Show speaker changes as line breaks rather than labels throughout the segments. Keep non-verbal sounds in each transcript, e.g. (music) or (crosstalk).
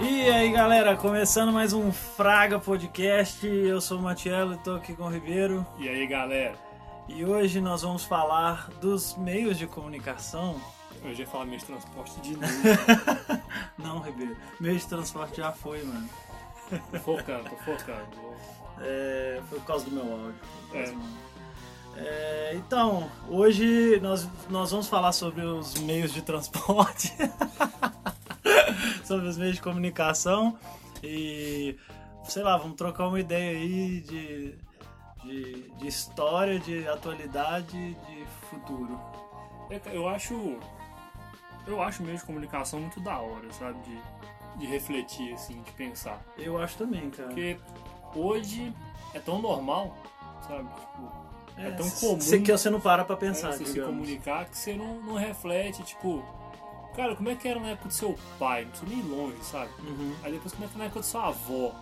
E aí galera, começando mais um Fraga Podcast. Eu sou o Matielo e tô aqui com o Ribeiro.
E aí galera,
E hoje nós vamos falar dos meios de comunicação.
hoje eu falo meio de transporte
(laughs)
de novo.
Não, Ribeiro, meio de transporte já foi, mano.
Tô focando, tô focando.
É, foi por causa do meu áudio. foi por causa
É.
do meu- É, então, hoje nós, nós vamos falar sobre os meios de transporte, (laughs) sobre os meios de comunicação e sei lá, vamos trocar uma ideia aí de, de, de história, de atualidade, de futuro.
Eu, eu acho. Eu acho meio de comunicação muito da hora, sabe? De, de refletir, assim, de pensar.
Eu acho também, cara.
Porque hoje é tão normal, sabe? Tipo, é, tão
se-
comum
se- que você não para pra
né,
pensar,
você se
digamos.
comunicar que você não, não reflete, tipo. Cara, como é que era na época do seu pai? Não precisa nem ir longe, sabe?
Uhum.
Aí depois como é que era na época da sua avó?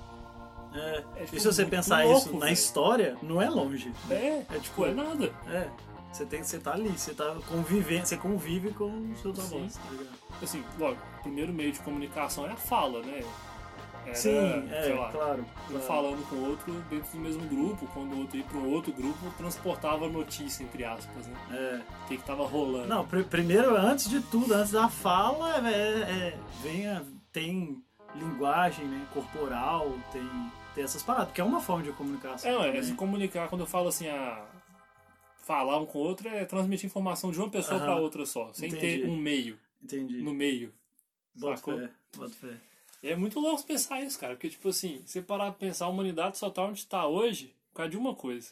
É.
É,
E
tipo,
se você
muito
pensar
louco,
isso na
velho.
história, não é longe.
É,
É tipo-
tipo, é nada.
É, você, tem, você tá ali, você tá convivendo, você convive com os seus avós, tá ligado?
assim, logo, o primeiro meio de comunicação é a fala, né? Era,
Sim, é,
sei lá,
claro.
um
claro.
falando com o outro dentro do mesmo grupo, quando o outro ia para um outro grupo, transportava a notícia, entre aspas, né?
É.
O que, que tava rolando.
Não, pr- primeiro, antes de tudo, antes da fala, é, é- vem a- tem linguagem né, corporal, tem, tem essas paradas, que é uma forma de comunicação. né?
É, ué,
também.
se comunicar, quando eu falo assim, a falar um com o outro é transmitir informação de uma pessoa
Aham.
para outra só, sem
Entendi.
ter um meio
Entendi.
no meio.
Bota
sacou?
fé, bota fé.
E é muito louco pensar isso, cara, porque, tipo assim, você parar pra pensar, a humanidade só tá onde tá hoje por causa de uma coisa: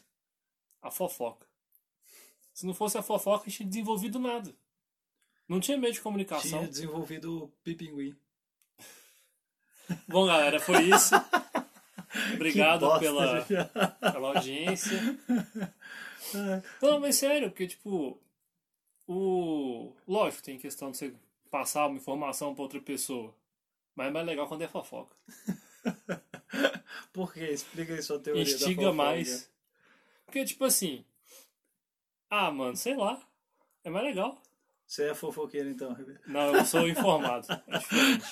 a fofoca. Se não fosse a fofoca, a gente tinha desenvolvido nada. Não tinha meio de comunicação.
Tinha desenvolvido o Pipinguim.
Bom, galera, foi isso.
(laughs)
Obrigado
Que bosta
pela,
de piada.
pela
(laughs)
audiência. Não, mas sério, porque, tipo, o. Lógico, tem questão de você passar uma informação pra outra pessoa. Mas é mais legal quando é fofoca.
Por quê? Explica aí sua teoria. da
instiga
fofoca.
mais. Porque, tipo assim. Ah, mano, sei lá. É mais legal.
Você é fofoqueiro então, Ribeiro.
Não, eu sou informado. É diferente.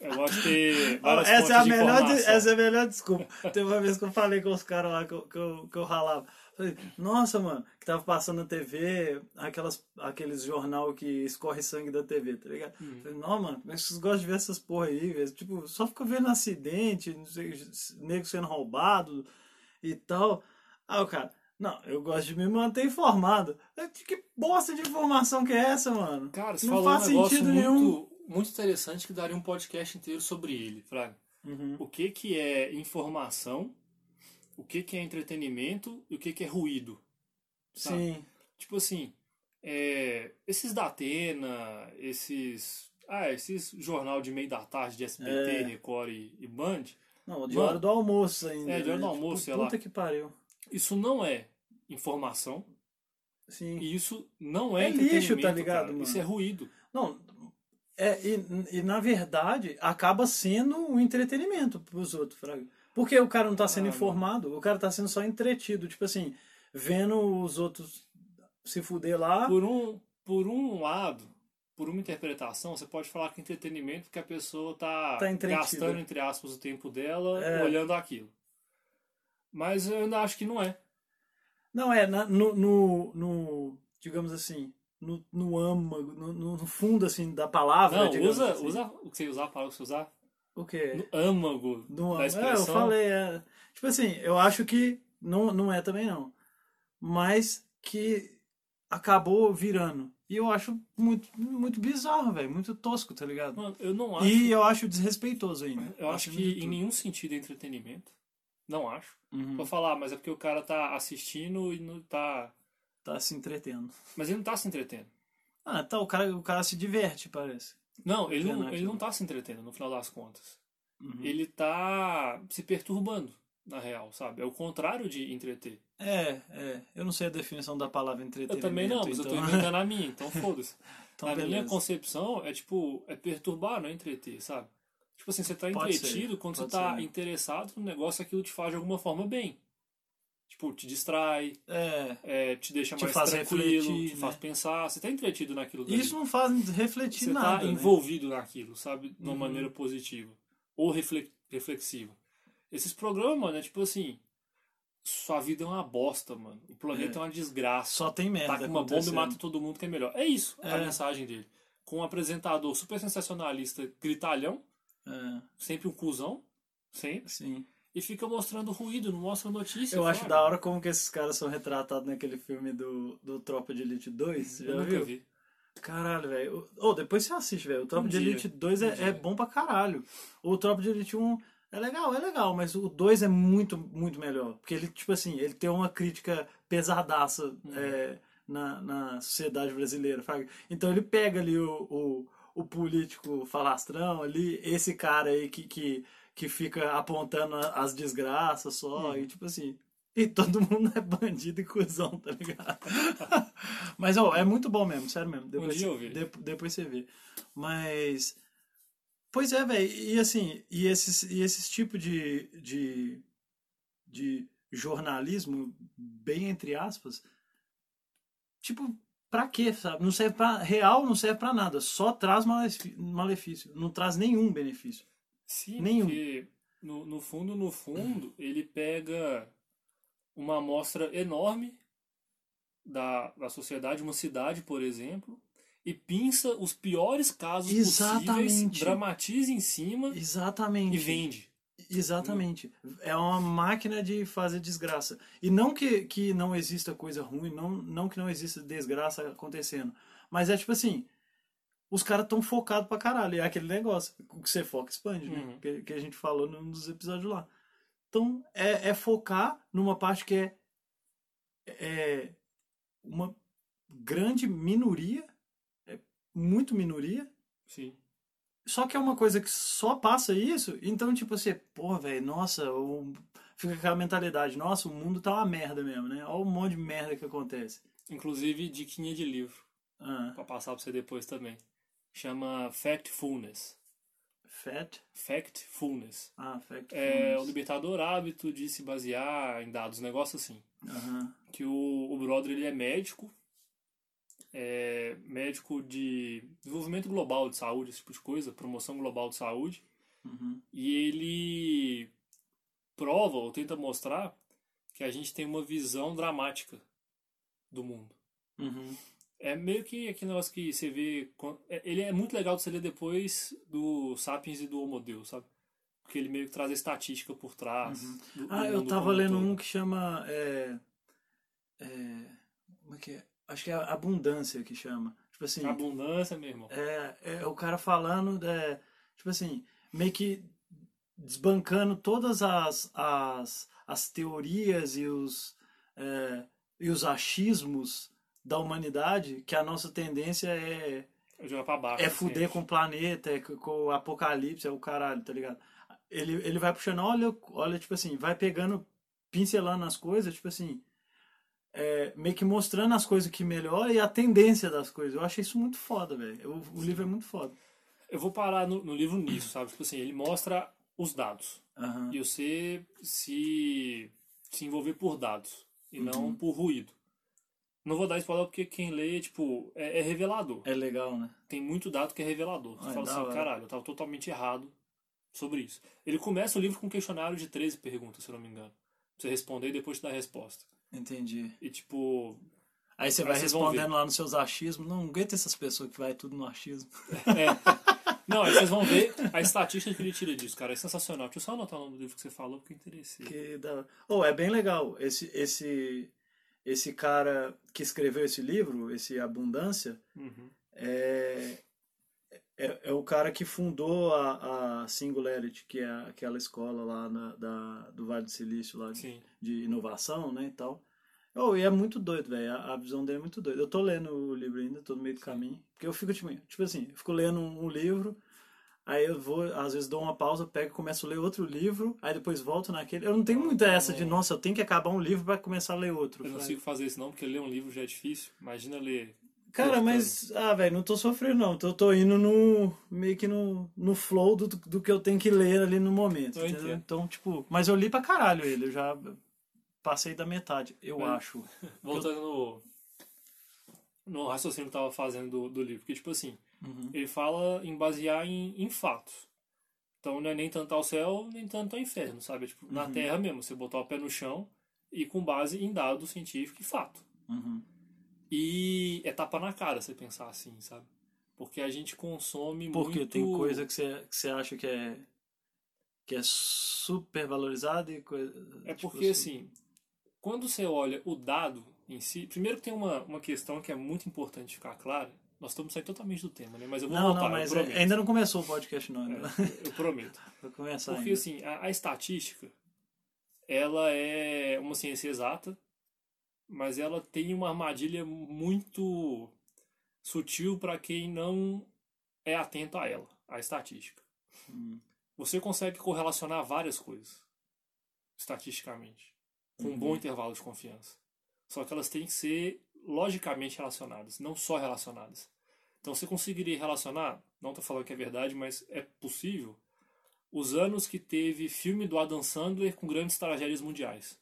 Eu gosto de ter várias
essa, é a
fontes de
melhor, de-
informação.
essa é a melhor desculpa. Teve uma vez que eu falei com os caras lá que eu, que, eu, que eu ralava. Falei, nossa, mano, que tava passando na TV, aquelas, aqueles jornal que escorre sangue da TV, tá ligado?
Hum.
Falei, não, mano, mas vocês gostam de ver essas porra aí, velho. Tipo, só fica vendo acidente, não sei, nego sendo roubado e tal. Aí o cara, não, eu gosto de me manter informado. Eu, Que bosta de informação que é essa, mano?
Cara, você
não
falou
faz
um negócio
sentido
muito,
nenhum.
muito interessante que daria um podcast inteiro sobre ele, Fraga.
Uhum.
O que, que é informação, o que, que é entretenimento e o que, que é ruído. sabe?
Sim.
Tipo assim, é, esses da Atena, esses. Ah, esses jornal de meio da tarde de SBT,
É.
Record e, e Band,
Não, de
Mano.
hora do almoço ainda.
É, de hora do
né? Tipo,
almoço, sei lá.
Puta que pariu.
isso não é informação
Sim.
e isso não é,
É lixo, tá
entretenimento,
ligado,
cara.
mano?
Isso é ruído.
Não, é, e, e na verdade acaba sendo um entretenimento pros outros, Fraga. Porque o cara não tá sendo
Ah,
informado, o cara tá sendo só entretido, tipo assim, vendo os outros se fuder lá.
Por um, por um lado, por uma interpretação, você pode falar que é entretenimento porque a pessoa tá,
Tá entretida.
gastando, entre aspas, o tempo dela
É.
olhando aquilo. Mas eu ainda acho que não é.
Não, é, na- no, no, no- digamos assim, no, no âmago, no, no fundo assim da palavra.
não,
digamos
usa,
assim.
usa o que você usar, para o que você usar.
O quê?
No âmago
Não,
da
é,
expressão.
eu falei, é. Tipo assim, eu acho que não, não é também não. Mas que acabou virando. E eu acho muito, muito bizarro, velho. Muito tosco, tá ligado?
Mano, eu não acho.
E eu acho desrespeitoso ainda.
eu acho que em nenhum sentido é entretenimento. Não acho.
Uhum.
Vou falar, mas é porque o cara tá assistindo e não tá.
Tá se entretendo.
Mas ele não tá se entretendo.
Ah, tá. O cara, o cara se diverte, parece.
Não, ele não,
Alternativo.
ele não tá se entretendo no final das contas.
né? Uhum.
Ele tá se perturbando, na real, sabe? É o contrário de entreter.
É, é. Eu não sei a definição da palavra
Eu
entretenimento.
também não, mas eu tô
(laughs) então-
inventando a minha, então foda-se.
Então,
na minha
beleza.
concepção, é tipo, é perturbar, não é entreter, sabe? Tipo assim, você tá
Pode
entretido
ser,
quando
pode
você tá
ser.
interessado no negócio, aquilo te faz de alguma forma bem. Tipo, te distrai,
É.
é, te deixa
Te
mais
faz
tranquilo,
refletir,
te faz
né?
pensar, você tá entretido naquilo
Isso não faz refletir
você
nada.
tá
né?
envolvido naquilo, sabe? De uma
Uhum.
maneira positiva. ou refle- reflexiva. Esses programas, mano, é tipo assim. Sua vida é uma bosta, mano. O planeta é, uma desgraça.
Só tem merda.
Taca Tá uma bomba e
acontecendo.
mata todo mundo que é melhor. É isso a
É.
mensagem dele. Com um apresentador super sensacionalista, gritalhão,
É,
sempre um cuzão, sempre,
sim.
e fica mostrando ruído, não mostra
(laughs)
notícia.
Eu acho
cara.
da hora como que esses caras são retratados naquele filme do, do Tropa de Elite 2. Você
Eu
já
nunca
viu?
vi.
Caralho, velho. Ô, ô, depois você assiste, velho. O Tropa
Um
de
dia,
Elite 2
um
é,
dia.
é bom pra caralho. O Tropa de Elite 1 é legal, é legal, mas o 2 é muito, muito melhor. Porque ele, tipo assim, ele tem uma crítica pesadaça
Uhum.
é, na, na sociedade brasileira. fraga. Então ele pega ali o, o, o político falastrão ali, esse cara aí que, que, que fica apontando a- as desgraças só, e tipo assim. E todo mundo é bandido e cuzão, tá ligado? (laughs) Mas, ó, é muito bom mesmo, sério mesmo. Depois,
Um dia eu vejo.
dep- depois você vê. Mas. Pois é, velho. E assim, e esses, e esses tipos de, de, de jornalismo, bem entre aspas, tipo, pra quê, sabe? Não serve pra. Real não serve pra nada. Só traz malefi- malefício. Não traz nenhum benefício.
Sim,
Nenhum.
porque no, no fundo, no (clears throat) fundo, ele pega uma amostra enorme da, da sociedade, uma cidade, por exemplo, e pinça os piores casos possíveis,
Exatamente.
dramatiza em cima
Exatamente.
e vende.
Exatamente. É uma máquina de fazer desgraça. E não que, que não exista coisa ruim, não, não que não exista desgraça acontecendo. Mas é tipo assim, os caras tão focados pra caralho. É aquele negócio. O que você foca expande, né?
Uhum.
Que, que a gente falou num dos episódios lá. Então, é, é focar numa parte que é, é uma grande minoria, é muito minoria,
Sim.
só que é uma coisa que só passa isso, então, tipo, você, pô, velho, nossa, o- fica com aquela mentalidade, nossa, o mundo tá uma merda mesmo, né? Olha um monte de merda que acontece.
Inclusive, diquinha de livro,
Ah,
pra passar pra você depois também. Chama Factfulness.
fat?
Factfulness.
Ah, fact.
É, o
fumes.
libertador hábito de se basear em dados, um negócio assim.
Aham.
que o, o brother ele é médico, é médico de desenvolvimento global de saúde, esse tipo de coisa, promoção global de saúde,
uhum.
e ele prova ou tenta mostrar que a gente tem uma visão dramática do mundo.
Uhum.
É meio que aquele negócio que você vê. quan- é- Ele é muito legal de você ler depois do Sapiens e do Homo Deus, sabe? Porque ele meio que traz a estatística por trás. do- do
Ah, eu
mundo
tava
como um
lendo
todo.
um que chama. É, é, como é que é? Acho que é Abundância que chama. Tipo assim.
Abundância, meu irmão.
É, é o cara falando, é, tipo assim, meio que desbancando todas as, as, as teorias e os, é, e os achismos da humanidade, que a nossa tendência é,
Eu jogo pra baixo.
é
assim,
fuder com o planeta, é com com o apocalipse, é o caralho, tá ligado? Ele, ele vai puxando, olha, olha, tipo assim, vai pegando, pincelando as coisas, tipo assim, é, meio que mostrando as coisas que melhora e a tendência das coisas. Eu achei isso muito foda, velho. O, o livro é muito foda.
Eu vou parar no, no livro nisso, sabe? Tipo assim, ele mostra os dados.
Aham.
E você se, se envolver por dados. E
Uhum.
não por ruído. Não vou dar spoiler porque quem lê, tipo, é, é revelador.
É legal, né?
Tem muito dado que é revelador. Você
Ah, é
fala
da
assim,
hora.
caralho, eu tava totalmente errado sobre isso. Ele começa o livro com um questionário de 13 perguntas, se eu não me engano. Pra você responder e depois te dar a resposta.
Entendi.
E tipo,
Aí você
Agora
vai
vocês vão
respondendo lá nos seus achismos. Não aguenta essas pessoas que vai tudo no achismo.
É. Não, aí vocês vão ver a estatística que ele tira disso, cara. É sensacional. Deixa eu só anotar o nome do livro que você falou, porque eu interessei.
Que da... oh, é bem legal. Esse, esse, esse cara que escreveu esse livro, esse Abundância,
Uhum.
é, é, é o cara que fundou a, a Singularity, que é aquela escola lá na- da, do Vale do Silício, lá de,
Sim.
de inovação, né, e tal. Oh, e é muito doido, velho. A, a visão dele é muito doida. Eu tô lendo o livro ainda, tô no meio do caminho. Porque eu fico, tipo, tipo assim, eu fico lendo um, um livro, aí eu vou, às vezes dou uma pausa, pego e começo a ler outro livro, aí depois volto naquele. Eu não tenho muita essa de, nossa, eu tenho que acabar um livro pra começar a ler outro.
Eu não
fraga.
consigo fazer isso não, porque ler um livro já é difícil. Imagina ler.
Cara,
Cortando.
mas, ah, velho, não tô sofrendo, não. Tô, tô indo no, meio que no, no flow do, do que eu tenho que ler ali no momento,
Eu
entendeu?
entendo.
Então, tipo, mas eu li pra caralho ele, eu já passei da metade, eu
É.
acho.
Voltando no, no raciocínio que eu tava fazendo do, do livro. Porque, tipo assim,
Uhum.
ele fala em basear em, em fatos. Então não é nem tanto ao céu, nem tanto ao inferno, sabe? É, tipo, na
Uhum.
Terra mesmo, você botar o pé no chão e com base em dado científico e fato.
Uhum.
E é tapa na cara você pensar assim, sabe? Porque a gente consome
Porque
muito.
tem coisa que você, que você acha que é que é super valorizada e coisa.
É
tipo
porque, assim, quando você olha o dado em si, primeiro que tem uma, uma questão que é muito importante ficar clara. Nós estamos saindo totalmente do tema, né? Mas eu vou
Não,
voltar,
não, mas
eu prometo.
é- ainda não começou o podcast, não. ainda.
(laughs)
(laughs)
Eu prometo.
Vai começar
Porque,
ainda.
assim, a, a estatística, ela é uma ciência exata, mas ela tem uma armadilha muito sutil para quem não é atento a ela, a estatística.
Hum.
Você consegue correlacionar várias coisas, estatisticamente, com um
Uhum.
bom intervalo de confiança. Só que elas têm que ser logicamente relacionadas, não só relacionadas. Então você conseguiria relacionar, não estou falando que é verdade, mas é possível, os anos que teve filme do Adam Sandler com grandes tragédias mundiais.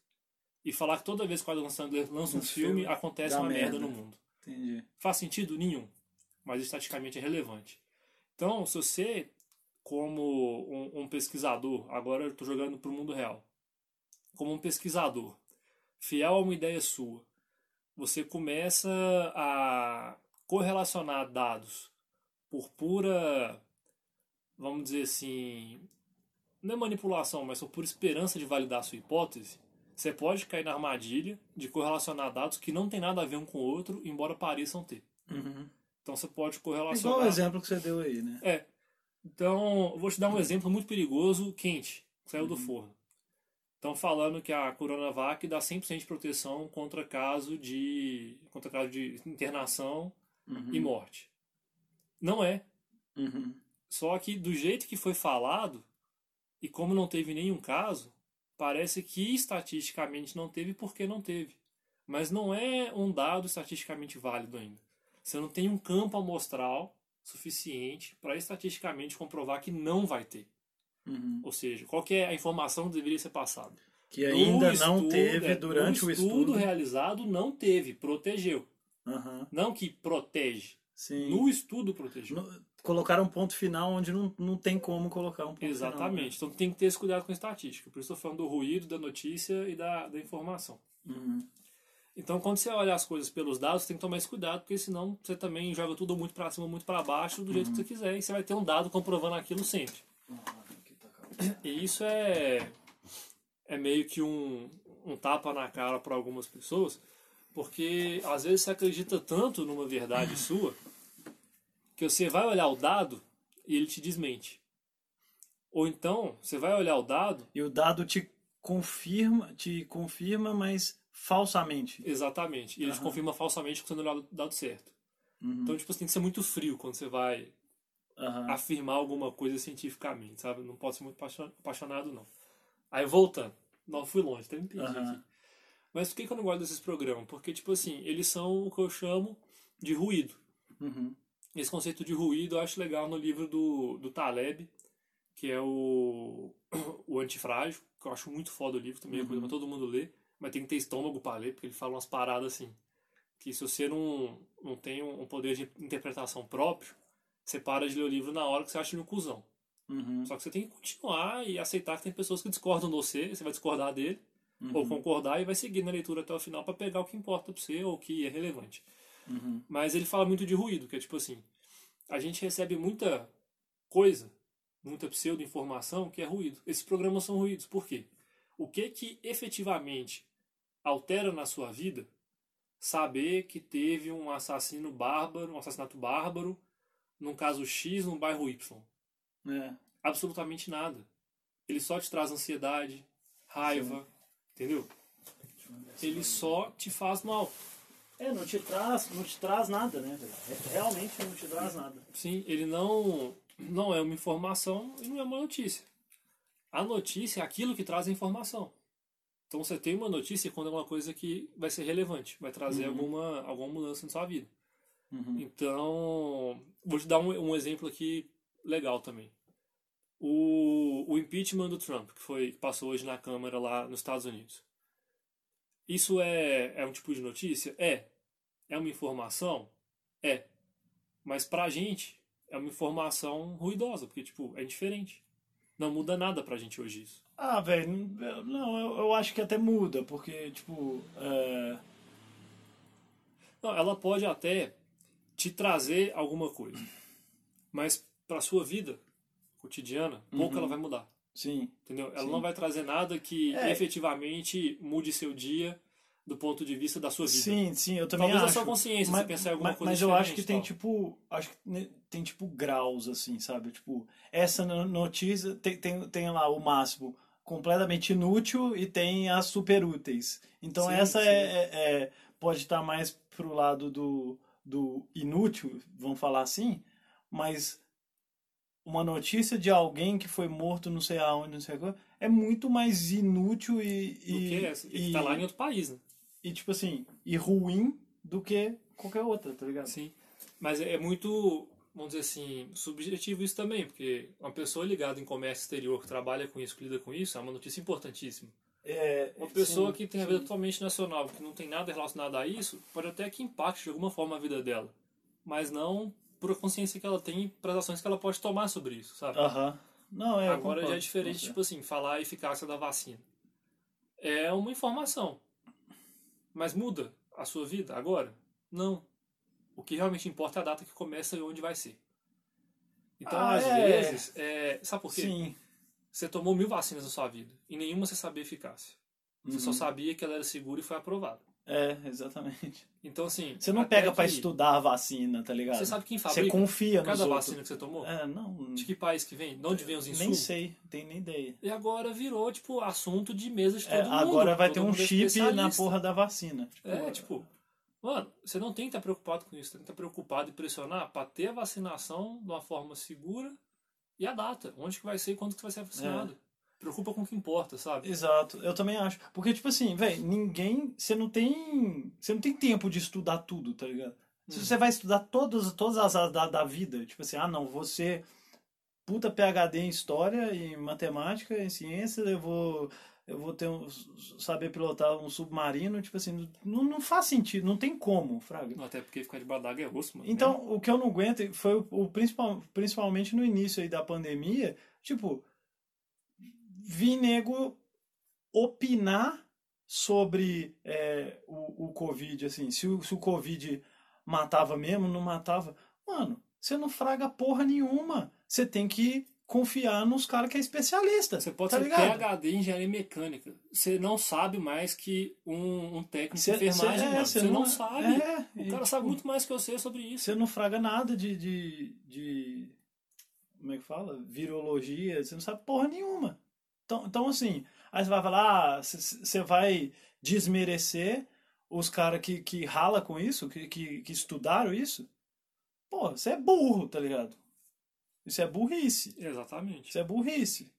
E falar que toda vez que o Adam Sandler lança um
Um
filme,
filme
acontece
dá
uma merda
merda.
no mundo.
Entendi.
Faz sentido nenhum, mas estaticamente é relevante. Então, se você, como um, um pesquisador, agora eu estou jogando para o mundo real, como um pesquisador, fiel a uma ideia sua, você começa a correlacionar dados por pura, vamos dizer assim, não é manipulação, mas por pura esperança de validar a sua hipótese, você pode cair na armadilha de correlacionar dados que não tem nada a ver um com o outro, embora pareçam ter.
Uhum. É
Então você pode
Igual o
correlacionar.
exemplo que você deu aí, né?
É. Então, eu vou te dar um exemplo muito perigoso, quente, que saiu do
Uhum.
forno. Estão falando que a Coronavac dá 100% de proteção contra caso de contra caso de internação
Uhum.
e morte. Não é.
Uhum.
Só que do jeito que foi falado e como não teve nenhum caso, parece que estatisticamente não teve porque não teve. Mas não é um dado estatisticamente válido ainda. Você não tem um campo amostral suficiente para estatisticamente comprovar que não vai ter.
Uhum.
Ou seja, qual que é a informação que deveria ser passada?
Que ainda
No
não
estudo-
teve
é,
durante
no
o estudo. é.
realizado não teve, protegeu.
Aham,
Não que protege,
Sim.
no estudo protegeu.
No- Colocaram um ponto final onde não, não tem como colocar um ponto
Exatamente. Então tem que ter esse cuidado com a estatística. Por isso estou falando do ruído, da notícia e da, da informação.
final. né? Uhum.
Então quando você olha as coisas pelos dados, tem que tomar esse cuidado, porque senão você também joga tudo muito para cima, muito para baixo, do jeito
Uhum.
que você quiser, e você vai ter um dado comprovando aquilo sempre. E isso é é meio que um, um tapa na cara para algumas pessoas, porque às vezes você acredita tanto numa
(laughs)
verdade sua que você vai olhar o dado e ele te desmente. Ou então, você vai olhar o dado
E o dado te confirma, te confirma, mas falsamente.
Exatamente. E ele te
Aham.
confirma falsamente que você não olhou o dado certo.
Uhum. Ah.
Então, tipo, você tem que ser muito frio quando você vai
Aham.
afirmar alguma coisa cientificamente, sabe? Não pode ser muito paixo- apaixonado, não. Aí, voltando. Não, fui longe, até me perdi
Aham.
aqui. Mas por que que eu não gosto desses programas? Porque, tipo assim, eles são o que eu chamo de ruído.
Uhum.
Esse conceito de ruído eu acho legal no livro do, do Taleb, que é o, (coughs) o Antifrágil, que eu acho muito foda o livro, também
Uhum.
uhum. pra todo mundo ler, mas tem que ter estômago pra ler, porque ele fala umas paradas assim, que se você não, não tem um um poder de interpretação próprio, você para de ler o livro na hora que você acha ele um cuzão.
Uhum.
Só que você tem que continuar e aceitar que tem pessoas que discordam de você, você vai discordar dele, ou
Uhum.
concordar e vai seguir na leitura até o final pra pegar o que importa pra você ou o que é relevante.
Uhum.
Mas ele fala muito de ruído, que é tipo assim, a gente recebe muita coisa, muita pseudo-informação que é ruído. Esses programas são ruídos. Por quê? O que que efetivamente altera na sua vida saber que teve um assassino bárbaro, um assassinato bárbaro, num caso X, num bairro Y?
É.
Absolutamente nada. Ele só te traz ansiedade, raiva, entendeu? Ele só te faz mal.
É, não te traz, não te traz nada, né? velho? Re- Realmente não te traz nada.
Sim, ele não não é uma informação e não é uma notícia. A notícia é aquilo que traz a informação. Então você tem uma notícia quando é uma coisa que vai ser relevante, vai trazer alguma, alguma mudança na sua vida.
Uhum.
Então, vou te dar um, um exemplo aqui legal também. O, o impeachment do Trump, que foi que passou hoje na Câmara lá nos Estados Unidos. Isso é, é um tipo de notícia? É. É uma informação? É. Mas pra gente, é uma informação ruidosa, porque, tipo, é diferente. Não muda nada pra gente hoje isso.
Ah, velho, não, não, eu, eu acho que até muda, porque, tipo. é,
Não, ela pode até te trazer alguma coisa. Mas pra sua vida cotidiana, pouco ela vai mudar.
Sim.
Entendeu? Ela
Uhum. Sim.
não vai trazer nada que
É.
efetivamente mude seu dia do ponto de vista da sua vida.
Sim, sim, eu também
Talvez a
acho.
sua consciência,
mas,
você pensar em alguma
mas,
coisa
mas eu acho que
diferente,
tem
tal.
tipo, acho que ne- tem tipo graus assim, sabe? Tipo, essa no- notícia tem, tem, tem lá o máximo completamente inútil e tem as super úteis. Então
Sim,
essa
sim.
é, é- é- pode estar mais pro lado do, do inútil, vamos falar assim, mas uma notícia de alguém que foi morto não sei aonde, não sei aonde, é muito mais inútil e
Do
tipo, e,
que essa. E, que
e-
tá lá em outro país, né?
e tipo assim, e ruim do que qualquer outra, tá ligado?
Sim. Mas é é muito, vamos dizer assim, subjetivo isso também, porque uma pessoa ligada em comércio exterior que trabalha com isso, que lida com isso, é uma notícia importantíssima.
É,
Uma pessoa
sim,
que tem a vida totalmente nacional, que não tem nada relacionado a isso, pode até que impacte de alguma forma a vida dela, mas não por a consciência que ela tem para as ações que ela pode tomar sobre isso, sabe?
Aham. Não, é. eu
Agora já é
concordo
diferente,
com você.
tipo assim, falar a eficácia da vacina. É uma informação. Mas muda a sua vida agora? Não. O que realmente importa é a data que começa e onde vai ser. Então,
Ah,
às
é.
vezes, é, sabe por quê?
Sim.
Você tomou mil vacinas na sua vida e nenhuma você sabia a eficácia. Você só
Uhum.
sabia que ela era segura e foi aprovada.
É,
(laughs)
exatamente.
Então, assim.
Você não
até
pega pra
que
estudar a vacina, tá ligado?
Você sabe quem
Você
fabrica
confia nos
cada
outros.
vacina que você tomou?
É, não.
De que país que vem? De onde vem os
Nem
insumos?
sei, tem nem ideia.
E agora virou, tipo, assunto de mesa de todo
É,
mundo.
agora vai
Todo
ter um
mundo é
chip na
especialista.
porra da vacina. Tipo,
É, tipo, mano, você não tem que estar preocupado com isso. Tem que estar preocupado e pressionar pra ter a vacinação de uma forma segura e a data. Onde que vai ser e quando que vai ser vacinado.
É.
Preocupa com o que importa, sabe?
Exato, eu também acho. Porque, tipo assim, velho, ninguém. Você não tem. Você não tem tempo de estudar tudo, tá ligado? Se
Hum.
você vai estudar todas, todas as áreas da, da vida, tipo assim, ah não, você puta PhD em história, em matemática, em ciências, eu vou. Eu vou ter um, saber pilotar um submarino, tipo assim, não, não faz sentido, não tem como, Fraga.
Não, até porque ficar de d'água é osso, mano.
Então, o que eu não aguento foi o, o principal, principalmente no início aí da pandemia, tipo, vi nego opinar sobre é, o, o Covid, assim, se o, se o Covid matava mesmo, não matava. Mano, você não fraga porra nenhuma. Você tem que confiar nos caras que é especialista.
Você pode
tá
ser
ligado?
PHD em engenharia mecânica. Você não sabe mais que um, um técnico
Cê-
de enfermagem,
cê- é,
mano.
cê
Você
não-
não, sabe.
é,
o
e,
cara sabe
tipo,
muito mais que eu sei sobre isso.
Você não fraga nada de, de, de. Como é que fala? Virologia, você não sabe porra nenhuma. Então, então assim, aí você vai falar, ah, c- c- você vai desmerecer os caras que, que rala com isso, que, que, que estudaram isso? Pô, você é burro, tá ligado? Isso é burrice.
Exatamente.
Isso é burrice.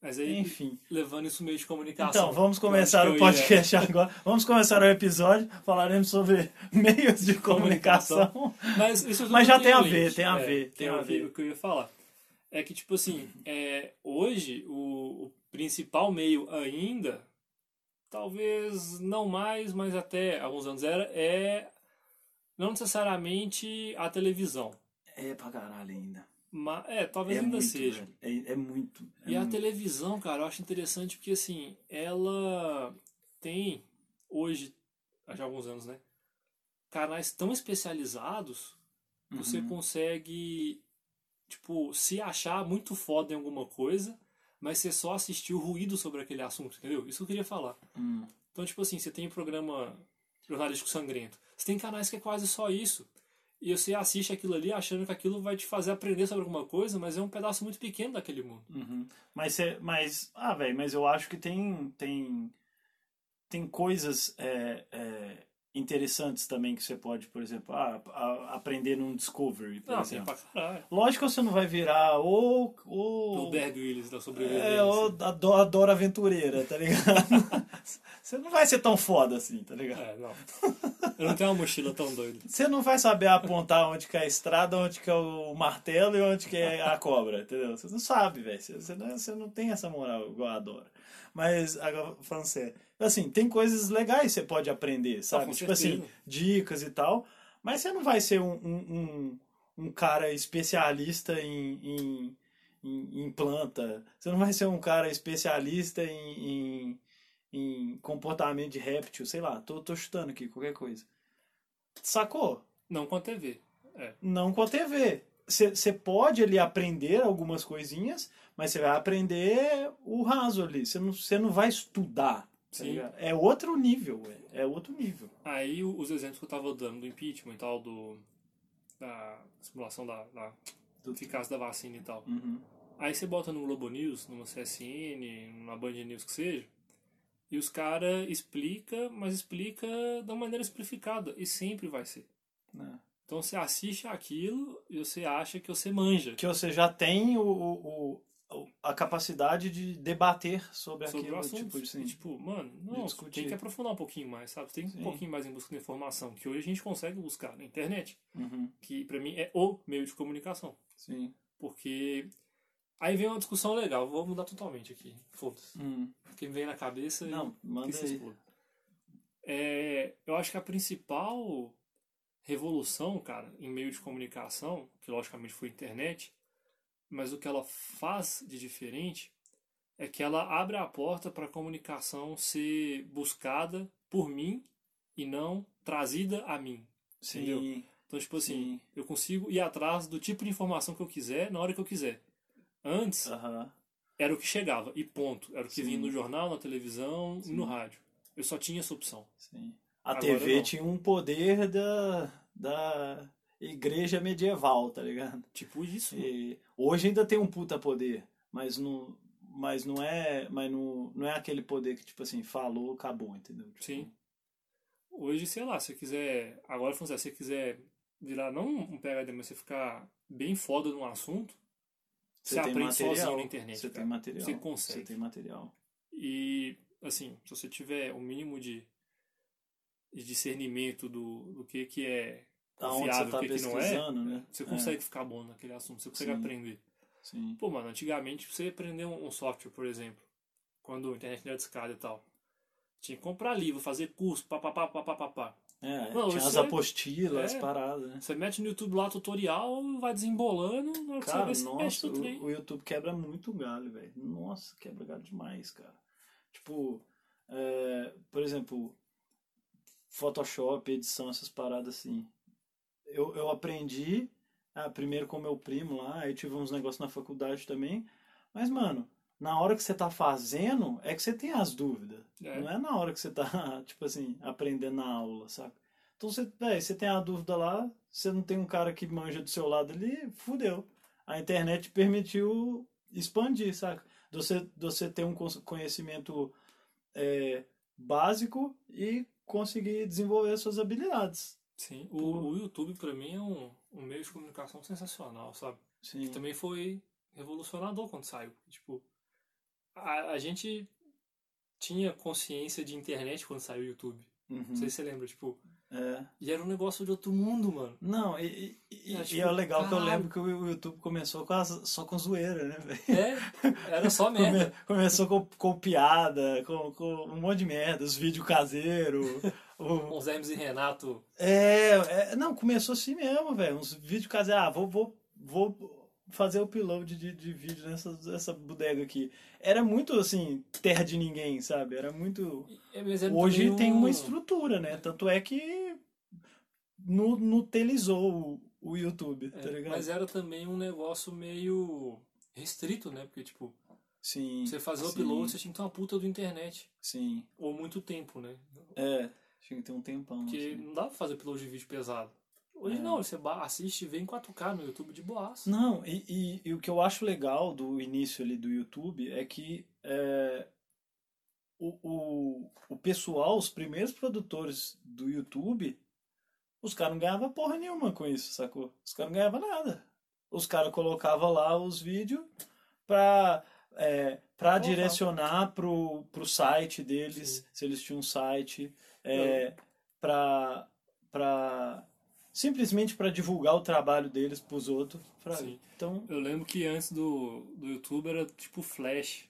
Mas aí,
Enfim.
levando isso meio de comunicação.
Então, vamos
que Tá, eu
começar
acho
o
que eu ia-
podcast (laughs) agora. Vamos começar o episódio. Falaremos sobre (laughs) meios de comunicação.
Mas, isso
Mas já
tudo
tem a
link.
ver, tem a
É,
ver, tem
que é
a
o que-
ver.
O que eu ia falar é que, tipo assim, é, hoje o, o principal meio ainda, talvez não mais, mas até alguns anos era, é não necessariamente a televisão.
É pra caralho ainda.
Mas, é, talvez ainda
muito,
seja.
velho. É, é muito. é
E a
muito.
televisão, cara, eu acho interessante porque, assim, ela tem, hoje, há já alguns anos, né? Canais tão especializados que você
Uhum.
consegue, tipo, se achar muito foda em alguma coisa, mas você só assistiu ruído sobre aquele assunto, entendeu? Isso que eu queria falar.
Hum.
Então, tipo assim, você tem programa jornalístico sangrento. Você tem canais que é quase só isso. E você assiste aquilo ali achando que aquilo vai te fazer aprender sobre alguma coisa, mas é um pedaço muito pequeno daquele mundo.
Uhum. Mas, cê- mas, ah, velho, mas eu acho que tem, tem, tem coisas é, é, interessantes também que você pode, por exemplo, ah, a- aprender num Discovery, por
Não, tem
exemplo.
pra caralho.
Lógico que você não vai virar ou, ou,
O Berg Willis da sobrevivência.
é, ou a Do- a Dora Aventureira, tá ligado? (laughs) você não vai ser tão foda assim, tá ligado?
É, não. Eu não tenho uma mochila tão doida.
Você não vai saber apontar onde que é a estrada, onde que é o martelo e onde que é a cobra, entendeu? Você não sabe, velho. Você, você não, você não tem essa moral igual a Dora. Mas, agora, falando sério, assim, tem coisas legais que você pode aprender, sabe?
Ah, com
tipo assim,
certeza.
dicas e tal. Mas você não vai ser um, um, um, um cara especialista em, em, em, em planta. Você não vai ser um cara especialista em, em, em comportamento de réptil, sei lá. Tô, tô chutando aqui, qualquer coisa. Sacou?
Não com a TV. É.
Não com a TV. Você pode ali aprender algumas coisinhas, mas você vai aprender o raso ali. Você não, cê não vai estudar. tá
Sim.
ligado? é outro nível, é- é outro nível.
Aí o- os exemplos que eu tava dando do impeachment e tal, do. Da simulação da, da
Do-
eficácia da vacina e tal.
Uhum.
Aí você bota no Globo News, numa CSN, numa Band News que seja, e os caras explica, mas explica de uma maneira simplificada. E sempre vai ser.
né?
Então você assiste aquilo e você acha que você manja
Que você já tem o, o, o- a capacidade de debater sobre,
sobre o
aquilo.
assunto.
Tipo, assim,
E, tipo, mano, não, você
discutir.
tem que aprofundar um pouquinho mais, sabe? Você tem que ir
Sim.
um pouquinho mais em busca da informação, que hoje a gente consegue buscar na internet,
uhum,
que pra mim é o meio de comunicação.
sim.
Porque aí vem uma discussão legal, vou mudar totalmente aqui. Foda-se.
Hum.
O que me vem na cabeça e-
Não,
que
manda
se
aí.
exploda. É, eu acho que a principal revolução, cara, em meio de comunicação, que logicamente foi a internet, mas o que ela faz de diferente é que ela abre a porta para a comunicação ser buscada por mim e não trazida a mim.
Sim,
Entendeu? Então, tipo assim,
sim.
eu consigo ir atrás do tipo de informação que eu quiser na hora que eu quiser. Antes,
Aham.
era o que chegava, e ponto. Era o que
Sim.
vinha no jornal, na televisão e
Sim.
no rádio. Eu só tinha essa opção.
sim. A
Agora
TV
não.
tinha um poder da, da igreja medieval, tá ligado?
Tipo isso.
E hoje ainda tem um puta poder, mas não, mas não é, mas não, não é aquele poder que tipo assim, falou, acabou, entendeu? Tipo,
Sim. Hoje, sei lá, se você quiser. Agora, Fonseca, se você quiser virar, não um PHD, mas você ficar bem foda num assunto,
Você,
você,
tem
aprende
material,
sozinho na internet.
Você
cara.
tem material.
Você consegue.
Você tem material.
E, assim, se você tiver o mínimo de, de discernimento do, do que, que é
Aonde você
confiável,
tá
o que, que não é,
pesquisando, né?
você
É,
consegue ficar bom naquele assunto, você consegue
Sim.
aprender.
sim.
Pô, mano, antigamente pra você aprender um, um software, por exemplo, quando a internet não era discada e tal, tinha que comprar livro, fazer curso, papapá, papapá.
É,
Não,
tinha
isso
as
é-
apostilas, as
é.
paradas, né?
Você mete no YouTube lá tutorial, vai desembolando, na hora que
Cara,
você vê, você
nossa,
mexe no trem.
o, o YouTube quebra muito galho, velho. Nossa, quebra galho demais, cara. Tipo, é, por exemplo, Photoshop, edição, essas paradas assim. Eu, eu aprendi ah, primeiro com meu primo lá, aí tive uns negócios na faculdade também. Mas, mano, na hora que você tá fazendo, é que você tem as dúvidas.
É.
Não é na hora que você tá, (laughs) tipo assim, aprendendo na aula, saca? Então você, véi, você tem a dúvida lá, você não tem um cara que manja do seu lado ali, fudeu. A internet permitiu expandir, saca? De Você, de você ter um cons- conhecimento é, básico e conseguir desenvolver as suas habilidades.
Sim, o, o YouTube pra mim é um, um meio de comunicação sensacional, sabe?
Sim.
Que também foi revolucionador quando saiu. Tipo, a, a gente tinha consciência de internet quando saiu o YouTube. Não sei
Uhum.
se você lembra, tipo,
É.
e era um negócio de outro mundo, mano.
Não, e, e,
Eu
e,
acho
e é
que-
legal que eu
caralho.
lembro que o YouTube começou com as, só com zoeira, né, velho?
É,
(laughs)
era só
Come-
merda.
começou com, com piada, com, com um monte de merda, os vídeos caseiros.
Com os Hermes e Renato.
é, é, não, começou assim mesmo, velho. Uns vídeos caseiros. Ah, vou, vou, vou fazer upload de, de vídeo nessa, nessa bodega aqui. Era muito, assim, terra de ninguém, sabe? Era muito.
É, mas era
Hoje
também
tem
um-
uma estrutura, né? Tanto é que nu- nutelizou o, o YouTube,
é,
tá ligado?
mas era também um negócio meio restrito, né? Porque, tipo,
Sim.
você fazer o
sim,
upload, você tinha que ter uma puta do internet.
Sim.
Ou muito tempo, né?
É. Tinha que ter um tempão.
Porque
assim.
não dá pra fazer upload de vídeo pesado. Hoje
É.
não, você ba- assiste e vê em 4K no YouTube de boaça.
Não, e, e- e o que eu acho legal do início ali do YouTube é que é, o, o, o pessoal, os primeiros produtores do YouTube, os caras não ganhavam porra nenhuma com isso, sacou? Os caras não ganhavam nada. Os caras colocavam lá os vídeos pra, é, pra
Colocar.
direcionar pro, pro site deles,
Sim.
se eles tinham um site, é, pra, pra simplesmente para divulgar o trabalho deles pros outros. Pra...
Sim.
Então,
Eu lembro que antes do, do YouTube era tipo Flash.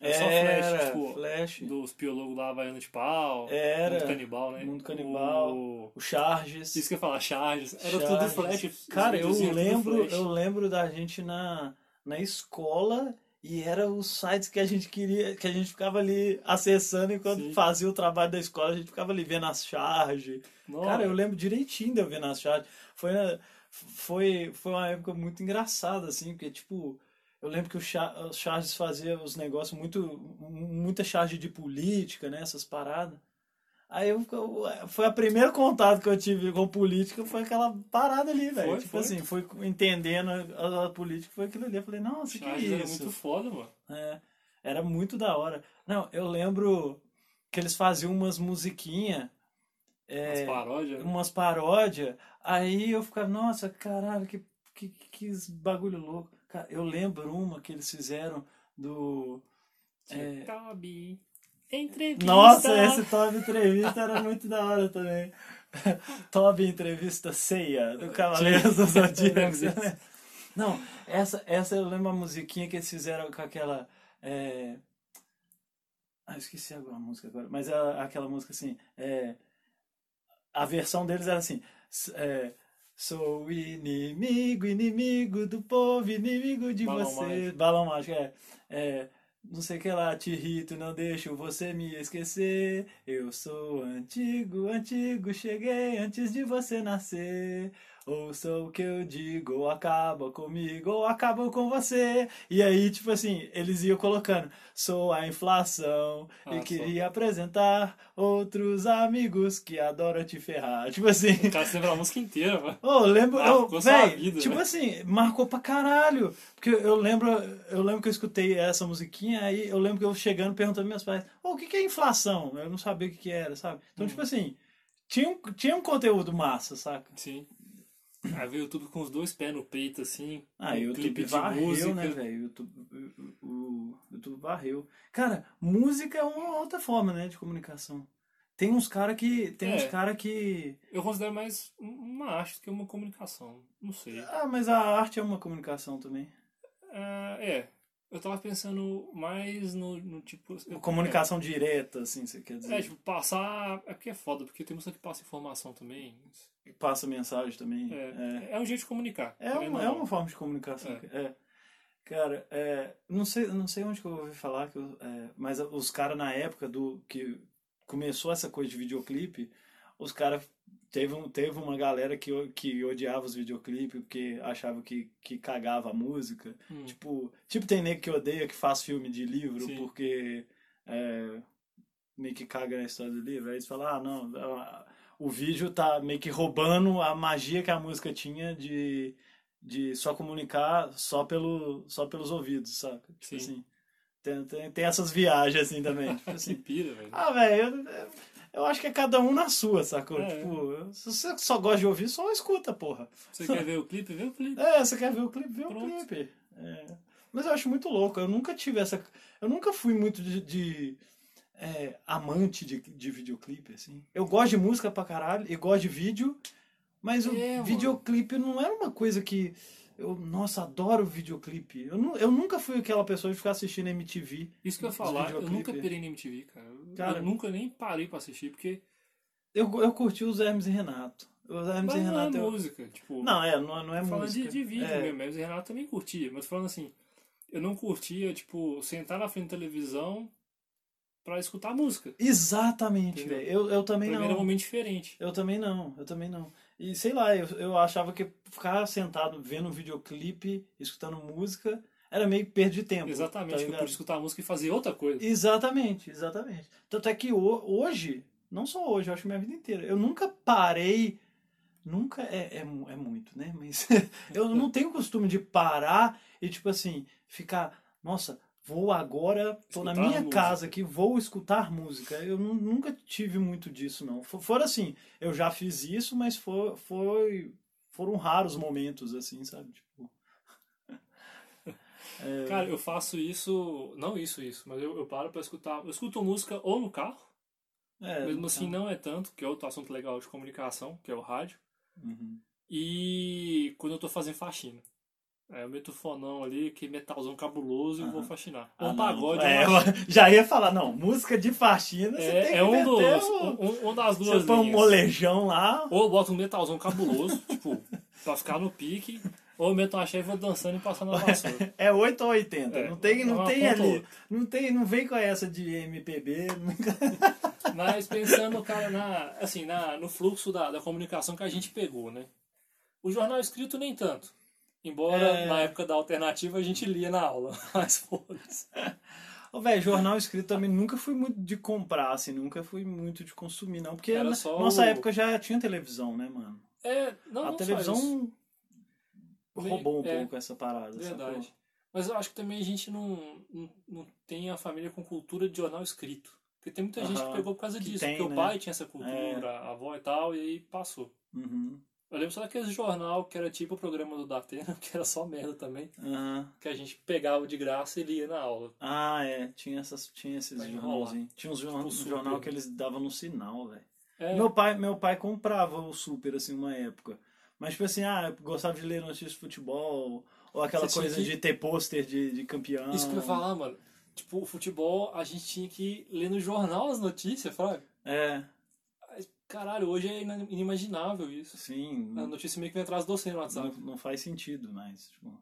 Era só Flash,
era
tipo,
é Flash,
dos piologos lá, Havaiana de Pau, Mundo
era
Canibal, né?
Mundo Canibal.
O-
o Charges.
Isso que eu ia falar, Charges. Era tudo
Charges.
Flash. os
Cara, eu
videozinhos tudo
lembro,
Flash.
eu lembro da gente na na escola e era os sites que a gente queria, que a gente ficava ali acessando enquanto
Sim.
fazia o trabalho da escola, a gente ficava ali vendo as charges.
Nossa.
Cara, eu lembro direitinho de eu vendo as charges. Foi, na- foi, foi uma época muito engraçada, assim, porque, tipo, eu lembro que o Cha- o Charles fazia os negócios muito, muita charge de política, né, essas paradas. Aí eu, eu- foi a primeiro contato que eu tive com política, foi aquela parada ali, velho.
Foi,
Tipo
foi.
assim, fui entendendo a, a política, foi aquilo ali. Eu falei, nossa, que
Charles
isso?
era muito foda, mano.
É, era muito da hora. Não, eu lembro que eles faziam umas é, musiquinhas,
As paródias. né?
umas paródias, aí eu ficava, nossa, caralho, que, que, que bagulho louco. Cara, eu lembro uma que eles fizeram do. é,
Toby. Entrevista.
Nossa, esse Toby entrevista era muito da hora também. (laughs) Toby entrevista ceia do Cavaleiros do Zodíaco. você lembra? Não, essa, essa eu lembro a musiquinha que eles fizeram com aquela. é, Ah, eu esqueci agora a música agora, mas a- aquela música assim. é, A versão deles era assim. s- é, Sou inimigo, inimigo do povo, inimigo de
Balão
você.
mágico.
Balão mágico, é. É, não sei o que lá, te irrito, não deixo você me esquecer. Eu sou antigo, antigo, cheguei antes de você nascer. Ouça o que eu digo, ou acaba comigo, ou acabam com você. E aí, tipo assim, eles iam colocando: sou a inflação
Ah,
e
só.
queria apresentar outros amigos que adoram te ferrar. Tipo assim. (laughs)
O cara se lembra a música inteira, mano.
Ô, lembro.
Marcou
eu-
sua
véi,
vida,
tipo
né?
assim, marcou pra caralho. Porque eu lembro, eu lembro que eu escutei essa musiquinha, aí eu lembro que eu chegando perguntando meus pais, ô, o que, que é inflação? Eu não sabia o que, que era, sabe? Então,
Uhum.
tipo assim, tinha um, tinha um conteúdo massa, saca?
Sim. Aí veio o YouTube com os dois pés no peito, assim.
Ah,
um
o YouTube varreu, né, velho? YouTube- O, o- o YouTube varreu. Cara, música é uma outra forma, né, de comunicação. Tem uns cara que. Tem
É.
uns cara que.
Eu considero mais uma arte do que uma comunicação. Não sei.
Ah, mas a arte é uma comunicação também.
Ah, é. Eu tava pensando mais no, no tipo.
É.
eu-
Comunicação direta, assim, você quer dizer.
É, tipo, passar. É porque é foda, porque tem música que passa informação também.
passa mensagem também. É,
É, é um jeito de comunicar.
é.
querendo
uma,
ou
é
não.
uma forma de comunicação.
É.
É. Cara, é, não, sei, não sei onde que eu ouvi falar, que eu- é, mas os caras na época do que começou essa coisa de videoclipe, os caras. Teve, um, teve uma galera que, o- que odiava os videoclipes porque achava que, que cagava a música.
Hum.
Tipo, tipo, tem nego que odeia que faz filme de livro
Sim.
porque é, meio que caga na história do livro. Aí eles falam, ah, não, a- o vídeo tá meio que roubando a magia que a música tinha de, de só comunicar só, pelo, só pelos ouvidos, saca? Tipo
Sim.
assim, tem, tem, tem essas viagens assim também.
(laughs)
Tipo
Que
assim,
pira, velho.
ah, velho, eu, eu acho que é cada um na sua, sacou?
É.
Tipo, se você só gosta de ouvir, só escuta, porra.
Você quer ver o clipe? Vê o clipe.
É, você quer ver o clipe? Vê
Pronto.
o clipe. É. Mas eu acho muito louco. Eu nunca tive essa. Eu nunca fui muito de. de, é, amante de, de videoclipe, assim. Eu gosto de música pra caralho e gosto de vídeo, mas o
É, mano.
videoclipe não era uma coisa que. Eu, nossa, adoro videoclipe. Eu, nu- eu nunca fui aquela pessoa de ficar assistindo MTV.
Isso que eu ia
Os
falar, eu
videoclipe.
nunca pirei na MTV, cara. Eu-
Cara.
Eu nunca nem parei pra assistir, porque.
Eu, eu curti os Hermes e Renato. Os Hermes
Mas
e
não é
Renato. eu-
música, tipo.
Não, é, não, é- não é
falando
música.
de, de vídeo
É.
mesmo. Mas o Renato também curtia. Mas falando assim, eu não curtia, tipo, sentar na frente da televisão pra escutar música.
Exatamente,
Entendeu?
velho. Eu, eu também
Pra mim
não.
era um momento diferente.
Eu também não, eu também não. E sei lá, eu, eu achava que ficar sentado vendo um videoclipe, escutando música, era meio que perda de tempo. tá
Exatamente, que eu
ligado?
pude escutar a música e fazer outra coisa.
Exatamente, exatamente. Tanto é que ho- hoje, não só hoje, eu acho que minha vida inteira, eu nunca parei. Nunca é, é, mu- é muito, né? Mas (laughs) eu não tenho costume de parar e, tipo assim, ficar, nossa, vou agora, tô na
Escutar
minha
música.
casa aqui, vou escutar música. Eu nu- nunca tive muito disso, não. Fo- Fora assim, eu já fiz isso, mas foi, foi, foram raros momentos, assim, sabe?
(laughs)
Tipo, (laughs) É.
Cara, eu faço isso, não isso, isso, mas eu, eu paro pra escutar. Eu escuto música ou no carro,
é,
mesmo assim
tá.
não é tanto, que é outro assunto legal de comunicação, que é o rádio.
Uhum.
E quando eu tô fazendo faxina. Aí eu meto o fonão ali, que é metalzão cabuloso, e vou
Aham.
faxinar.
Ah,
Ou um
não. (laughs)
pagode.
É,
uma-
eu já ia falar, não, música de faxina, você tem
é,
que
é um
meter
dos.
o-
Um, um das duas.
Você põe um
linhas.
molejão lá.
(laughs) Ou eu boto um metalzão cabuloso, tipo, pra ficar no pique. Ou eu meto uma cheia e vou dançando e passando
(laughs)
a vassoura.
É 8 ou 80.
É,
não tem,
é
não
uma
tem
ponta ou
ali.
outra.
Não tem, não vem com essa de MPB. Nunca...
Mas pensando, cara, na, assim, na, no fluxo da, da comunicação que a gente pegou, né? O jornal escrito nem tanto. Embora
É.
na época da alternativa a gente lia na aula. (laughs) Mas foda-se.
Ô, velho, jornal escrito também nunca fui muito de comprar, assim, nunca fui muito de consumir, não. Porque
Era
na
só
nossa
o-
época já tinha televisão, né, mano?
É,
a
não, não só isso.
televisão
Meio-
roubou um
é.
pouco essa parada.
Verdade.
sacou?
Mas eu acho que também a gente não, não, não tem a família com cultura de jornal escrito. Porque tem muita gente que
Aham.
pegou por causa
Que
disso.
tem,
porque
né?
o pai tinha essa
É.
cultura, a avó e tal, e aí passou.
Uhum.
Eu lembro só daquele jornal que era tipo o programa do Datena, (laughs) que era só merda também,
Aham.
que a gente pegava de graça e lia na aula.
Ah, é. Tinha, essas, tinha esses
Pra
jornalzinhos. Tinha uns jornal,
Tipo o
um
Super.
jornal que eles davam no sinal, velho.
É,
Meu pai, meu pai comprava o Super, assim, uma época. Mas, tipo assim, ah, eu gostava de ler notícias de futebol, ou aquela
Você tinha
coisa
que-
de ter pôster de, de campeão.
isso que eu ia falar, mano. Tipo, o futebol, a gente tinha que ler no jornal as notícias, fraga.
É,
Caralho, hoje é ina- inimaginável isso.
sim.
A notícia meio que vem atrás do você no
Não,
WhatsApp.
não faz sentido mais. tipo.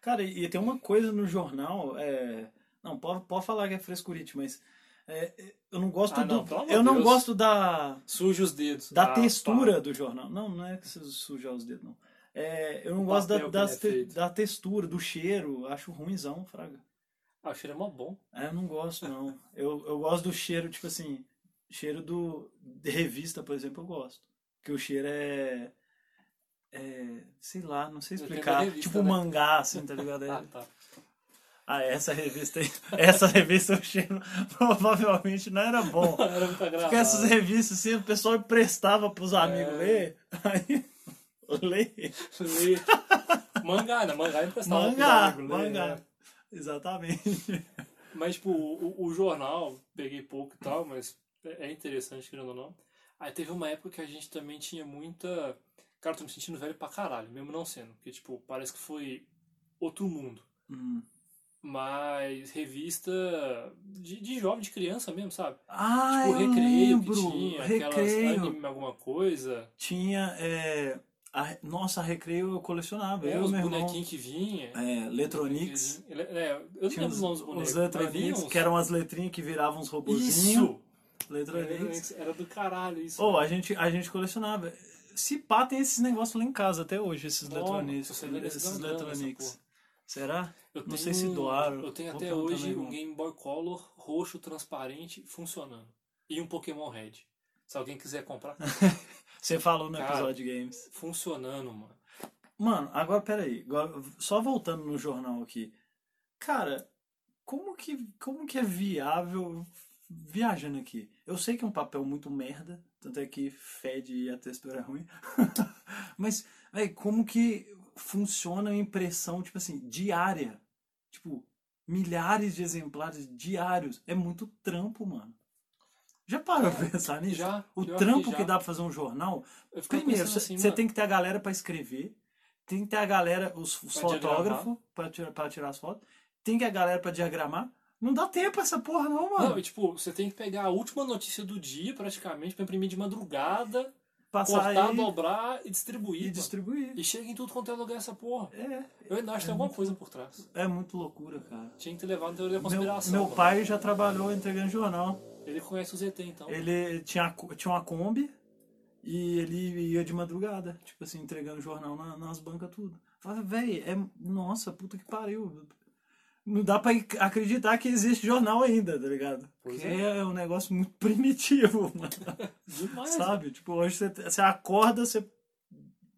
Cara, e, e tem uma coisa no jornal. É... Não, pode, pode falar que é frescurite, mas é, é, eu não gosto
Ah, não,
do.
pelo amor
eu
de
não
Deus.
gosto da,
Suja os dedos.
da
Ah,
textura do jornal. Não, não é que você sujar os dedos, não. É, eu não
O
gosto da,
papel que
das
ele é
te-
feito.
da textura, do cheiro. Acho ruimzão, fraga.
Ah, o cheiro é mó bom.
É, eu não gosto, não. Eu, eu gosto do cheiro, tipo assim, cheiro do de revista, por exemplo, eu gosto. Porque o cheiro é, é, sei lá, não sei
Depende da
explicar.
revista,
tipo
né?
mangá, assim, tá ligado?
Ah, (laughs)
É-
tá.
Ah, essa revista aí, essa revista o cheiro (laughs) provavelmente não era bom.
Era muito
Porque essas
agradável.
revistas, assim, o pessoal emprestava pros amigos
É.
ler, aí (laughs) ler.
mangá, né? Mangá emprestava. pro
Mangá,
amigo ler,
mangá.
né?
Exatamente.
Mas, tipo, o, o jornal, peguei pouco e tal, mas é é interessante, querendo ou não. Aí teve uma época que a gente também tinha muita... Cara, eu tô me sentindo velho pra caralho, mesmo não sendo. Porque, tipo, parece que foi outro mundo.
Hum.
Mas revista de, de jovem, de criança mesmo, sabe?
Ah,
tipo,
eu
recreio
lembro.
que tinha,
recreio.
aquelas anime alguma coisa.
tinha. É, a- nossa, a recreio eu colecionava.
É,
eu,
os
meu irmão.
bonequinhos que vinha.
É, Letronix.
Ele- É, eu não
Tinha os,
lembro os nomes dos bonecos.
os
mas vinha
Letronix,
uns-
que um eram as letrinhas que viravam uns robozinhos.
Isso!
Letronix.
Era do caralho isso.
Ou a gente, a gente colecionava. Se pá, tem esses negócios lá em casa até hoje, esses
Não,
Letronix.
você deve
Esses
dar uma grana
Letronix.
nessa
Será?
Eu
não sei se doaram.
Eu tenho
Vou
até
perguntar
hoje
mesmo.
um Game Boy Color roxo transparente funcionando. E um Pokémon Red. Se alguém
(laughs)
quiser comprar,
Você falou no
Cara.
episódio de games.
funcionando, mano.
Mano, agora peraí, agora, só voltando no jornal aqui. Cara, como que, como que é viável viajando aqui? Eu sei que é um papel muito merda, tanto é que fede e a textura é ruim. (laughs) Mas, velho, como que funciona a impressão, tipo assim, diária? Tipo, milhares de exemplares diários. É muito trampo, mano. Já parou pra pensar nisso?
É, Já.
O
pior
trampo
já.
que dá pra fazer um jornal
Eu ficava
Primeiro,
pensando
você
assim, mano,
tem que ter a galera pra escrever, tem que ter a galera, os, os
Pra
fotógrafos, pra tirar, pra tirar as fotos, tem que ter a galera pra diagramar. Não dá tempo essa porra, não, mano.
Não, e, tipo, você tem que pegar a última notícia do dia, praticamente, pra imprimir de madrugada,
Passar
cortar,
aí
dobrar e
e
distribuir. mano.
distribuir.
E chega em tudo quanto é lugar essa porra.
É,
Eu ainda acho que tem alguma coisa por trás.
é muito loucura, cara.
Tinha que ter levado a teoria da
Meu,
É conspiração.
meu
mano.
pai já trabalhou entregando jornal.
Ele conhece o ZT, então.
Ele tinha, a co- tinha uma Kombi e ele ia de madrugada, tipo assim, entregando jornal na- nas bancas, tudo. Falava, velho, é. Nossa, puta que pariu. Não dá pra acreditar que existe jornal ainda, tá ligado?
Pois
Porque é. um negócio muito (laughs) primitivo, mano.
Demais.
sabe? Tipo, hoje você, você acorda, você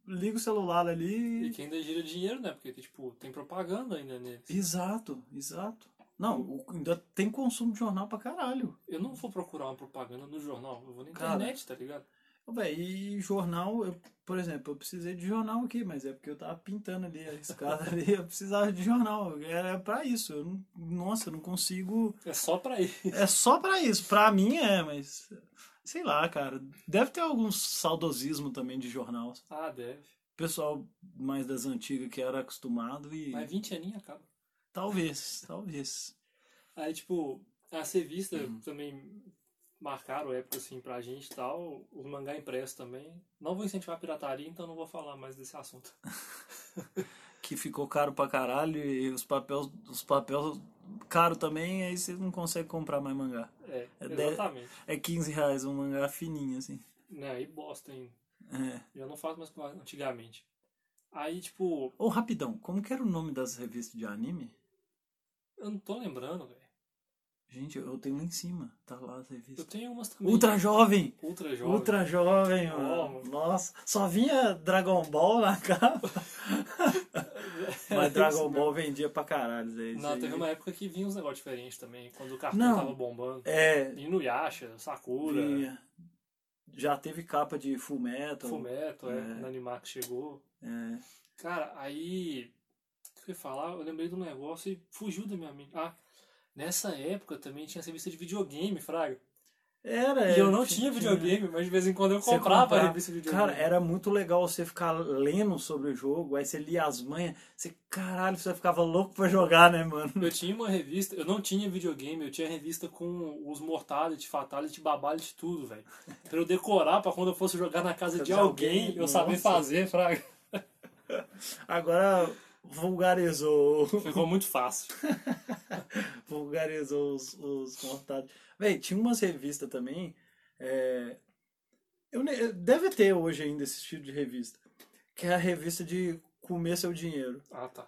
liga o celular ali.
E
e-
que ainda gira dinheiro, né? Porque, tipo, tem propaganda ainda neles.
Exato, exato. Não, o- ainda tem consumo de jornal pra caralho.
Eu não vou procurar uma propaganda no jornal. Eu vou na
Cara.
internet, tá ligado?
Ô, véi, e jornal, eu- por exemplo, eu precisei de jornal aqui, mas é porque eu tava pintando ali a escada ali, eu precisava de jornal, era pra isso. Eu não- nossa, eu não consigo.
É só pra ir.
É só pra isso, pra mim é, mas sei lá, cara. Deve ter algum saudosismo também de jornal. O
Ah, deve.
pessoal mais das antigas que era acostumado e
Mas 20 aninhos acaba.
talvez, talvez.
Aí, tipo, as revistas
Uhum.
também marcaram época, assim, pra gente e tal. Os mangá impresso também. Não vou incentivar a pirataria, então não vou falar mais desse assunto.
Que que ficou caro pra caralho e os papéis, os papéis caro também, aí você não consegue comprar mais mangá.
É,
É dez-
exatamente.
É 15 reais um mangá fininho, assim.
Né, e bosta ainda.
É.
Eu não faço mais como antigamente. Aí, tipo,
Ou rapidão, como que era o nome das revistas de anime?
eu não tô lembrando, velho.
Gente, eu tenho lá em cima, tá lá as revistas.
Eu tenho umas também.
Ultra Jovem!
Ultra Jovem.
Ultra Jovem,
Ó,
mano.
mano.
Nossa, só vinha Dragon Ball na (laughs) capa.
É, (laughs)
Mas Dragon Ball vendia pra caralho, Zé. Isso
Não,
aí-
teve uma época que vinha uns negócios diferentes também, quando o cartão
Não.
tava bombando.
É,
Inuyasha, Sakura,
vinha. Já teve capa de Full Metal.
Fullmetal, é,
É.
quando o Animax chegou.
É.
Cara, aí... O que eu ia falar? Eu lembrei de um negócio e fugiu da minha mente. Ah, nessa época também tinha revista de videogame, Fraga.
Era.
e eu não
ti-
tinha videogame, mas de vez em quando eu
É, Você
comprava,
comprava.
a revista de videogame.
Cara, era muito legal você ficar lendo sobre o jogo, aí você lia as manhas, você, caralho, você ficava louco pra jogar, né, mano?
Eu tinha uma revista, eu não tinha videogame, eu tinha revista com os Mortality, Fatality, Babality, tudo, velho. Pra eu decorar pra quando eu fosse jogar na
Casa
casa de
de
alguém,
alguém,
eu saber
nossa.
fazer, fraga.
Agora vulgarizou, (laughs)
Ficou muito fácil.
vulgarizou os, os mortais. Véi, tinha umas revistas também, é, eu, ne- deve ter hoje ainda esse estilo de revista, que é a revista de comer seu dinheiro.
Ah, tá.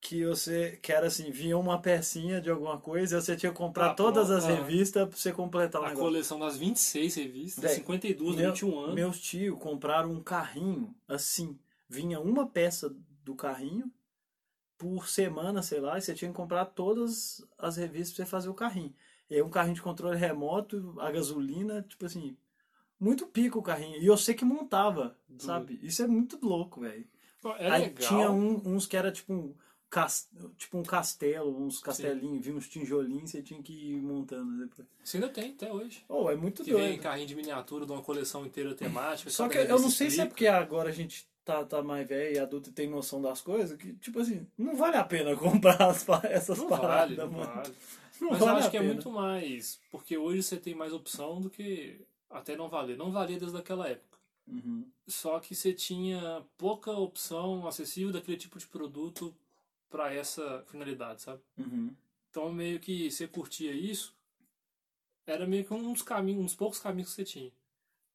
que você que era assim, vinha uma pecinha de alguma coisa e você tinha que comprar
Ah,
todas
pronto,
as
ah.
revistas pra você completar o
A
um negócio.
coleção das 26 revistas,
Véi,
52,
meu-
21 anos.
Meus tios compraram um carrinho assim, vinha uma peça do carrinho por semana, sei lá, e você tinha que comprar todas as revistas pra você fazer o carrinho. E aí um carrinho de controle remoto, a gasolina, tipo assim, muito pico o carrinho. E eu sei que montava,
Doido.
sabe? Isso é muito louco, velho.
Pô, É
Aí
legal.
tinha um- uns que era tipo um, cas- tipo um castelo, uns castelinhos, vinha uns tijolinhos, você tinha que ir montando depois.
Isso ainda tem até hoje.
Oh, é muito
Que vem
doido.
carrinho de miniatura de uma coleção inteira temática.
Só
cada
que eu
revista
não sei se é
explica.
porque agora a gente tá, tá mais velho e adulto e tem noção das coisas, que, tipo assim, não vale a pena (laughs) comprar as pa- essas
Não vale,
paradas,
não
mano.
vale.
(laughs) Não
Mas
vale
eu acho
a
que é
pena.
muito mais. Porque hoje você tem mais opção do que até não valer. Não valia desde aquela época.
Uhum.
Só que você tinha pouca opção acessível daquele tipo de produto para essa finalidade, sabe?
Uhum.
Então meio que você curtia isso, era meio que um dos caminhos, um dos poucos caminhos que você tinha.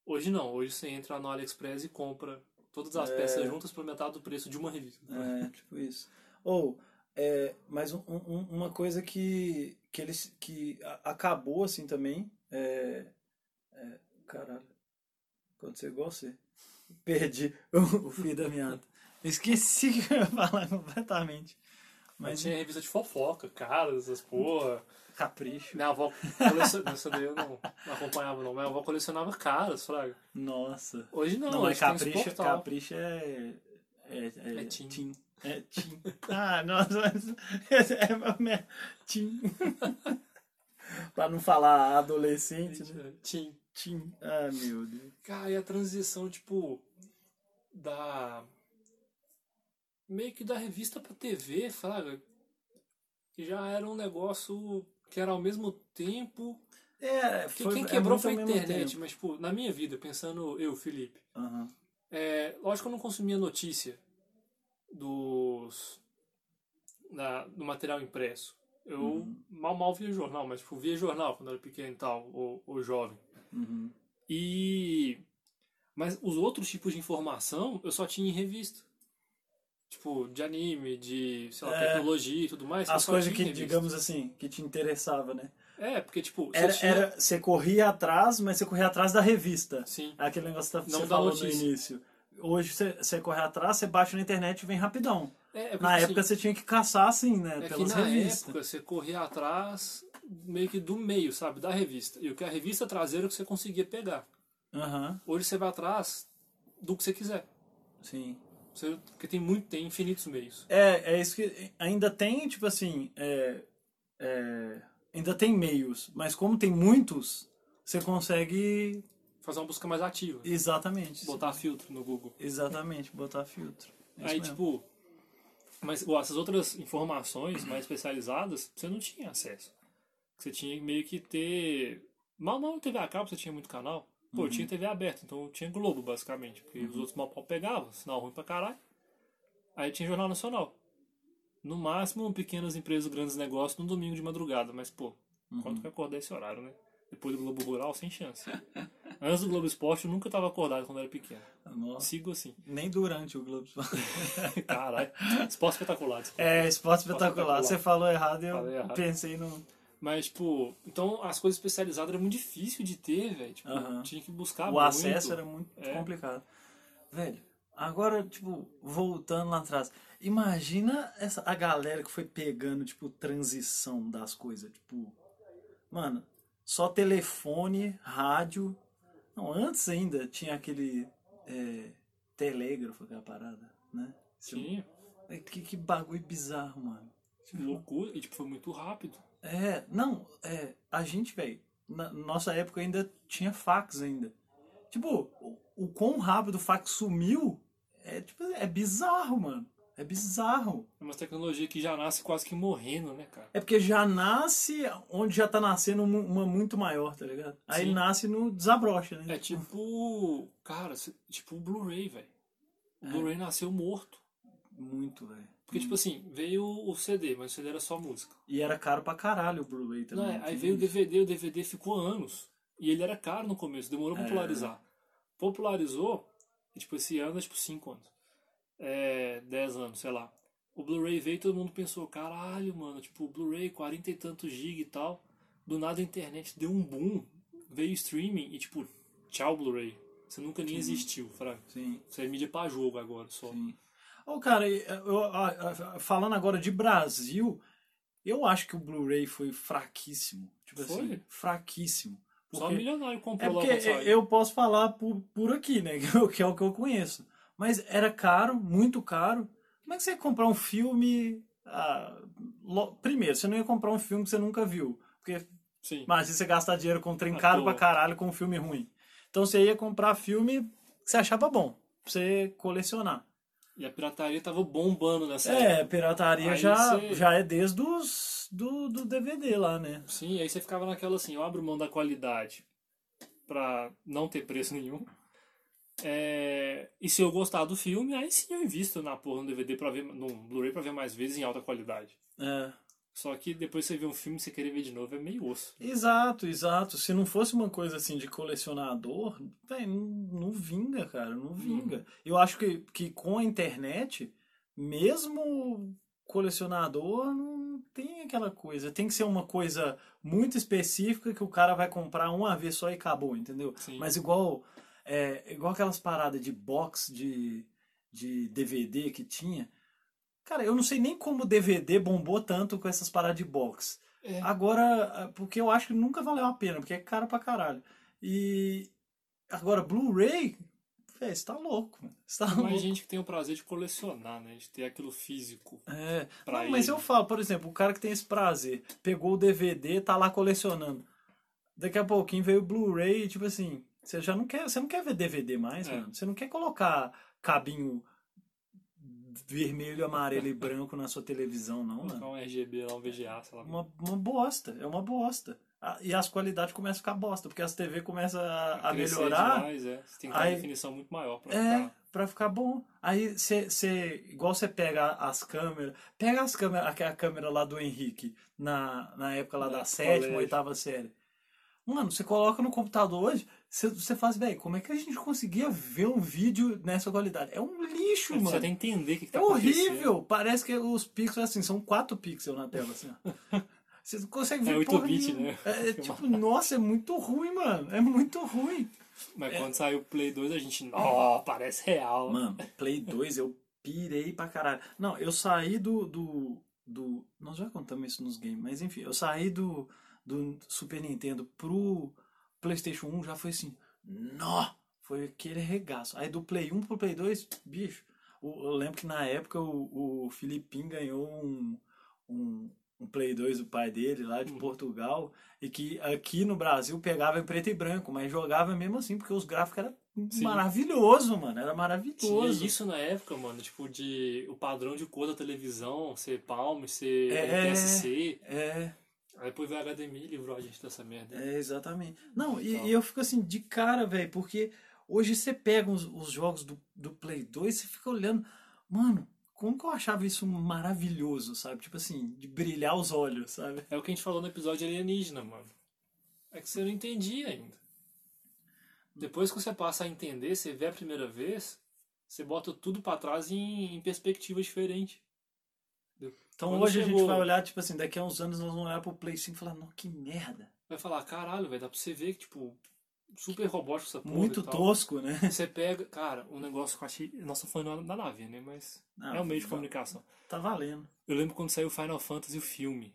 Hoje não, hoje você entra no AliExpress e compra todas as
É.
peças juntas por metade do preço de uma revista.
É, (laughs) tipo isso. Ou, é, mas um- um- uma coisa que, que, eles, que a- acabou assim também. É, é, caralho, aconteceu igual você. Perdi (laughs) o, o fio da meada. Esqueci (laughs) que eu ia falar completamente.
Mas
Mas
tinha revista de fofoca, cara, essas porra.
capricho.
Minha avó colecionava. (laughs) Essa daí eu não, não acompanhava, não. Minha avó colecionava caras, fraga.
Nossa.
Hoje não,
Não, é mas
hoje tem os
capricho,
portal.
capricho é. É, é,
É tim.
tim. É
(laughs)
tim. Ah, nossa, mas. É, é, é tim. (laughs) pra não falar adolescente, né?
Tinha.
Tim. Ah, meu Deus.
Cara, e a transição, tipo, da. Meio que da revista pra TV, Fraga, que já era um negócio que era ao mesmo tempo.
É,
Que
foi,
quem
é
quebrou
muito
foi a
ao mesmo
internet,
tempo.
mas, tipo, na minha vida, pensando eu, Felipe,
Aham.
é, lógico que eu não consumia notícia dos. da- do material impresso. Eu
Uhum.
mal mal via jornal, mas tipo, via jornal quando era pequeno e tal, ou, ou jovem.
Uhum.
E mas os outros tipos de informação eu só tinha em revista. Tipo, de anime, de, sei lá,
É.
tecnologia e tudo mais. eu
As
só
coisas
tinha
que,
em revista.
digamos assim, que te interessava, né?
É, porque tipo, você
Era,
tinha-
era, você corria atrás, mas você corria atrás da revista.
Sim.
Aquele negócio que
Não
você
da
falou
notícia.
no início. Hoje você, você corre atrás, você baixa na internet e vem rapidão.
É, é porque,
Na
assim,
época você tinha que caçar, assim, né?
é que
pelas
na
revistas.
época você corria atrás meio que do meio, sabe, da revista. E o que a revista trazia era o que você conseguia pegar.
Aham,
Hoje você vai atrás do que você quiser.
sim.
Você, porque tem muito, tem infinitos meios.
É, é isso que. Ainda tem, tipo assim. É, é, ainda tem meios, mas como tem muitos, você consegue.
Fazer uma busca mais ativa,
Exatamente.
botar filtro no Google.
Exatamente, botar filtro. É isso
Aí,
mesmo.
tipo. Mas ó, essas outras informações mais especializadas, você não tinha acesso. Você tinha meio que ter. Mal mal TV a cabo, você tinha muito canal. Pô, eu
Uhum.
tinha TV aberta, então eu tinha Globo, basicamente. Porque os outros mal pau pegavam, sinal ruim pra caralho. Aí tinha Jornal Nacional. No máximo, pequenas empresas, grandes negócios, no domingo de madrugada. Mas, pô,
Uhum.
quanto que eu acordei esse horário, né? Depois do Globo Rural, sem chance. Antes do Globo Esporte, eu nunca tava acordado quando era pequeno.
Nossa.
Sigo assim.
Nem durante o Globo Esporte.
Caralho. Esporte espetacular. desculpa.
É, esporte espetacular.
espetacular.
Você falou errado e eu
Falei errado.
pensei no.
Mas, tipo, então as coisas especializadas era muito difícil de ter, velho. Tipo,
Aham.
tinha que buscar
o
muito.
acesso era muito
É.
complicado. Velho, agora, tipo, voltando lá atrás, imagina essa, a galera que foi pegando, tipo, transição das coisas. Tipo, mano, só telefone, rádio. Não, antes ainda tinha aquele é, telégrafo, aquela parada, né?
Tinha.
Que, que bagulho bizarro, mano.
Loucura. E, tipo, foi muito rápido.
É, não, é, a gente, velho, na nossa época ainda tinha fax ainda. Tipo, o, o quão rápido o fax sumiu é, tipo, é bizarro, mano. É bizarro.
É uma tecnologia que já nasce quase que morrendo, né, cara?
É porque já nasce onde já tá nascendo mu- uma muito maior, tá ligado? Aí
Sim.
nasce no desabrocha, né?
É tipo. Cara, se- tipo o Blu-ray, velho. O
É.
Blu-ray nasceu morto.
Muito, velho.
Porque, tipo assim, veio o CD, mas o CD era só música.
E era caro pra caralho o Blu-ray também.
Não, é, aí
tinha
veio o
isso.
DVD, o DVD ficou anos. E ele era caro no começo, demorou pra
É.
popularizar. Popularizou, e, tipo, esse ano é tipo 5 anos. É, 10 anos, sei lá. O Blu-ray veio e todo mundo pensou, caralho, mano, tipo, o Blu-ray, 40 e tantos GB e tal. Do nada a internet deu um boom, veio o streaming e, tipo, tchau Blu-ray. Você nunca nem existiu, fraco.
Sim,
Você é mídia pra jogo agora só.
sim. Ô, cara, e, eh, eu- a- a- falando agora de Brasil, eu acho que o Bluray foi fraquíssimo. Tipo
Foi?
assim, fraquíssimo.
Só
Porque-
milionário
É
comprou lá
porque
saiu.
eu posso falar por, por aqui, né? (laughs) Que é o- Que é o que eu conheço. Mas era caro, muito caro. Como é que você ia comprar um filme? ah, lo- Primeiro, você não ia comprar um filme que você nunca viu. Porque
Sim.
imagina você gastar dinheiro com um trem
(laughs) À
caro pra
toa.
caralho com um filme ruim. Então você ia comprar filme que você achava bom, pra você colecionar.
E a pirataria tava bombando nessa época.
É, pirataria
Aí
já,
você-
já é desde os, do, do DVD lá, né?
Sim, aí você ficava naquela assim, eu abro mão da qualidade pra não ter preço nenhum. É, E se eu gostar do filme, aí sim eu invisto na porra no DVD para ver, no Blu-ray pra ver mais vezes em alta qualidade.
É.
Só que depois você vê um filme e você querer ver de novo é meio osso.
Exato, exato. Se não fosse uma coisa assim de colecionador, véi, não, não vinga, cara,
Uhum.
não vinga. Eu acho que, que com a internet, mesmo colecionador não tem aquela coisa. Tem que ser uma coisa muito específica que o cara vai comprar uma vez só e acabou, entendeu?
Sim.
Mas igual, é, igual aquelas paradas de box de, de DVD que tinha. Cara, eu não sei nem como o DVD bombou tanto com essas paradas de box.
É.
Agora, ah, porque eu acho que nunca valeu a pena, porque é caro pra caralho. E agora, Blu-ray, velho, você tá louco, mano. Você tá
Mas
louco.
gente que tem o prazer de colecionar, né? De ter aquilo físico.
É.
pra
Não, mas
ele.
eu falo, por exemplo, o cara que tem esse prazer, pegou o DVD, tá lá colecionando. Daqui a pouquinho veio o Blu-ray, e, tipo assim, você já não quer, você não quer ver DVD mais,
É.
mano. Você não quer colocar cabinho vermelho, amarelo e branco na sua televisão, não, mano.
Colocar um RGB lá, um VGA, sei lá.
uma, uma bosta, é uma bosta. A- E as qualidades começam a ficar bosta, porque as TV começam a, a
Crescer
melhorar
Demais, é. Você tem que ter uma
aí-
definição muito maior pra
é,
ficar.
pra ficar bom. Aí você, igual você pega as câmeras, pega as câmeras, aquela câmera lá do Henrique, na, na época lá
Da
da sétima,
colégio.
oitava série. Mano, você coloca no computador hoje, você faz, velho, como é que a gente conseguia ver um vídeo nessa qualidade? É um lixo,
Você precisa
mano.
até entender o que, que tá
É
acontecendo.
horrível! Parece que os pixels, assim, são 4 pixels na tela, assim, ó. Você não consegue ver
É
porra
8-bit,
nenhuma.
né? (laughs)
É, é tipo, nossa, é muito ruim, mano. É muito ruim.
Mas quando saiu o Play 2, a gente. Ó, parece real.
É. Mano, Play 2 eu pirei pra caralho. Não, eu saí do. do, do nós já contamos isso nos games, mas enfim, eu saí do, do Super Nintendo pro PlayStation 1, já foi assim. Nó! Foi aquele regaço. Aí do Play 1 pro Play 2, bicho. o- Eu lembro que na época o, o Filipim ganhou um, um, um Play 2 do pai dele lá de Portugal. E que aqui no Brasil pegava em preto e branco, mas jogava mesmo assim, porque os gráficos eram
Sim.
maravilhoso, mano. Era
Tinha
maravilhoso.
isso na época, mano, tipo, de o padrão de cor da televisão, ser Palm, ser
É.
TSC.
É,
Aí depois veio a HDMI e livrou a gente dessa merda.
é, exatamente. Não, e,
Então.
e eu fico assim, de cara, velho, porque hoje você pega os, os jogos do, do Play 2 e você fica olhando, mano, como que eu achava isso maravilhoso, sabe? Tipo assim, de brilhar os olhos, sabe?
É o que a gente falou no episódio alienígena, mano. É que você não entendia ainda. Depois que você passa a entender, você vê a primeira vez, você bota tudo pra trás em, em perspectiva diferente.
Então
Quando
hoje a gente
chegou-
vai olhar, tipo assim, daqui a uns anos nós vamos olhar pro Play 5 e falar, não, que merda.
Vai falar, caralho, velho, dá pra você ver que, tipo, super robótico essa porra. tá
Muito
e tal.
tosco, né? (laughs)
Você pega, cara, um negócio que eu achei. Nossa, foi na, na nave, né? Mas
Não,
é um meio de
tá-
comunicação.
Tá valendo,
Eu lembro quando saiu o Final Fantasy, o filme,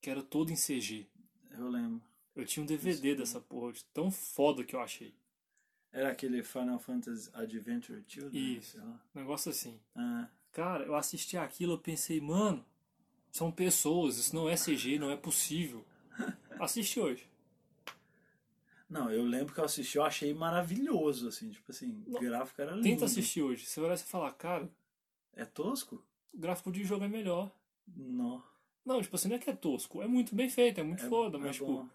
que era todo em CG.
eu lembro.
Eu tinha um DVD dessa porra, de tão foda que eu achei.
Era aquele Final Fantasy Adventure Children,
Isso.
sei lá.
Um negócio assim.
Ah,
Cara, eu assisti aquilo, eu pensei, mano, são pessoas, isso não é CG, não
(laughs)
é possível. Assisti hoje.
não, eu lembro que eu assisti, eu achei maravilhoso, assim, tipo assim, o
Não.
gráfico era lindo.
Tenta assistir hoje. Você vai olhar e falar, cara,
É tosco?
o gráfico de jogo é melhor.
Não.
Não, tipo assim, não é que é tosco, é muito bem feito, é muito
É,
foda,
é
mas tipo,
bom.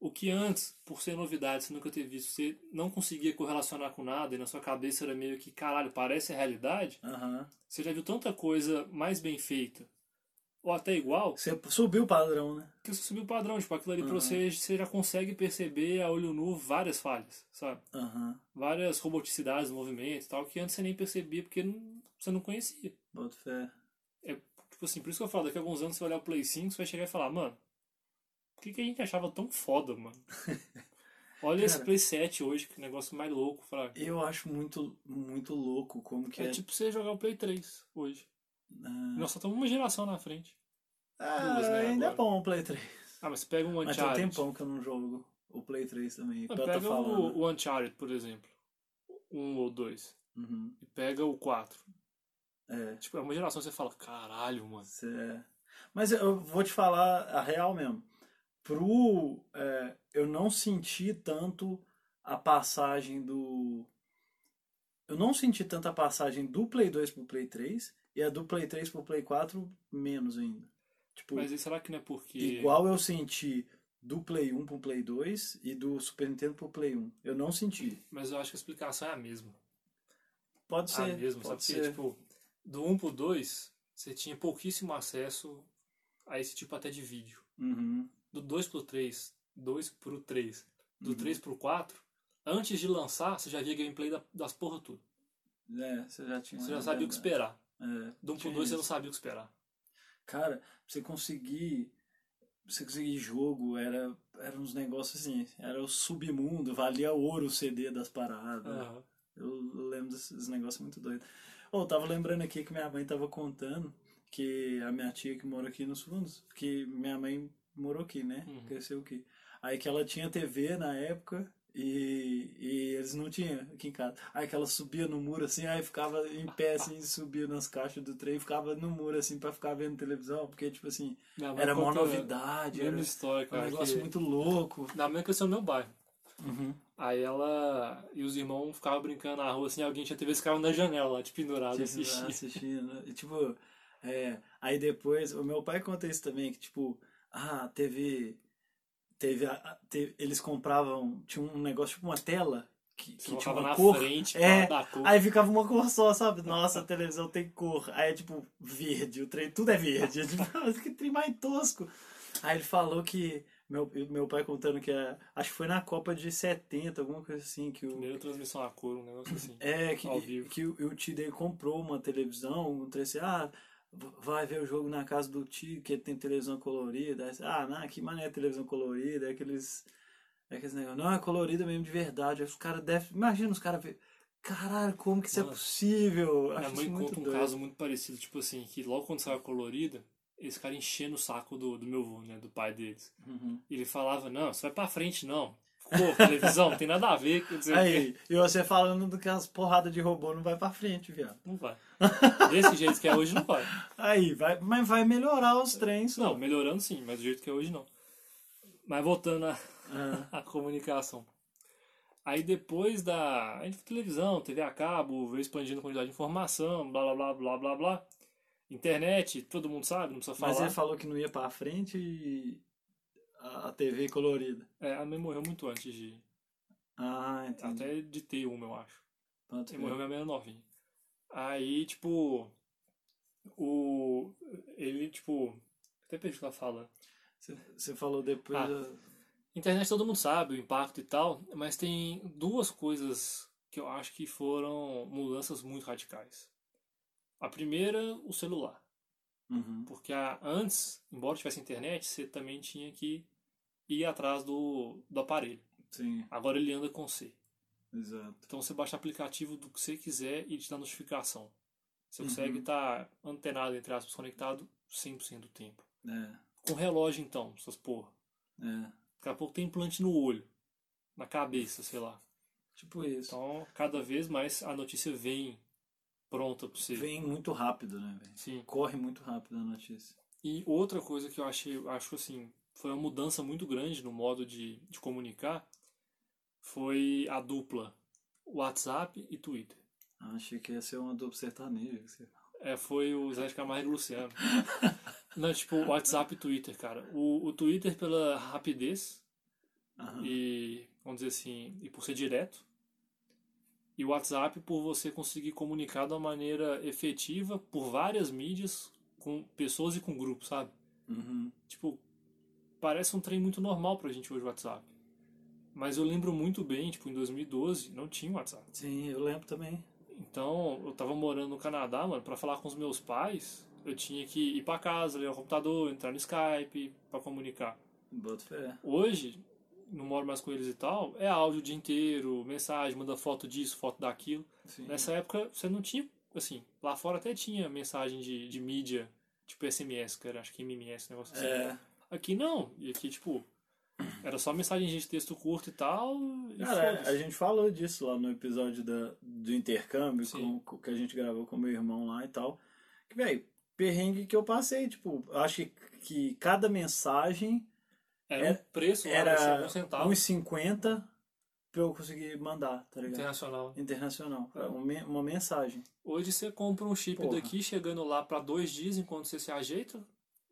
o que antes, por ser novidade, você nunca ter visto, você não conseguia correlacionar com nada e na sua cabeça era meio que, caralho, parece a realidade,
Aham.
você já viu tanta coisa mais bem feita ou até igual,
Você subiu o padrão, né?
que você subiu o padrão, tipo, aquilo ali pra
Uhum.
você, você já consegue perceber a olho nu várias falhas, sabe?
Aham.
Várias roboticidades, movimentos e tal, que antes você nem percebia porque não- você não conhecia.
Boto fé.
Tipo assim, por isso que eu falo, daqui a alguns anos você vai olhar o Play 5, você vai chegar e falar, mano, por que, que a gente achava tão
(laughs)
foda, mano? Olha esse
Cara.
Play 7 hoje, que negócio mais louco, fraco.
Eu acho muito, muito louco como que é.
É tipo você jogar o Play 3 hoje.
ah,
Nós só estamos uma geração na frente.
ah,
duas, né,
ainda é
agora.
bom o Play 3.
Ah, mas pega um
Mas tem um
Uncharted.
tempão que eu não jogo o Play 3 também.
Ah,
pra tá
pega
falando.
o, o Uncharted, por exemplo. Um ou dois.
Uhum,
E pega o 4.
É.
Tipo, é uma geração que você fala, caralho, mano.
Cê- é. Mas eu vou te falar a real mesmo. Pro. é, eu não senti tanto a passagem do. Eu não senti tanto a passagem do Play 2 pro Play 3 e a do Play 3 pro Play 4 menos ainda. Tipo,
Mas aí será que não é porque.
igual eu senti do Play 1 pro Play 2 e do Super Nintendo pro Play 1. Eu não senti.
Mas eu acho que a explicação é a mesma.
Pode
Ah,
ser.
mesmo, sabe?
pode
Porque,
ser.
tipo, do 1 pro 2, você tinha pouquíssimo acesso a esse tipo até de vídeo.
Uhum,
Do 2 pro 3, 2 pro 3, do
Uhum.
3 pro 4, antes de lançar, você já via gameplay da- das porra tudo.
É, você já tinha.
Você já sabia o que esperar.
É,
Do 1 pro
tinha
2, você
isso.
não sabia o que esperar.
Cara, pra você conseguir. pra você conseguir jogo, era, era uns negócios assim. Era o submundo, valia ouro o CD das paradas. né?
Aham.
Eu lembro desses negócios muito doidos. Ô, eu tava lembrando aqui que minha mãe tava contando que a minha tia que mora aqui nos fundos, que minha mãe morou aqui, né?
Uhum.
Cresceu aqui. Aí que ela tinha TV na época e, e eles não tinham aqui em casa. Aí que ela subia no muro assim, aí ficava em pé
(laughs)
assim, subia nas caixas do trem, ficava no muro assim pra ficar vendo televisão, porque tipo assim,
Minha mãe
era mó
conta a
novidade, era
Mesma história,
um
cara.
negócio
que-
muito louco.
Minha mãe cresceu no meu bairro.
Uhum.
Aí ela e os irmãos ficavam brincando na rua, assim, alguém tinha TV, eles ficavam na janela lá, de pendurado, assim,
Tipo,
assistindo. (laughs)
assistindo. E, tipo, é, aí depois, o meu pai conta isso também, que tipo, ah, teve, teve, a- a- te- eles compravam, tinha um negócio, tipo uma tela, que,
Você
que tinha
colocava
uma
na
cor,
frente
É,
pra dar cor.
aí ficava uma cor só, sabe? Nossa, a televisão tem cor. Aí é tipo, verde, o trem, tudo é verde. (laughs) É, tipo, "Nossa, que trem mais tosco. Aí ele falou que, meu, meu pai contando que, era, acho que foi na Copa de 70, alguma coisa assim, que o,
Primeira transmissão a cor, um negócio assim.
é, que,
Ao vivo.
que o, o Tio dele comprou uma televisão, um trem assim, ah, v- vai ver o jogo na casa do tio, que ele tem televisão colorida. Aí você, ah, não, que mané televisão colorida, é aqueles. É aqueles negócios. Não, é colorida mesmo de verdade. Aí Os caras devem. Imagina os caras ver. Caralho, como que isso é
Mano,
possível? Eu
Minha
Acho
mãe
isso muito
conta um
doido.
caso muito parecido, tipo assim, que logo quando saiu a colorida, eles ficaram enchendo o saco do, do meu avô, né? Do pai deles.
Uhum.
E ele falava, não, isso vai pra frente, não. Cor, televisão, não tem nada a ver. Quer dizer,
Aí, e você falando do que as porradas de robô não vai pra frente, viado.
Não vai. Desse jeito que é hoje, não vai.
Aí, vai, mas vai melhorar os trens.
Não, melhorando sim, mas do jeito que é hoje, não. Mas voltando à
Ah,
à comunicação. Aí depois da. A gente foi televisão, TV a cabo, veio expandindo a quantidade de informação, blá blá blá blá blá blá. Internet, todo mundo sabe, não precisa falar.
mas ele falou que não ia pra frente e. A a TV colorida.
É, a mãe morreu muito antes de.
Ah, entendi. É.
Até de ter uma, eu acho.
Pronto,
E morreu minha mãe era novinha. Aí, é tipo. O. Ele, tipo. Até perdi o que ela fala.
Você- Você falou depois.
Ah.
eu-
Internet todo mundo sabe o impacto e tal, mas tem duas coisas que eu acho que foram mudanças muito radicais. A primeira, o celular.
Uhum.
Porque a- antes, embora tivesse internet, você também tinha que ir atrás do, do aparelho.
Sim,
Agora ele anda com você.
exato.
Então você baixa o aplicativo do que você quiser e te dá notificação. Você
Uhum.
consegue estar antenado, entre aspas, conectado 100% do tempo.
É,
Com relógio, então, essas porra.
é.
Daqui a pouco tem implante no olho, na cabeça, sei lá.
Tipo isso.
Então, cada vez mais a notícia vem pronta pra você.
Vem muito rápido, né, velho?
Sim.
Corre muito rápido a notícia.
E outra coisa que eu achei, acho assim, foi uma mudança muito grande no modo de, de comunicar foi a dupla WhatsApp e Twitter.
Ah, achei que ia ser uma dupla sertaneja. que você-
É, foi o Zé de Camargo e o Luciano. Não, tipo, WhatsApp e Twitter, cara. O, o Twitter pela rapidez
Aham.
e, vamos dizer assim, e por ser direto. E o WhatsApp por você conseguir comunicar de uma maneira efetiva por várias mídias, com pessoas e com grupos, sabe?
Uhum.
Tipo, parece um trem muito normal pra gente hoje o WhatsApp. Mas eu lembro muito bem, tipo, em 2012 não tinha WhatsApp.
Sim, eu lembro também.
Então, eu tava morando no Canadá, mano, pra falar com os meus pais, eu tinha que ir pra casa, ligar o computador, entrar no Skype pra comunicar.
Boto fé.
Hoje, não moro mais com eles e tal, é áudio o dia inteiro, mensagem, manda foto disso, foto daquilo.
Sim.
Nessa época, você não tinha, assim, lá fora até tinha mensagem de, de mídia, tipo SMS, cara, acho que MMS, negócio assim.
É.
Aqui não. E aqui, tipo, era só mensagem de texto curto e tal. E
Cara,
foda-se.
a gente falou disso lá no episódio da, do intercâmbio
Sim.
com, com- que a gente gravou com meu irmão lá e tal. Que, velho, perrengue que eu passei, tipo, acho que, que cada mensagem
era um preço lá, era
é, era
um centavo
uns 50 pra eu conseguir mandar, tá ligado?
internacional.
Internacional. Era um me- Uma mensagem.
Hoje você compra um chip
Porra.
daqui, chegando lá pra dois dias, enquanto você se ajeita,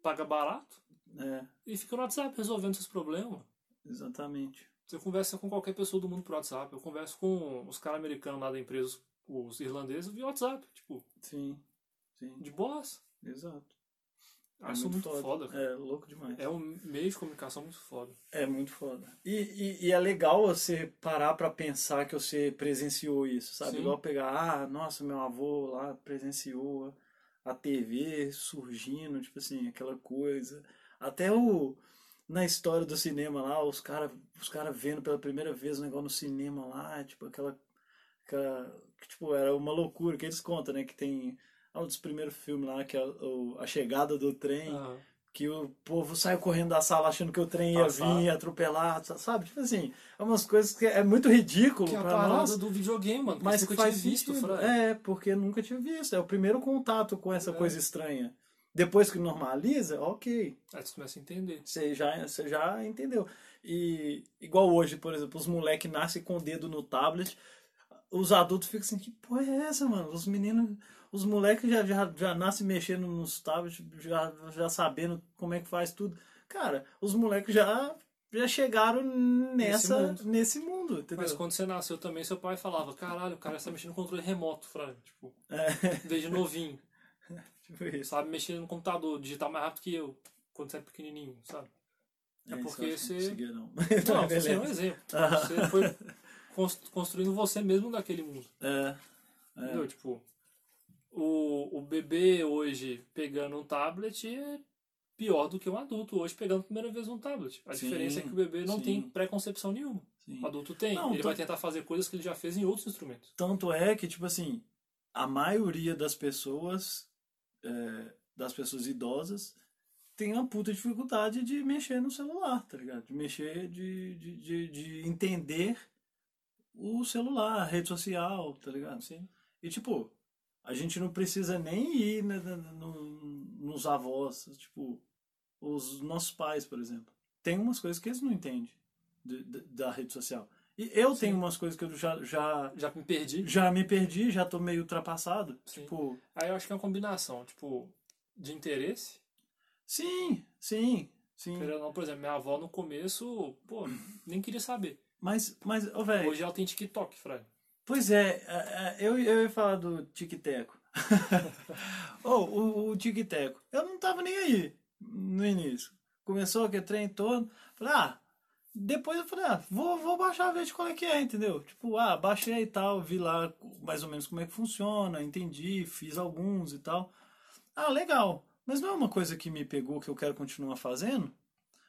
paga barato
É,
e fica no WhatsApp resolvendo seus problemas.
exatamente.
Você conversa com qualquer pessoa do mundo por WhatsApp. Eu converso com os caras americanos lá da empresa, os irlandeses, via WhatsApp. Tipo,
Sim, sim,
de boas.
exato.
Acho muito, foda, cara.
É louco demais.
É um meio de comunicação muito foda.
É muito foda. E, e, e é legal você parar pra pensar que você presenciou isso, sabe?
Sim.
Igual pegar, ah, nossa, meu avô lá presenciou a TV surgindo, tipo assim, aquela coisa. Até o na história do cinema lá, os cara, os cara vendo pela primeira vez o negócio no cinema lá, tipo aquela, aquela que, tipo, era uma loucura que eles contam, né, que tem ah, um dos primeiros filmes lá que é o- a chegada do trem
Aham.
que o povo saiu correndo da sala achando que o trem ia
Passar.
vir, ia atropelar, sa- sabe? Tipo assim, é umas coisas que é muito ridículo
Que é a
pra
parada
nós,
do videogame, mano.
mas
Mas que
que
eu tinha
faz
visto,
visto,
Fran.
É, porque nunca tinha visto. É o primeiro contato com essa
É.
coisa estranha. Depois que normaliza, ok,
Aí você começa a entender.
você já, você já entendeu. E igual hoje, por exemplo, os moleques nascem com o dedo no tablet, os adultos ficam assim, que porra é essa, mano? Os meninos, os moleques já, já, já nascem mexendo nos tablets, já, já sabendo como é que faz tudo. Cara, os moleques já, já chegaram nessa,
mundo.
nesse mundo, entendeu?
Mas quando você nasceu também, seu pai falava, caralho, o cara está mexendo no controle remoto, Fran. Tipo,
É,
desde novinho.
tipo isso.
sabe mexer no computador, digitar mais rápido que eu. Quando você é pequenininho, sabe? É
isso
porque
eu acho que
você-
Não, conseguia, não.
Não,
(laughs) Beleza.
você é um exemplo.
Ah.
Você foi cons- construindo você mesmo naquele mundo.
É,
Entendeu? Tipo, o, o bebê hoje pegando um tablet é pior do que um adulto hoje pegando a primeira vez um tablet. A
Sim,
diferença é que o bebê não
sim.
tem pré-concepção nenhuma.
sim.
O adulto tem.
Não,
ele
tô-
vai tentar fazer coisas que ele já fez em outros instrumentos.
Tanto é que, tipo assim, a maioria das pessoas, é, das pessoas idosas, tem uma puta dificuldade de mexer no celular, tá ligado? De mexer, de, de, de, de entender o celular, a rede social, tá ligado?
Sim.
E, tipo, a gente não precisa nem ir na- na- no- nos avós, tipo, os nossos pais, por exemplo. Tem umas coisas que eles não entendem de- de- da rede social. E eu
Sim.
tenho umas coisas que eu já- já
Já me perdi.
já me perdi, já tô meio ultrapassado.
Sim.
Tipo,
Aí eu acho que é uma combinação, tipo, de interesse.
sim, sim, sim.
Querendo ou não, por exemplo, minha avó no começo, pô, nem queria saber.
Mas, mas, ô, velho,
Hoje ela tem TikTok, é Fred.
pois é, é, é, eu, eu ia falar do tic-teco. Ou o, o Tic Teco. Eu não tava nem aí no início. Começou aquele trem todo. Falei, ah, depois eu falei, ah, vou, vou baixar ver de qual é que é, entendeu? Tipo, ah, baixei e tal, vi lá mais ou menos como é que funciona, entendi, fiz alguns e tal. Ah, legal. Mas não é uma coisa que me pegou, que eu quero continuar fazendo.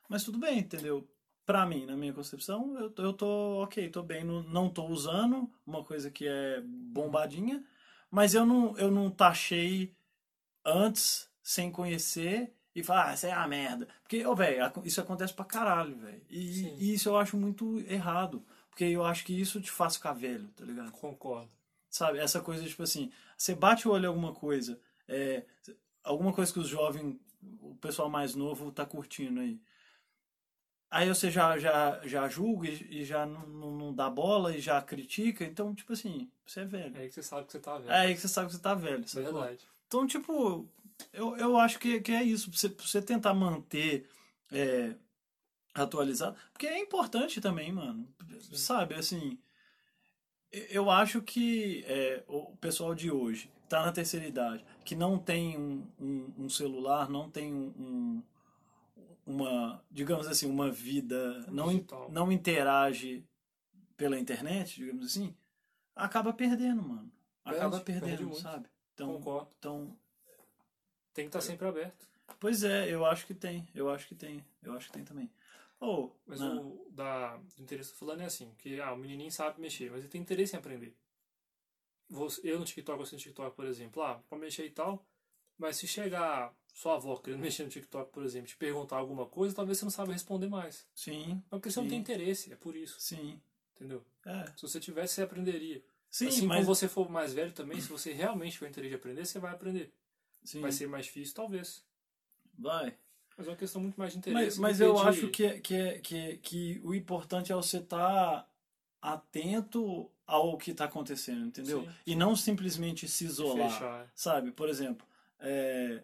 Mas tudo bem, entendeu? Pra mim, na minha concepção, eu, eu tô ok, tô bem. Não, não tô usando uma coisa que é bombadinha, mas eu não, eu não taxei antes, sem conhecer, e falar, ah, isso é uma merda. Porque, ô, velho, isso acontece pra caralho, velho. E,
Sim.
e isso eu acho muito errado. Porque eu acho que isso te faz ficar velho, tá ligado?
Concordo.
sabe? Essa coisa, tipo assim, você bate o olho em alguma coisa, é, alguma coisa que os jovens, o pessoal mais novo tá curtindo aí. Aí você já, já, já julga e, e já não, não, não dá bola e já critica, então, tipo assim, você é velho.
É aí que você sabe que você tá vendo.
É aí que você sabe que você tá velho,
Isso é
sacou?
verdade.
Então, tipo, eu, eu acho que, que é isso. Pra você, pra você tentar manter é, atualizado. Porque é importante também, mano. Sabe, assim. e- Eu acho que é, o pessoal de hoje, que tá na terceira idade, que não tem um, um, um celular, não tem um, um- uma, digamos assim, uma vida, não, in-
Digital.
não interage pela internet, digamos assim, acaba perdendo, mano. Acaba
Perde, perde
perdendo,
muito.
sabe? Então,
Concordo.
então,
Tem que estar sempre aberto.
pois é, eu acho que tem, eu acho que tem, eu acho que tem também. Ou, né?
Mas
na-
o da, do interesse do fulano é assim, que ah, o menininho sabe mexer, mas ele tem interesse em aprender. Você- eu no TikTok, você no TikTok, por exemplo, ah, pra mexer e tal, mas se chegar sua avó querendo (laughs) mexer no TikTok, por exemplo, te perguntar alguma coisa, talvez você não saiba responder mais.
sim,
É porque você não
Sim.
tem interesse, é por isso,
sim,
entendeu?
é.
Se você tivesse, você aprenderia.
Sim,
assim
mas,
como você for mais velho também, se você realmente tiver interesse de aprender, você vai aprender.
sim,
Vai ser mais difícil, talvez.
vai.
Mas é uma questão muito mais de
Mas,
interesse.
mas
do
eu
de-
acho que, é, que, que, que o importante é você estar atento ao que está acontecendo, entendeu?
Sim.
E não simplesmente se isolar.
Fechar.
Sabe, por exemplo, é,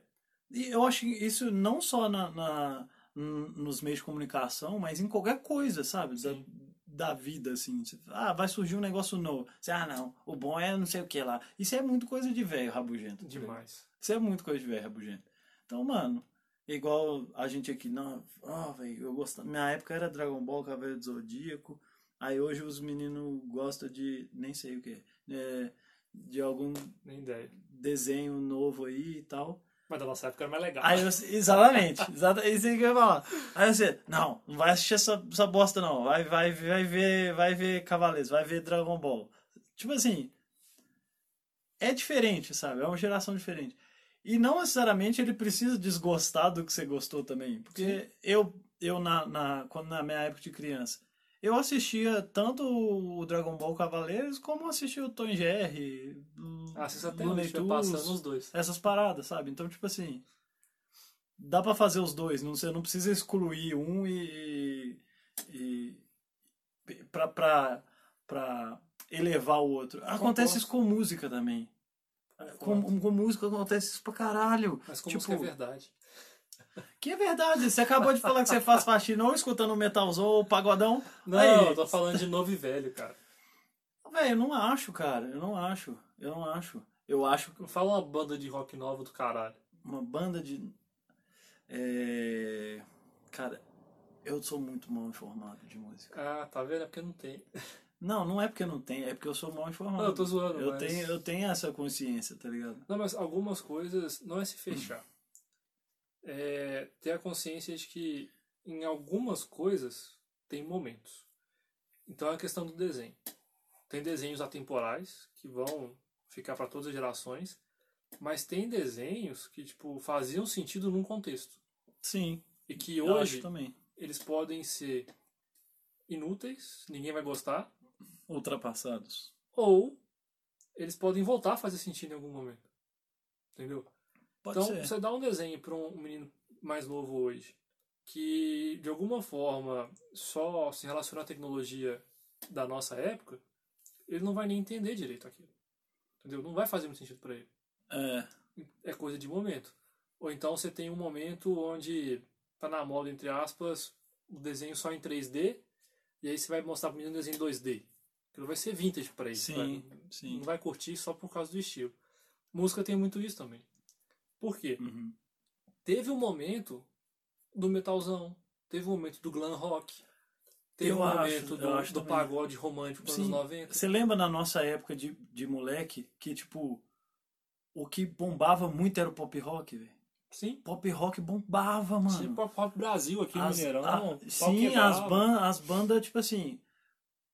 e eu acho que isso não só na, na- n- nos meios de comunicação, mas em qualquer coisa, sabe? Da,
Sim.
da vida, assim. Você fala, Ah, vai surgir um negócio novo. Você, ah, não, o bom é não sei o que lá. Isso é muito coisa de velho rabugento. tá ligado?
Demais.
Isso é muito coisa de velho rabugento. Então, mano, é igual a gente aqui, não, ó, velho, eu gostava. Minha época era Dragon Ball, Cavaleiro do Zodíaco. Aí hoje os meninos gostam de, nem sei o que, é, de algum
Nem ideia.
desenho novo aí e tal.
Mas da nossa época era mais legal.
Aí você, exatamente, exatamente, isso aí que eu ia falar. Aí você, não, não vai assistir essa, essa bosta não, vai, vai, vai ver, vai ver Cavaleiros, vai ver Dragon Ball. Tipo assim, é diferente, sabe? É uma geração diferente. E não necessariamente ele precisa desgostar do que você gostou também, porque eu eu na, na quando na minha época de criança, eu assistia tanto o Dragon Ball Cavaleiros como assistia o Tom e Jerry, o
Ah, você só tem
Looney
hoje, vai
Tunes
passando os dois.
essas paradas, sabe? Então, tipo assim, dá pra fazer os dois, não, você não precisa excluir um e. e, e pra, pra, pra elevar o outro. Acontece isso com música também. Com, com música acontece isso pra caralho.
Mas como
tipo,
isso que é verdade.
que é verdade, você acabou de falar que você faz faxina ou escutando metalzão ou pagodão.
Não,
Aí,
eu tô falando de novo e velho, cara.
Véi, eu não acho, cara, eu não acho, eu não acho. Eu acho que
Fala uma banda de rock nova do caralho.
uma banda de. É... Cara, eu sou muito mal informado de música.
Ah, tá vendo? É porque não tem.
Não, não é porque não tem, é porque eu sou mal informado.
Não, eu tô zoando,
Eu
mas...
tenho, eu tenho essa consciência, tá ligado?
Não, mas algumas coisas não é se fechar. É ter a consciência de que em algumas coisas tem momentos. Então é a questão do desenho. Tem desenhos atemporais que vão ficar para todas as gerações, mas tem desenhos que tipo faziam sentido num contexto
Sim,
e que
eu acho
hoje
também.
eles podem ser inúteis, ninguém vai gostar,
Ultrapassados.
ou eles podem voltar a fazer sentido em algum momento. Entendeu?
Pode
então,
ser.
você dá um desenho para um menino mais novo hoje que de alguma forma só se relaciona à tecnologia da nossa época, ele não vai nem entender direito aquilo. Entendeu? Não vai fazer muito sentido para ele
É,
é coisa de momento. Ou então você tem um momento onde tá na moda, entre aspas, o desenho só em 3D, e aí você vai mostrar pro menino um desenho em 2D. Aquilo vai ser vintage pra ele.
Sim,
vai-
sim.
Não vai curtir só por causa do estilo. Música tem muito isso também. Por quê?
Uhum.
Teve um momento do metalzão, teve um momento do glam rock, teve
Eu
um
acho,
momento
eu
do,
acho
do
também.
pagode romântico dos anos
Sim.
90.
Você lembra na nossa época de, de moleque que, tipo, o que bombava muito era o pop rock, velho?
Sim.
Pop rock bombava, mano.
Tinha pop rock Brasil aqui no
As-
Mineirão.
a-
pau
sim,
quebrava.
as, ban as bandas, tipo assim.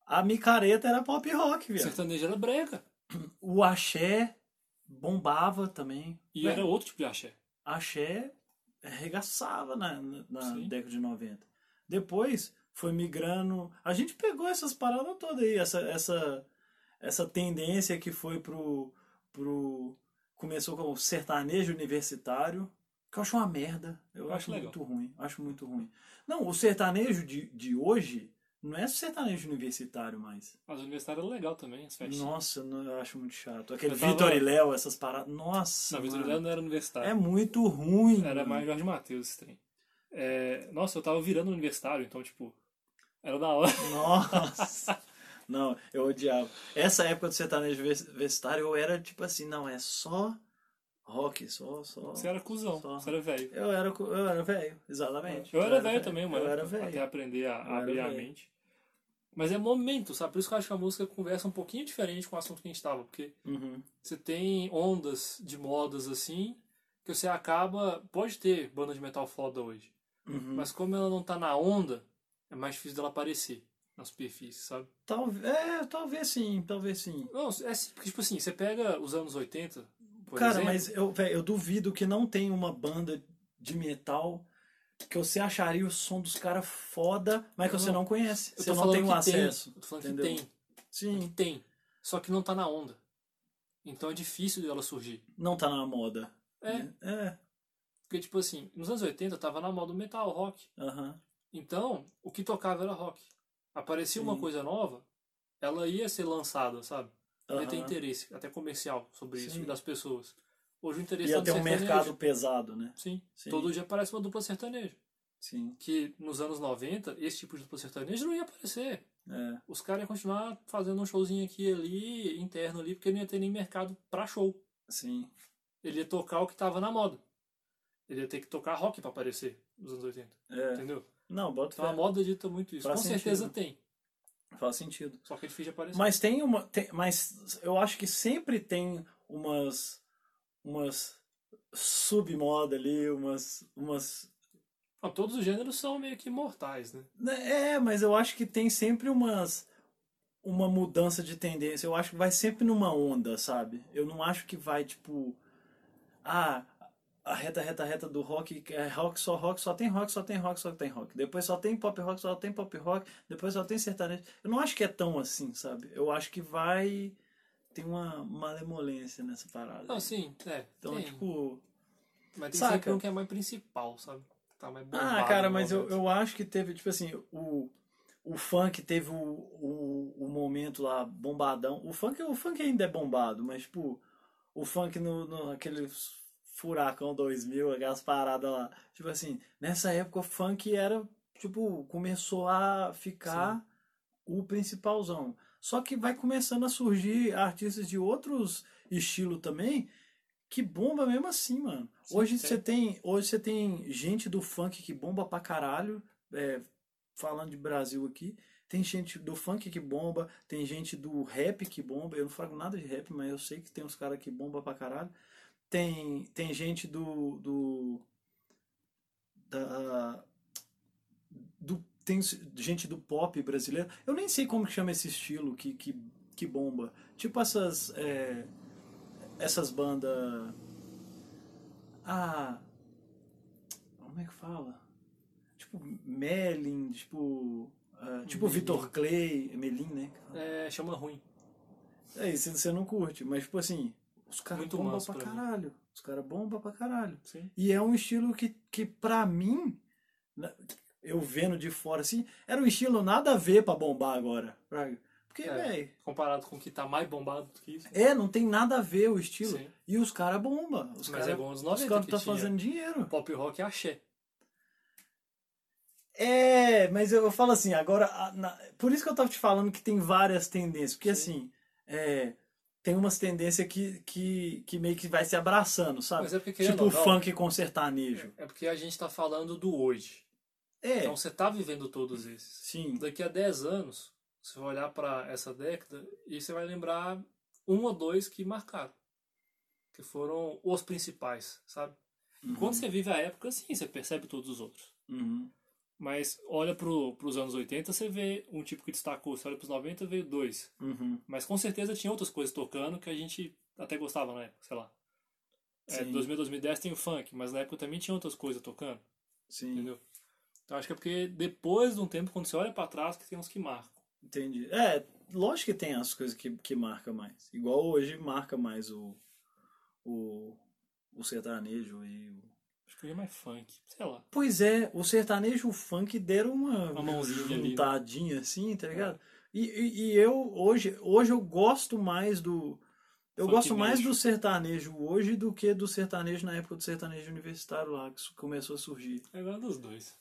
A micareta era pop rock, velho.
Sertanejo era brega.
O axé bombava também.
E
Velho,
era outro tipo de axé.
axé arregaçava na, na- na
Sim.
década de 90. Depois foi migrando. A gente pegou essas paradas todas aí, essa, essa, essa tendência que foi pro, pro. Começou com o sertanejo universitário, que eu acho uma merda. Eu,
Eu
acho
acho legal.
muito ruim. Acho muito ruim. Não, o sertanejo de, de hoje não é sertanejo universitário mais.
Mas o universitário era legal também, as festas.
Nossa, não- eu acho muito chato. Aquele
É Eu tava-
Vitor e Léo, essas paradas. Nossa.
Na Vitor
mano.
Léo não era universitário.
É muito ruim.
Era
mano.
mais Jorge Matheus esse trem. É, nossa, eu tava virando universitário, então, tipo, era da hora.
Nossa! Não, eu odiava. Essa época do sertanejo vers- universitário, eu era tipo assim, não, é só rock, só, só.
Você é era cuzão,
Só.
você era velho.
Eu era, cu- eu era velho, exatamente.
Eu era velho também, mano.
Eu era
Até
velho.
aprender a
Eu era
abrir a
velho.
mente. Mas é momento, sabe? Por isso que eu acho que a música conversa um pouquinho diferente com o assunto que a gente tava. Porque
Uhum.
você tem ondas de modas assim, que você acaba. Pode ter banda de metal foda hoje.
Uhum.
Mas como ela não tá na onda, é mais difícil dela aparecer na superfície, sabe?
Talvez, é, talvez sim, talvez sim.
Não, é assim, porque, tipo assim, você pega os anos 80, por
Cara,
exemplo,
mas eu, velho, eu duvido que não tenha uma banda de metal que você acharia o som dos caras foda, mas que você
Não.
não conhece.
eu
Você
tô
não
falando
tem o
que
acesso.
Tem, eu tô falando
entendeu?
que tem, que
Sim,
tem, só que não tá na onda. Então é difícil dela surgir.
não tá na moda.
É,
É,
porque tipo assim, nos anos 80 tava na moda o metal, o rock.
aham.
Então, o que tocava era rock. Aparecia uma
Sim.
coisa nova, ela ia ser lançada, sabe? Ia ter
Aham.
interesse, até comercial, sobre isso,
Sim.
e das pessoas. Hoje o interesse
Ia
tá no
ter um
sertanejo.
mercado pesado, né?
Sim.
Sim.
Todo dia aparece uma dupla sertaneja.
Sim.
Que nos anos 90, esse tipo de dupla sertaneja não ia aparecer.
É.
Os caras iam continuar fazendo um showzinho aqui e ali, interno ali, porque não ia ter nem mercado pra show.
Sim.
Ele ia tocar o que tava na moda. Ele ia ter que tocar rock pra aparecer nos anos 80.
É.
Entendeu?
Não, bota
Então a
fé.
moda dita muito isso.
Faz
Com
sentido.
certeza tem.
Faz sentido.
Só que é difícil de aparecer.
né? Mas tem uma. tem- mas eu acho que sempre tem umas. umas submoda ali, umas. umas
Não, todos os gêneros são meio que mortais, né?
né, é, mas eu acho que tem sempre umas. Uma mudança de tendência. Eu acho que vai sempre numa onda, sabe? Eu não acho que vai, tipo. Ah, a reta, reta, reta do rock, que é rock, só rock, só tem rock, só tem rock, só tem rock. Depois só tem pop rock, só tem pop rock, depois só tem sertanejo. Eu não acho que é tão assim, sabe? Eu acho que vai. Tem uma malemolência nessa parada.
Não, sim, é.
então,
tem.
tipo.
mas tem
saca?
sempre um que é mais principal, sabe? Tá mais
Ah,
bombado
cara,
no
mas eu,
momento.
eu acho que teve, tipo assim, o, o funk teve o, o, o momento lá bombadão. O funk, o funk ainda é bombado, mas, tipo, o funk no, no aquele furacão 2000, aquelas paradas lá. Tipo assim, nessa época o funk era, tipo, começou a ficar o principalzão. Só que vai começando a surgir artistas de outros estilos também que bomba mesmo assim, mano.
Sim,
hoje
sim.
você tem, hoje você tem gente do funk que bomba pra caralho, é, falando de Brasil aqui. Tem gente do funk que bomba, tem gente do rap que bomba. Eu não falo nada de rap, mas eu sei que tem uns caras que bomba pra caralho. Tem, tem gente do, do da do tem gente do pop brasileiro. Eu nem sei como que chama esse estilo que que, que bomba. Tipo essas é, essas bandas ah como é que fala? Tipo Melin, tipo ah, tipo
Melin.
Vitor Clay, é Melin, né?
É, chama ruim.
É isso, você não curte, mas tipo assim, os caras
Muito
bomba
manso
pra
pra mim.
caralho. Os caras bomba pra caralho.
Sim.
E é um estilo que, que pra mim, na- eu vendo de fora assim, era um estilo nada a ver pra bombar agora. fraga. Porque,
É.
velho,
Comparado com o que tá mais bombado do que isso.
é, não tem nada a ver o estilo.
Sim.
E os caras bomba. Os
Mas
caras
é bom nos
os
90
caras
que
tá
tinha.
fazendo dinheiro.
Pop rock é axé.
É, mas eu, eu falo assim, agora. a- na- por isso que eu tava te falando que tem várias tendências. Porque
Sim.
assim, é, tem umas tendências que, que, que meio que vai se abraçando, sabe?
Mas é porque, querendo
tipo
ou
o
não,
funk com sertanejo.
É porque a gente tá falando do hoje.
É,
Então você tá vivendo todos esses.
sim.
Daqui a 10 anos, você vai olhar pra essa década e você vai lembrar um ou dois que marcaram. Que foram os principais, sabe?
Uhum,
Quando você vive a época, sim, você percebe todos os outros.
uhum,
Mas olha pro, pros anos 80, você vê um tipo que destacou. Você olha pros 90, veio dois.
uhum.
Mas com certeza tinha outras coisas tocando que a gente até gostava na época, sei lá. É,
Sim.
2000, 2010 tem o funk, mas na época também tinha outras coisas tocando,
Sim,
entendeu? Então acho que é porque depois de um tempo, quando você olha pra trás, que tem uns que marcam.
entendi. É, lógico que tem as coisas que, que marca mais. Igual hoje marca mais o, o, o sertanejo e o.
Acho que hoje é mais funk, sei lá.
Pois é, o sertanejo e o funk deram uma,
Uma mãozinha ali. né? É.
juntadinha assim, tá ligado? E, e, e eu hoje, hoje eu gosto mais do. Eu
Funknejo.
gosto mais do sertanejo hoje do que do sertanejo na época do sertanejo universitário lá, que isso começou a surgir.
É igual dos dois.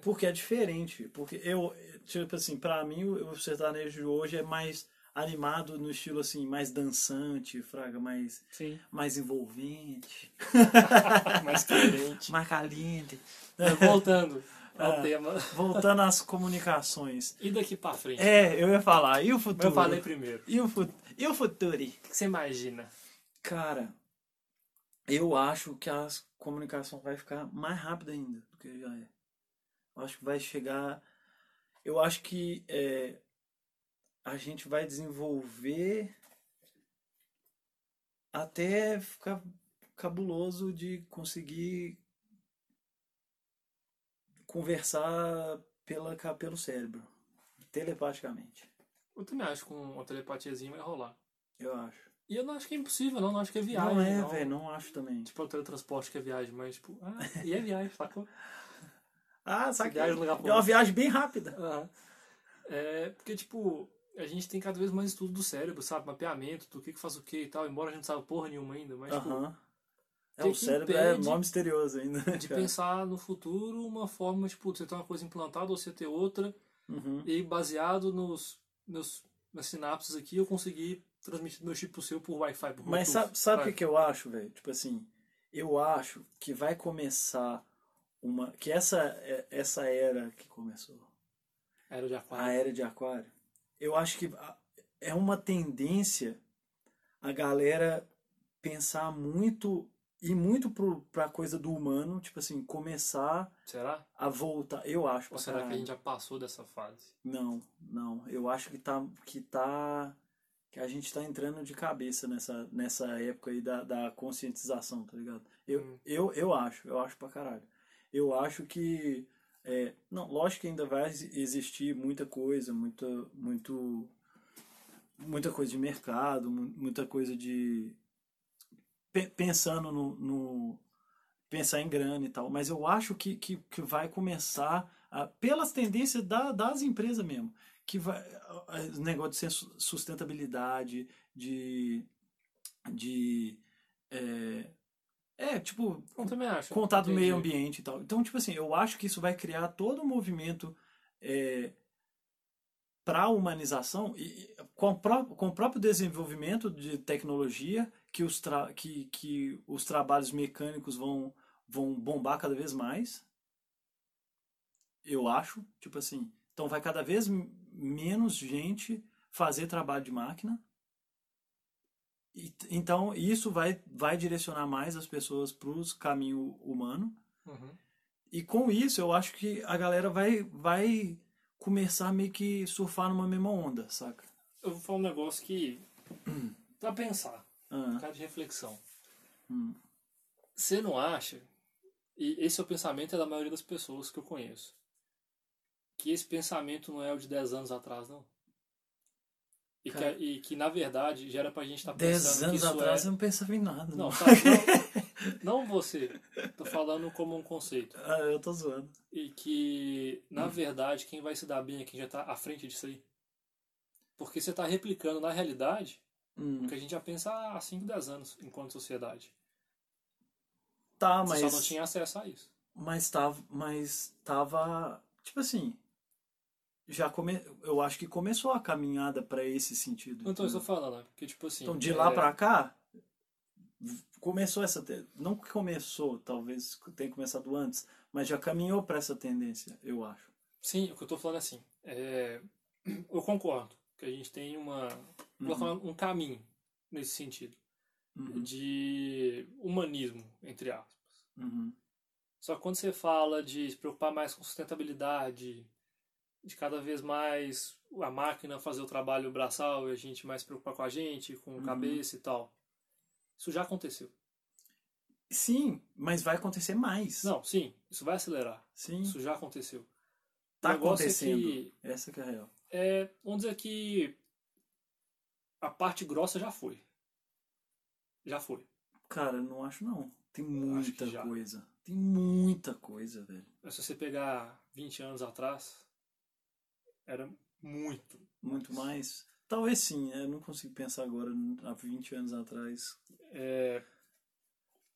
Porque é diferente. Porque eu, tipo assim, pra mim o o sertanejo de hoje é mais animado no estilo assim, mais dançante, fraga, mais,
Sim.
mais envolvente,
(laughs) mais (laughs) coerente.
mais caliente.
Mas É, Voltando (laughs) ao
Ah.
tema.
Voltando às comunicações.
E daqui pra frente?
É, eu ia falar, e o
Mas
futuro?
eu falei primeiro.
E o, fu- e o futuro?
O que você imagina?
Cara, eu acho que a comunicação vai ficar mais rápida ainda do que já é. Eu acho que vai chegar. Eu acho que é, a gente vai desenvolver até ficar cabuloso de conseguir conversar pela, ca- pelo cérebro, telepaticamente.
Eu também acho que uma telepatiazinha vai rolar.
Eu acho.
E eu não acho que é impossível, não. Não acho que é viagem.
Não é, velho, não acho também.
Tipo, é o teletransporte que é viagem, mas tipo, (laughs) ah, e é viagem, sacou?
Ah,
Você viaja no lugar
É uma viagem bem rápida.
Aham. É, porque, tipo, a gente tem cada vez mais estudo do cérebro, sabe? Mapeamento, do que que faz o que e tal, embora a gente não saiba porra nenhuma ainda, mas, tipo,
Aham. É,
que
o
que
cérebro é
impede
mó misterioso ainda. né,
de
cara.
pensar no futuro uma forma, tipo, de você ter uma coisa implantada ou você ter outra,
Uhum.
e baseado nos, nos, nas sinapses aqui, eu conseguir transmitir meu chip pro seu por Wi-Fi, por
Mas
Bluetooth,
sabe, sabe o que,
sabe?
que eu acho, velho? Tipo assim, eu acho que vai começar uma. Que essa, é- essa era que começou,
Era de
a
aquário.
era de Aquário, eu acho que a- é uma tendência a galera pensar muito. E muito pro, pra coisa do humano, tipo assim, começar
Será?
a voltar. Eu acho,
Ou
pra
será que é a
caralho.
gente já passou dessa fase?
Não, não. Eu acho que tá, que tá, que a gente tá entrando de cabeça nessa, nessa época aí da, da conscientização, tá ligado? Eu,
Hum.
eu, eu acho, eu acho pra caralho. Eu acho que, é, não, lógico que ainda vai ex- existir muita coisa, muita, muito, muita coisa de mercado, mu- muita coisa de pe- pensando no, no- pensar em grana e tal, mas eu acho que, que, que vai começar a- Ah, pelas tendências da- das empresas mesmo, que vai a- a- o negócio de ser su- sustentabilidade, de de é, é, tipo
Eu também acho.
contato do meio
Entendi.
ambiente e tal. Então, tipo assim, eu acho que isso vai criar todo um movimento é, para a humanização e, e com, o pró- com o próprio desenvolvimento de tecnologia que os, tra- que, que os trabalhos mecânicos vão, vão bombar cada vez mais. Eu acho, tipo assim. Então vai cada vez m- menos gente fazer trabalho de máquina. E t- então isso vai, vai direcionar mais as pessoas para o caminho humano.
Uhum.
E com isso, eu acho que a galera vai, vai começar meio que surfar numa mesma onda, saca?
Eu vou falar um negócio que. (clears throat) pra pensar, um
Ah,
cara de reflexão.
hum,
Você não acha, e esse é o pensamento é da maioria das pessoas que eu conheço, que esse pensamento não é o de 10 anos atrás, não? E, que,
Cara.
e que, na verdade, já era pra gente estar tá pensando
Dez
que
anos
isso
atrás
é...
eu não pensava em nada.
Não,
Não.
tá, não, não você. Tô falando como um conceito.
(laughs) Ah, eu tô zoando.
E que,
Hum.
na verdade, quem vai se dar bem é quem já tá à frente disso aí. Porque você tá replicando, na realidade,
Hum,
Porque a gente já pensa há 5, 10 anos enquanto sociedade.
Tá,
Você só não
mas,
tinha acesso a isso.
mas, tava, mas tava. Tipo assim. já come... eu acho que começou a caminhada para esse sentido.
Então, eu
entendeu?
só falo, né? Porque, tipo assim.
Uhum. Então, de lá
é,
pra cá, começou essa. Te... Não que começou, talvez tenha começado antes, mas já caminhou pra essa tendência, eu acho.
Sim, o que eu tô falando é assim. é, eu concordo que a gente tem uma. vou falar um caminho nesse sentido.
Uhum,
De humanismo, entre aspas.
uhum,
Só que quando você fala de se preocupar mais com sustentabilidade, de cada vez mais a máquina fazer o trabalho braçal e a gente mais se preocupar com a gente, com
Uhum.
cabeça e tal. Isso já aconteceu.
Sim, mas vai acontecer mais.
Não, sim, isso vai acelerar.
Sim,
Isso já aconteceu.
tá
O negócio é
acontecendo.
que,
Essa que é a real.
é, vamos dizer que a parte grossa já foi. Já foi.
Cara, eu não acho não. Tem
acho que
muita
já.
coisa. Tem muita coisa, velho.
Mas É, se você pegar 20 anos atrás, era muito.
Muito mais. Talvez sim, né? eu não consigo pensar agora há 20 anos atrás.
É,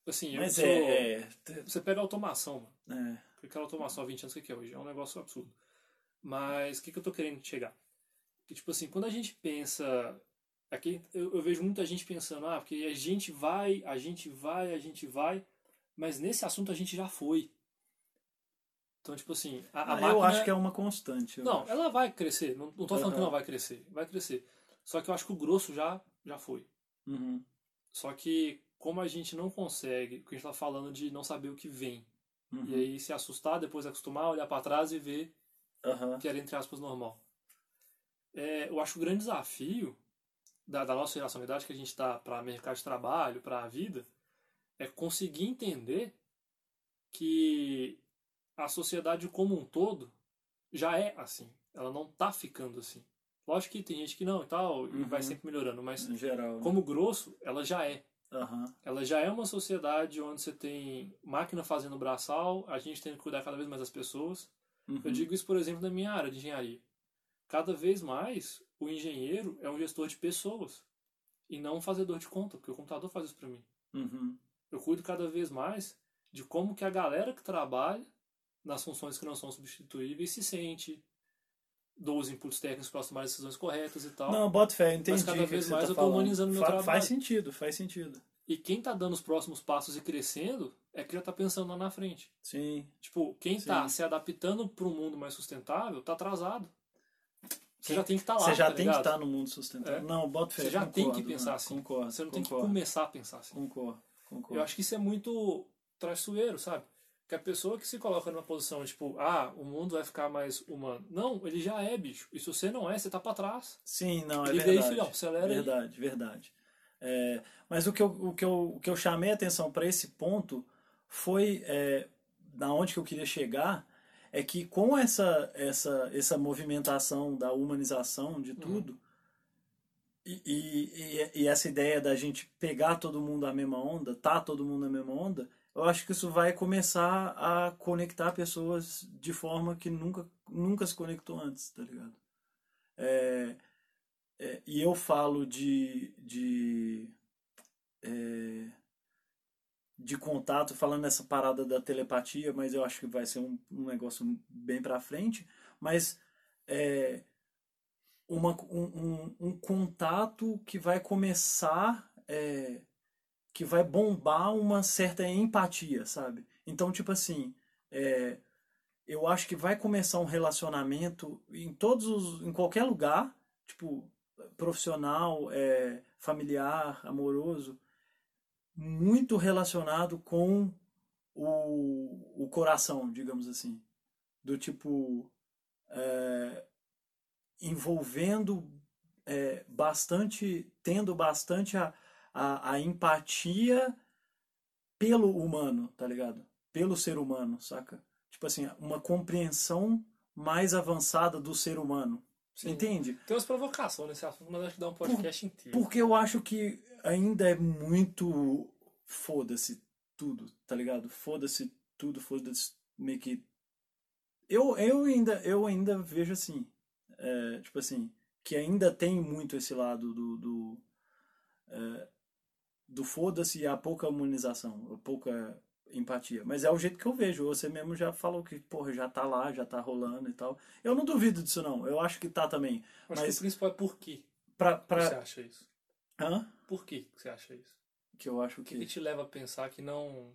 assim, eu
Mas
sou-
é, é, te-
Você pega a automação, mano.
é.
Porque aquela automação há 20 anos, o que que é hoje? É um negócio absurdo. Mas o que, que eu tô querendo chegar? Que, tipo assim, quando a gente pensa. Aqui eu, eu vejo muita gente pensando, ah, porque a gente vai, a gente vai, a gente vai. Mas nesse assunto a gente já foi. Então, tipo assim, a, a
Ah,
máquina.
Eu acho que é uma constante. eu
Não,
acho.
ela vai crescer. Não, não tô falando que
Aham.
não vai crescer. Vai crescer. Só que eu acho que o grosso já, já foi.
Uhum.
Só que, como a gente não consegue, porque a gente tá falando de não saber o que vem.
Uhum.
E aí se assustar, depois acostumar, olhar pra trás e ver
Aham.
que era, entre aspas, normal. É, eu acho que o grande desafio da, da nossa geração, da idade que a gente está para mercado de trabalho, para a vida, é conseguir entender que a sociedade como um todo já é assim. Ela não tá ficando assim. Lógico que tem gente que não e tal, e vai
Uhum.
sempre melhorando, mas
Em geral. né?
como grosso, ela já é.
Aham.
Ela já é uma sociedade onde você tem máquina fazendo braçal, a gente tem que cuidar cada vez mais das pessoas, eu
Uhum.
digo isso, por exemplo, na minha área de engenharia. Cada vez mais, o engenheiro é um gestor de pessoas e não um fazedor de conta, porque o computador faz isso para mim.
Uhum.
Eu cuido cada vez mais de como que a galera que trabalha nas funções que não são substituíveis se sente, dou os inputs técnicos para tomar as decisões corretas e tal.
Não, bota fé, eu entendi.
cada
o que
vez
você
mais
tá
eu tô
falando.
humanizando meu trabalho.
Faz sentido, faz sentido.
E quem tá dando os próximos passos e crescendo é que já tá pensando lá na frente.
Sim.
Tipo, quem tá
Sim.
se adaptando para um mundo mais sustentável tá atrasado. Você
Quem-
já tem que estar lá,
Você já
tá
tem que
ligado?
estar no mundo sustentável.
É.
Não, bota fé.
Você já tem
concordo,
que pensar
mano,
assim.
Concordo.
Você não tem que
concordo,
começar a pensar assim.
Concordo. Concordo.
Eu acho que isso é muito traiçoeiro, sabe? Que a pessoa que se coloca numa posição tipo, ah, o mundo vai ficar mais humano. Não, ele já é, bicho. E se você não é, você tá pra trás.
Sim, não, é
Liga aí,
verdade.
filhão, acelera aí.
verdade, verdade. É, mas o que, eu, o, que eu, o que eu chamei a atenção para esse ponto foi é, na onde que eu queria chegar é que com essa essa essa movimentação da humanização de tudo e, e- e- e essa ideia da gente pegar todo mundo à mesma onda, tá todo mundo na mesma onda, eu acho que isso vai começar a conectar pessoas de forma que nunca, nunca se conectou antes, tá ligado? É, é, e eu falo de, de, é, de contato, falando nessa parada da telepatia, mas eu acho que vai ser um, um negócio bem pra frente, mas é, uma, um, um, um contato que vai começar, é, que vai bombar uma certa empatia, sabe? Então, tipo assim, é, eu acho que vai começar um relacionamento em todos os, em qualquer lugar, tipo, profissional, é, familiar, amoroso, muito relacionado com o, o coração, digamos assim. Do tipo, é, envolvendo é, bastante, tendo bastante a, a, a empatia pelo humano, tá ligado? Pelo ser humano, saca? Tipo assim, uma compreensão mais avançada do ser humano.
Sim.
Entende?
Tem umas provocações nesse assunto, mas acho que dá um podcast inteiro.
Porque eu acho que ainda é muito foda-se tudo, tá ligado? Foda-se tudo, foda-se meio que. Eu, eu, ainda, eu ainda vejo assim. é, tipo assim, que ainda tem muito esse lado do. do, é, do foda-se e a pouca humanização, a pouca empatia. Mas é o jeito que eu vejo. Você mesmo já falou que, porra, já tá lá, já tá rolando e tal. Eu não duvido disso, não. Eu acho que tá também.
Acho que
Mas
o principal é por quê
pra.
que você
pra...
acha isso.
Hã?
Por quê que você acha isso?
Que eu acho
O que, que
que.
te leva a pensar que não.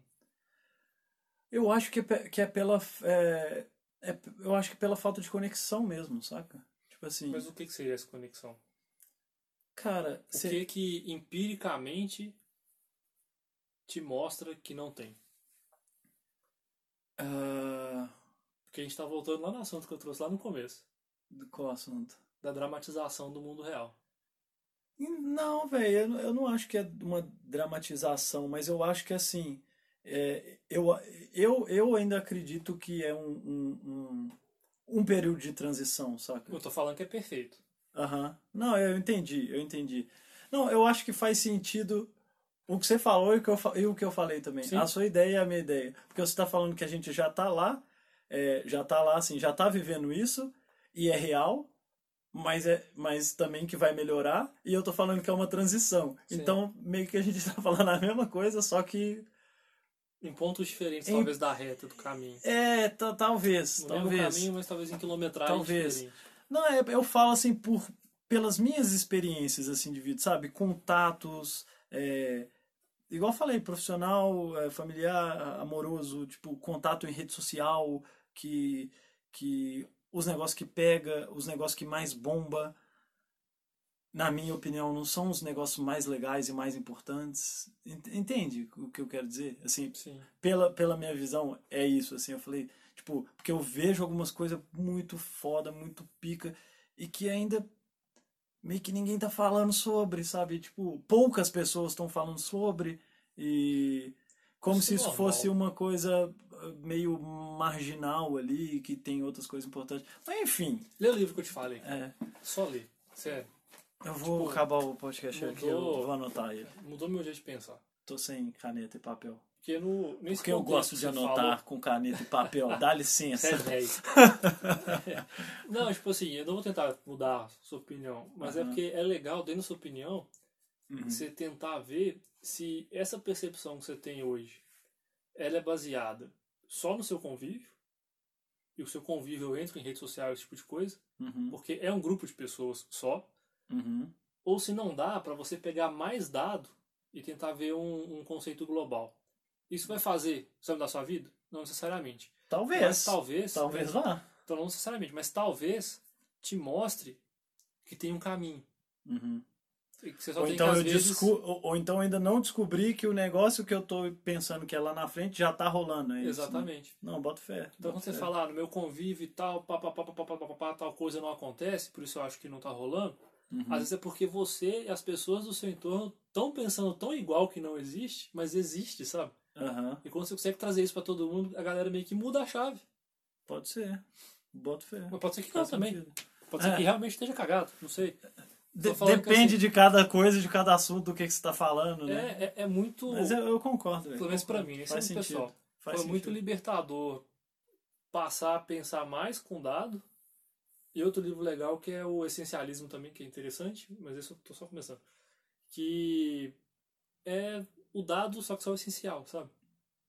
Eu acho que é, pe- que é pela. É... é- eu acho que pela falta de conexão mesmo, saca? Tipo assim.
Mas o que, que seria essa conexão?
Cara,
O
cê-
que que empiricamente te mostra que não tem?
Ah,
Porque a gente tá voltando lá no assunto que eu trouxe lá no começo,
do qual assunto?
da dramatização do mundo real.
Não, velho, eu, eu não acho que é uma dramatização, mas eu acho que assim, é, eu, eu, eu ainda acredito que é um, um, um, um período de transição, saca?
Eu tô falando que é perfeito.
Aham. Não, eu entendi, eu entendi. Não, eu acho que faz sentido o que você falou e o que eu, fa- e o que eu falei também.
Sim.
A sua ideia e a minha ideia. Porque você está falando que a gente já está lá, é, já está lá, assim, já está vivendo isso e é real, mas, é, mas também que vai melhorar. E eu estou falando que é uma transição.
Sim.
Então, meio que a gente (laughs) está falando a mesma coisa, só que.
Em pontos diferentes,
Em-
talvez, da reta do caminho.
É, ta- talvez,
No mesmo
talvez.
caminho, mas talvez em quilometragem
Talvez.
diferente.
Não, é- eu falo assim por pelas minhas experiências assim de vida, sabe? Contatos, é, igual eu falei, profissional, é, familiar, a- amoroso, tipo, contato em rede social, que que os negócios que pega, os negócios que mais bomba, na minha opinião, não são os negócios mais legais e mais importantes. Ent- Entende o que eu quero dizer? Assim,
Sim.
pela, pela minha visão, é isso, assim, eu falei, tipo, porque eu vejo algumas coisas muito foda, muito pica, e que ainda meio que ninguém tá falando sobre, sabe? Tipo, poucas pessoas estão falando sobre, e como
Isso
se
é
isso
normal.
fosse uma coisa eh, meio marginal ali, que tem outras coisas importantes. Mas enfim,
Lê o livro que eu te falei.
é,
Só lê. é, Sério.
eu vou
Tipo,
acabar o podcast aqui, eu
mudou-
vou anotar ele.
Mudou meu jeito de pensar.
Tô sem caneta e papel.
Porque no, nesse
Porque eu
contexto
gosto
que
de
você
anotar
falou,
com caneta e papel, dá (laughs) licença.
Você é velho. não, tipo assim, eu não vou tentar mudar a sua opinião, mas é
Aham.
porque é legal, dentro da sua opinião,
Uhum.
você tentar ver se essa percepção que você tem hoje, ela é baseada só no seu convívio, e o seu convívio entra em rede social, esse tipo de coisa,
Uhum,
porque é um grupo de pessoas só,
uhum,
ou se não dá, para você pegar mais dado e tentar ver um, um conceito global. Isso vai fazer sabe da sua vida? Não necessariamente. Mas
Talvez.
talvez, né?
Talvez vá.
Então, não necessariamente, mas talvez te mostre que tem um caminho.
Uhum.
E que você só
Ou
tem
então,
que,
eu
às vezes,
descu- ou, ou então ainda não descobri que o negócio que eu tô pensando que é lá na frente já tá rolando. É isso, né?
Exatamente.
Não, bota fé. bota
Então, quando você
fé.
fala, ah, no meu convívio e tal, pá, pá, pá, pá, pá, pá, pá, pá, pá, tal coisa não acontece, por isso eu acho que não tá rolando,
Uhum.
às vezes é porque você e as pessoas do seu entorno estão pensando tão igual que não existe, mas existe, sabe?
Aham,
E quando você consegue trazer isso pra todo mundo, a galera meio que muda a chave.
Pode ser. Bota fé.
Mas pode ser que não
Faz
também.
sentido.
Pode ser
É.
que realmente esteja cagado, não sei.
De-
falando que
depende
assim-
de cada coisa, de cada assunto, do que, que você tá falando, né?
É, é, é muito.
Mas eu, eu concordo, velho.
Pelo menos pra mim, esse é
Faz
o
sentido.
pessoal.
Faz
foi muito
sentido.
libertador passar a pensar mais com dado. E outro livro legal que é o Essencialismo também, que é interessante, mas esse eu tô só começando. Que é o dado, só que só o essencial, sabe?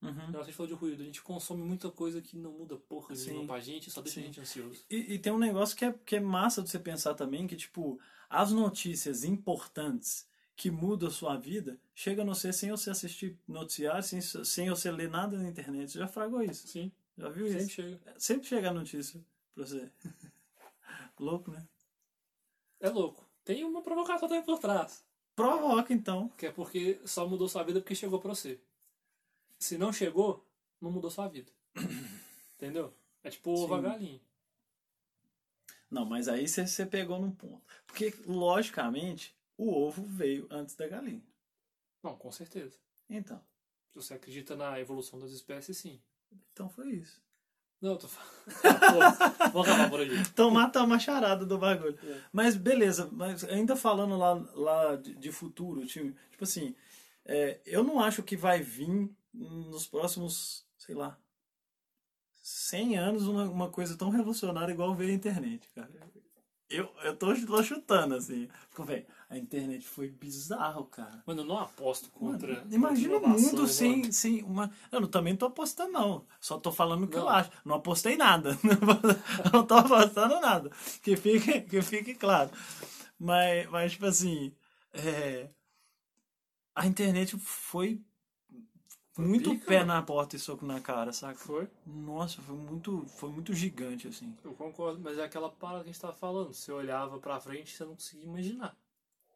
Uhum.
Não, a gente falou de ruído, a gente consome muita coisa que não muda porra
Sim.
nenhuma pra gente, só deixa a
Sim.
gente ansioso.
E, e tem um negócio que é, que é massa de você pensar também, que, tipo, as notícias importantes que mudam a sua vida chegam a você sem você assistir noticiário, sem, sem você ler nada na internet. Você já fragou isso?
Sim,
Já viu
sempre
isso? É,
chega.
Sempre chega a notícia pra você. (laughs) Louco, né?
É louco. Tem uma provocação também por trás.
Provoca, então.
Que é porque só mudou sua vida porque chegou pra você. Se não chegou, não mudou sua
(clears throat)
vida. Entendeu? É tipo ovo a
Sim.
galinha.
Não, mas aí você- você pegou num ponto. Porque, logicamente, o ovo veio antes da galinha.
Não, com certeza.
Então,
Se você acredita na evolução das espécies, sim.
então foi isso.
Não, eu tô (laughs) falando. Vamos acabar por aí.
Então mata uma charada do bagulho.
É.
Mas beleza, mas ainda falando lá, lá de, de futuro, time, tipo assim, é, eu não acho que vai vir nos próximos, sei lá, 100 anos uma, uma coisa tão revolucionária igual veio a internet, cara. Eu, eu tô, tô chutando, assim. Porque, velho, a internet foi bizarro, cara.
Mano, eu não aposto contra.
Mano, imagina
contra
o mundo
inovações,
sem,
mano.
sem uma. Eu não, também não tô apostando, não. Só tô falando o que eu
Não.
acho. Não apostei nada. (laughs) não tô apostando nada. Que fique, que fique claro. Mas, mas tipo assim. é, a internet foi.
Foi
muito
pica,
pé
mano.
na porta e soco na cara, saca?
Foi?
Nossa, foi muito, foi muito gigante, assim.
Eu concordo, mas é aquela parada que a gente tava falando. Você olhava pra frente e você não conseguia imaginar.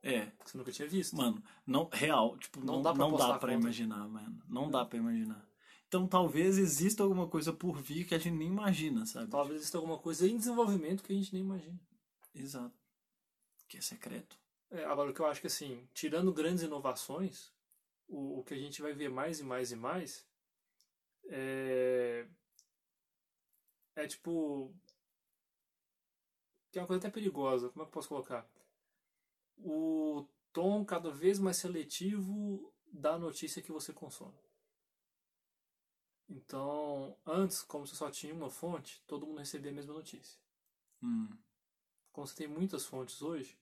É,
Porque você nunca tinha visto.
mano, não, real, tipo, não,
Não
não
dá pra apostar
dá pra
contra. É.
imaginar, mano. Não dá pra imaginar. Então talvez exista alguma coisa por vir que a gente nem imagina, sabe?
Talvez exista alguma coisa em desenvolvimento que a gente nem imagina.
Exato. Que é secreto.
É, agora, o que eu acho que, assim, tirando grandes inovações, o, o que a gente vai ver mais e mais e mais é. É tipo. Que é uma coisa até perigosa. Como é que eu posso colocar? O tom cada vez mais seletivo da notícia que você consome. Então, antes, como você só tinha uma fonte, todo mundo recebia a mesma notícia
Hum.
como você tem muitas fontes hoje,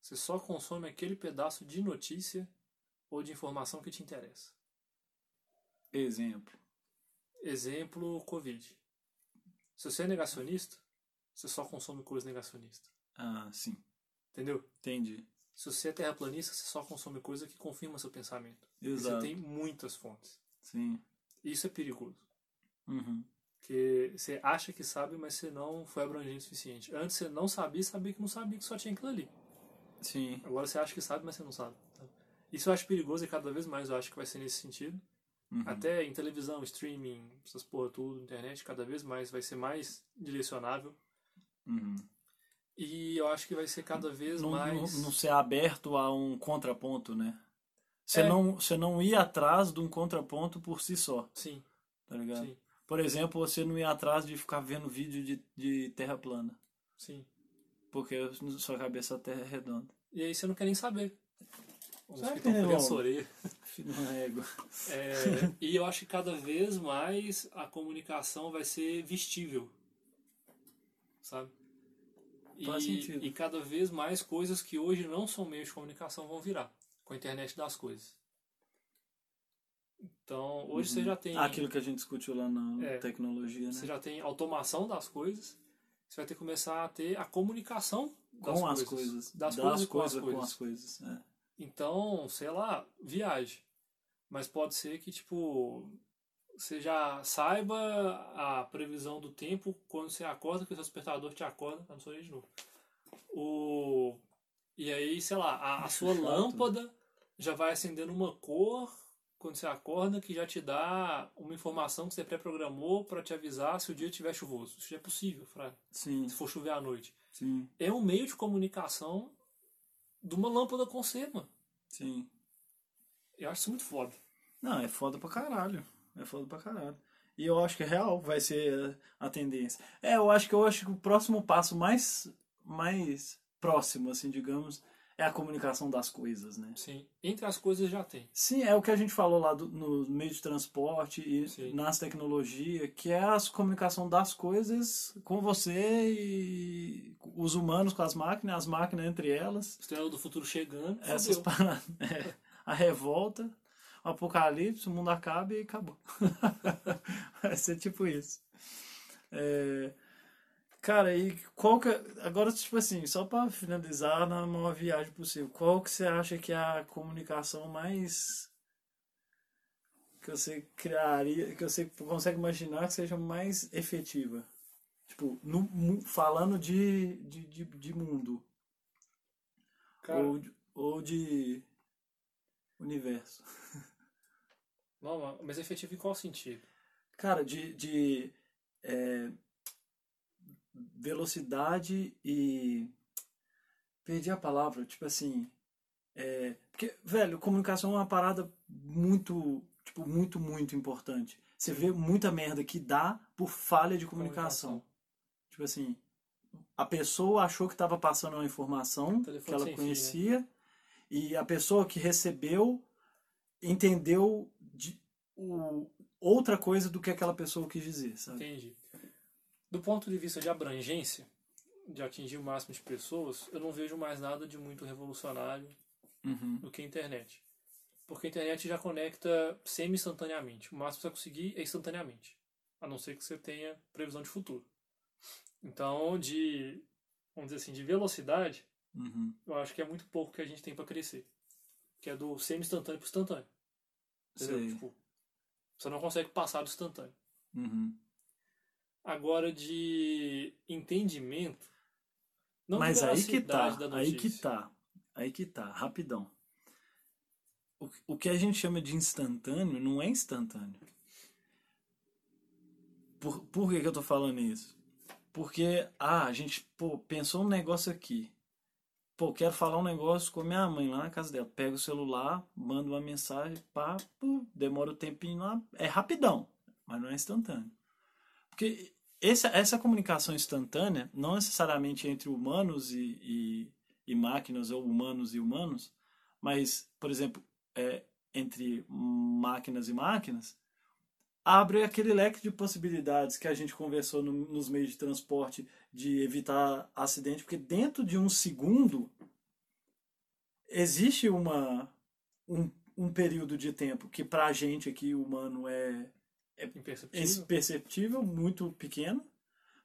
você só consome aquele pedaço de notícia ou de informação que te interessa.
Exemplo.
Exemplo, Covid. Se você é negacionista, você só consome coisa negacionista.
Ah, sim.
Entendeu?
Entendi.
Se você é terraplanista, você só consome coisa que confirma seu pensamento. E
Exato.
Você tem muitas fontes.
Sim.
Isso é perigoso.
Uhum.
Porque você acha que sabe, mas você não foi abrangente o suficiente. Antes você não sabia, sabia que não sabia, que só tinha aquilo ali.
Sim.
Agora você acha que sabe, mas você não sabe. tá? Isso eu acho perigoso e cada vez mais eu acho que vai ser nesse sentido.
Uhum.
Até em televisão, streaming, essas porra tudo, internet, cada vez mais vai ser mais direcionável.
Uhum.
E eu acho que vai ser cada vez
Não,
mais.
não, não ser aberto a um contraponto, né? Você
É.
não, você não ir atrás de um contraponto por si só,
Sim,
tá ligado?
sim,
Por exemplo, você não ir atrás de ficar vendo vídeo de, de terra plana.
sim.
Porque na sua cabeça a terra é redonda.
E aí você não quer nem saber. Os
Será
que
que tem um revolta?
estão pegando sua orelha.
Filho da égua.
É, e eu acho que cada vez mais a comunicação vai ser vestível. Sabe? E,
Faz sentido.
e cada vez mais coisas que hoje não são meios de comunicação vão virar com a internet das coisas. Então, hoje você já tem
Ah, Aquilo Uhum. que a gente discutiu lá na
É.
tecnologia,
você
né?
já tem automação das coisas, você vai ter que começar a ter a comunicação das
Com as coisas. das
das, coisas, e com as
coisas com
coisas.
as coisas. é.
Então, sei lá, viaje. Mas pode ser que, tipo, você já saiba a previsão do tempo quando você acorda, que o seu despertador te acorda, tá no sonho de novo. O... E aí, sei lá, a, a sua
Chato.
lâmpada já vai acendendo uma cor quando você acorda que já te dá uma informação que você pré-programou para te avisar se o dia estiver chuvoso. Isso já é possível, Fraga,
Sim,
se for chover à noite.
sim,
É um meio de comunicação de uma lâmpada com C, mano.
sim.
Eu acho isso muito foda.
Não, é foda pra caralho. É foda pra caralho. E eu acho que é real, vai ser a tendência. É, eu acho que eu acho que o próximo passo mais, mais próximo, assim, digamos, é a comunicação das coisas, né?
Sim. Entre as coisas já tem.
Sim, é o que a gente falou lá do- no meio de transporte e
Sim.
nas tecnologias, que é a comunicação das coisas com você e os humanos com as máquinas, as máquinas entre elas.
Estrela do futuro chegando.
Essas
fudeu.
paradas. (laughs) É. A revolta, o apocalipse, o mundo acaba e acabou. (laughs) Vai ser tipo isso. É, Cara, e qual que. é- Agora, tipo assim, só pra finalizar na maior viagem possível, qual que você acha que é a comunicação mais. que você criaria. que você consegue imaginar que seja mais efetiva? Tipo, no, mu- falando de, de, de, de mundo.
Cara,
Ou, de- ou de universo.
não, mas- mas efetivo em qual sentido?
Cara, de, de é, velocidade e. Perdi a palavra, tipo assim. é, porque, velho, comunicação é uma parada muito, tipo, muito, muito importante. Você vê muita merda que dá por falha de comunicação. Tipo assim, a pessoa achou que estava passando uma informação que
Telefone
ela
sem fio, né?
conhecia e a pessoa que recebeu entendeu de- o- outra Ah. coisa do que aquela pessoa quis dizer, sabe?
Entendi. Do ponto de vista de abrangência, de atingir o máximo de pessoas, eu não vejo mais nada de muito revolucionário
Uhum.
do que a internet. Porque a internet já conecta semi-instantaneamente. O máximo que você vai conseguir é instantaneamente. A não ser que você tenha previsão de futuro. Então, de, vamos dizer assim, de velocidade,
Uhum.
eu acho que é muito pouco que a gente tem para crescer. Que é do semi-instantâneo para instantâneo. Entendeu?
Sei.
Tipo, você não consegue passar do instantâneo.
Uhum.
Agora, de entendimento. Não
Mas aí que tá,
veracidade da
aí que
notícia.
tá, aí que tá, rapidão. O, o que a gente chama de instantâneo não é instantâneo. Por, por que, que eu tô falando isso? Porque, ah, a gente, pô, pensou um negócio aqui. Pô, quero falar um negócio com a minha mãe lá na casa dela. Pega o celular, manda uma mensagem, pá, pô, demora o tempinho lá. É rapidão, mas não é instantâneo. Porque essa, essa comunicação instantânea, não necessariamente entre humanos e, e, e máquinas ou humanos e humanos, mas, por exemplo, é, entre máquinas e máquinas, abre aquele leque de possibilidades que a gente conversou no- nos meios de transporte de evitar acidente, porque dentro de um segundo existe uma, um, um período de tempo que para a gente aqui, humano, é
Imperceptível.
esse perceptível muito pequeno.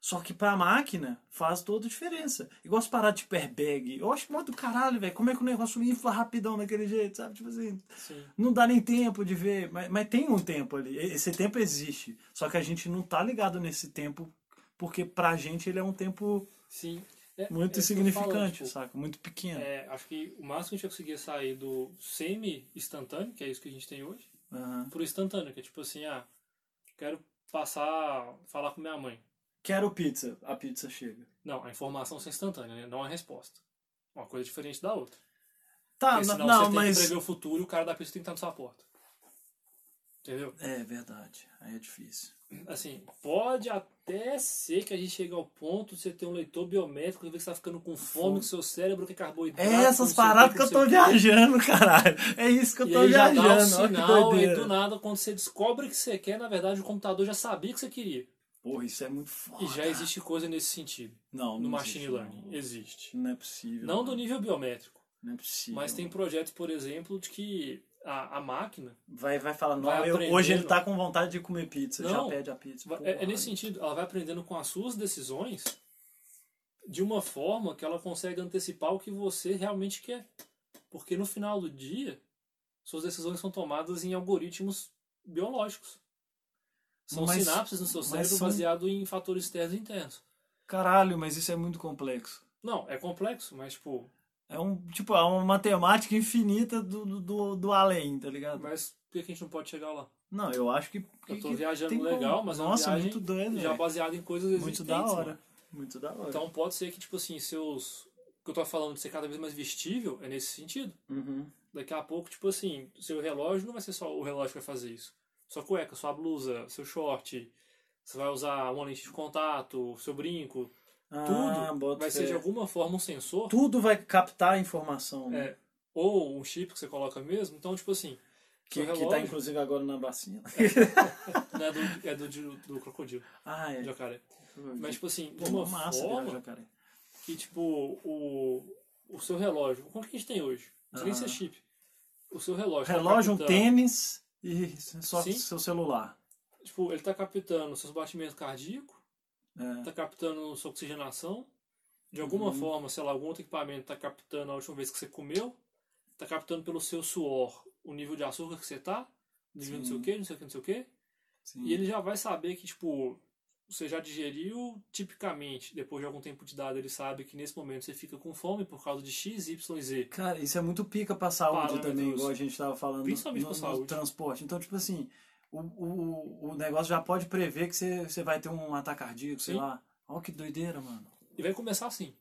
Só que pra máquina faz toda a diferença. Igual as paradas de airbag. Eu acho mó do caralho, velho. Como é que o negócio infla rapidão daquele jeito, sabe? Tipo assim,
Sim.
não dá nem tempo de ver. Mas, mas tem um tempo ali. E- Esse tempo existe. Só que a gente não tá ligado nesse tempo, porque pra gente ele é um tempo
Sim. É-
muito
é isso que eu falo,
insignificante,
tipo,
saca? Muito pequeno.
é, acho que o máximo que a gente vai conseguir é sair do semi-instantâneo, que é isso que a gente tem hoje,
Aham.
pro instantâneo, que é tipo assim, ah, quero passar, falar com minha mãe.
Quero pizza. A pizza chega.
Não, a informação é instantânea, né? não a resposta. Uma coisa diferente da outra.
Tá,
Porque senão
não,
você
não
tem que
mas.
prever o futuro e o cara da pista tem que estar na sua porta. Entendeu?
É verdade. Aí é difícil.
Assim, pode até ser que a gente chegue ao ponto de você ter um leitor biométrico e ver que você tá ficando com fome, que seu cérebro quer carboidrato.
É essas
não sei o
paradas que
não
eu
sei
tô
o
viajando, caralho. É isso que eu
E
tô
aí já
viajando.
dá um
olha que
sinal, e
doideira.
do nada, quando você descobre o que você quer, na verdade o computador já sabia que você queria.
Porra, isso é muito foda.
E já existe coisa nesse sentido.
Não, não
No
existe,
machine
não.
learning. Existe.
Não é possível.
Não do
mano.
nível biométrico.
Não é possível.
Mas tem projetos, por exemplo, de que a, a máquina.
Vai, vai falar, não,
Vai
eu- hoje ele
aprendendo.
tá com vontade de comer pizza.
Não.
Já pede a pizza.
vai-
Porra,
É, é nesse sentido, ela vai aprendendo com as suas decisões de uma forma que ela consegue antecipar o que você realmente quer. Porque no final do dia, suas decisões são tomadas em algoritmos biológicos. São
Mas-
sinapses no seu
mas
cérebro
são-
baseado em fatores externos e internos.
Caralho, mas isso é muito complexo.
Não, é complexo, mas tipo,
É um, tipo, é uma matemática infinita do, do- do, do além, tá ligado?
mas por que a gente não pode chegar lá?
Não, eu acho que.
Eu tô
que
viajando
tem como.
legal, mas é uma
Nossa,
viagem
muito doido,
já
velho.
baseado em coisas
é Muito
existentes,
da hora.
mano.
Muito da hora.
Então pode ser que tipo assim, seus o que eu tô falando de ser cada vez mais vestível é nesse sentido.
Uhum.
Daqui a pouco, tipo assim, seu relógio não vai ser só o relógio que vai fazer isso. Sua cueca, sua blusa, seu short, você vai usar uma lente de contato, seu brinco,
Ah,
tudo
bota
vai ser
fé.
de alguma forma um sensor
tudo vai captar a informação, né?
É, ou um chip que você coloca mesmo. Então, tipo assim,
que, que
seu
tá
relógio
inclusive agora na vacina.
né, é do, é do, de- do crocodilo,
Ah, é.
jacaré. Mas, tipo assim, de
Pô,
uma
massa virar
forma
jacaré.
que, tipo, o, o seu relógio, como que a gente tem hoje? Não tem
Ah.
esse chip. O seu relógio. tá
Relógio, um
captando-
tênis e só
Sim.
seu celular.
Tipo, ele tá captando seus batimentos cardíacos,
É.
tá captando sua oxigenação. De alguma
Uhum.
forma, sei lá, algum outro equipamento tá captando a última vez que você comeu, tá captando pelo seu suor o nível de açúcar que você tá, nível não sei
Sim.
o
Uhum.
que, não sei o que, não sei o que.
Sim.
E ele já vai saber que, tipo, você já digeriu tipicamente, depois de algum tempo de dado, ele sabe que nesse momento você fica com fome por causa de X, Y, Z.
Cara, isso é muito pica pra saúde
Parâmetros.
também, igual a gente tava falando
Principalmente
no,
pra
no
saúde.
transporte. Então, tipo assim, o, o, o negócio já pode prever que você, você vai ter um ataque cardíaco, sei
Sim.
lá. Olha que doideira, mano.
E vai começar assim.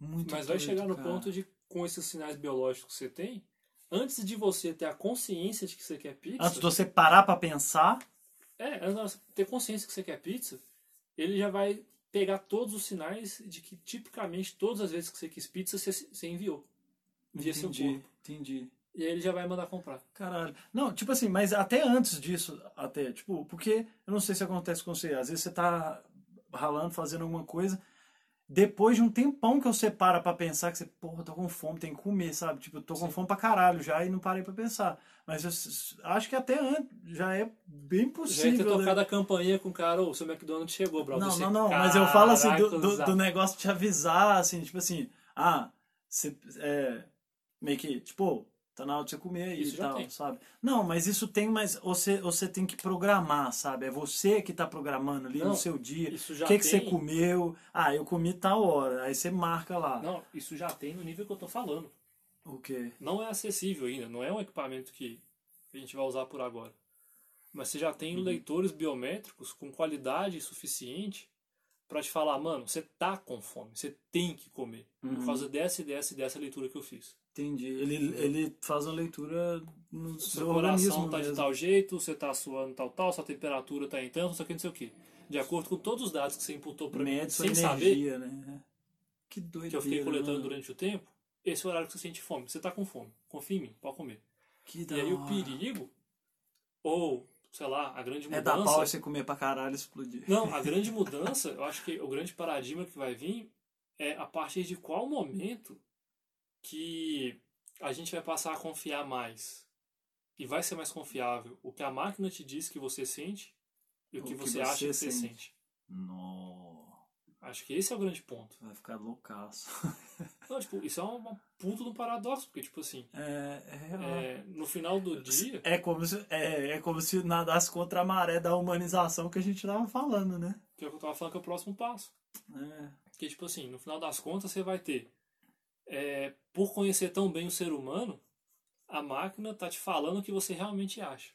Muito
Mas vai
doido,
chegar no
cara.
ponto de, com esses sinais biológicos que você tem, antes de você ter a consciência de que você quer pizza.
Antes de você parar pra pensar,
É, antes de você ter consciência que você quer pizza, ele já vai pegar todos os sinais de que tipicamente todas as vezes que você quis pizza, você, você enviou. Via seu
entendi,
um corpo.
entendi.
E aí ele já vai mandar comprar.
Caralho. Não, tipo assim, mas até antes disso, até, tipo, porque eu não sei se acontece com você, às vezes você tá ralando, fazendo alguma coisa, depois de um tempão que eu separa para pensar, que você, porra, tô com fome, tem que comer, sabe? Tipo, eu tô com fome pra caralho já e não parei para pensar. Mas eu s- acho que até antes já é bem
Já ia ter
possível. né?
tocado a campainha com o cara, ô, seu McDonald's chegou, bro.
Não,
Você,
não, não, mas eu falo assim do, do-
caracas,
do negócio te avisar, assim, tipo assim, ah, você, é, meio que, tipo, tá na hora de você comer aí
Isso
e
já
tal,
tem.
sabe? Não, mas isso tem, mas você, você tem que programar, sabe? É você que tá programando ali
Não,
no seu dia.
Isso
O
já
que,
tem...
que você comeu? Ah, eu comi tal hora. Aí você marca lá.
Não, isso já tem no nível que eu tô falando.
O quê?
Não é acessível ainda, não é um equipamento que a gente vai usar por agora. Mas você já
Uhum.
tem leitores biométricos com qualidade suficiente pra te falar, mano, você tá com fome, você tem que comer. Por
Uhum.
causa dessa e dessa e dessa leitura que eu fiz.
Entendi. Ele, ele faz uma leitura no
Seu
seu é
coração
um organismo
tá de
mesmo.
tal jeito, você tá suando tal, tal, sua temperatura tá em tanto, não sei o que, não sei o que. De acordo com todos os dados que você imputou pra mim,
Mede sua
sem saber,
energia, né? Que doideira.
que eu fiquei coletando
mano.
durante o tempo, esse é o horário que você sente fome. Você tá com fome, confia em mim, pode comer.
Que da
E aí o
hora.
perigo, ou, sei lá, a grande
É dar pau e
mudança...
você comer pra caralho e explodir.
não, a grande mudança, eu acho que o grande paradigma que vai vir é a partir de qual momento que a gente vai passar a confiar mais e vai ser mais confiável o que a máquina te diz que você sente e o, que, você, acha que você
sente.
sente.
Não.
Acho que esse é o grande ponto.
Vai ficar loucaço. (laughs)
Não, tipo, isso é uma puta do paradoxo, porque, tipo assim,
É, é, real.
é, no final do dia,
é como se é, é como se nadasse contra a maré da humanização que a gente tava falando, né?
que é o que eu tava falando que é o próximo passo.
É.
Porque, tipo assim, no final das contas, você vai ter. é, por conhecer tão bem o ser humano, a máquina tá te falando o que você realmente acha.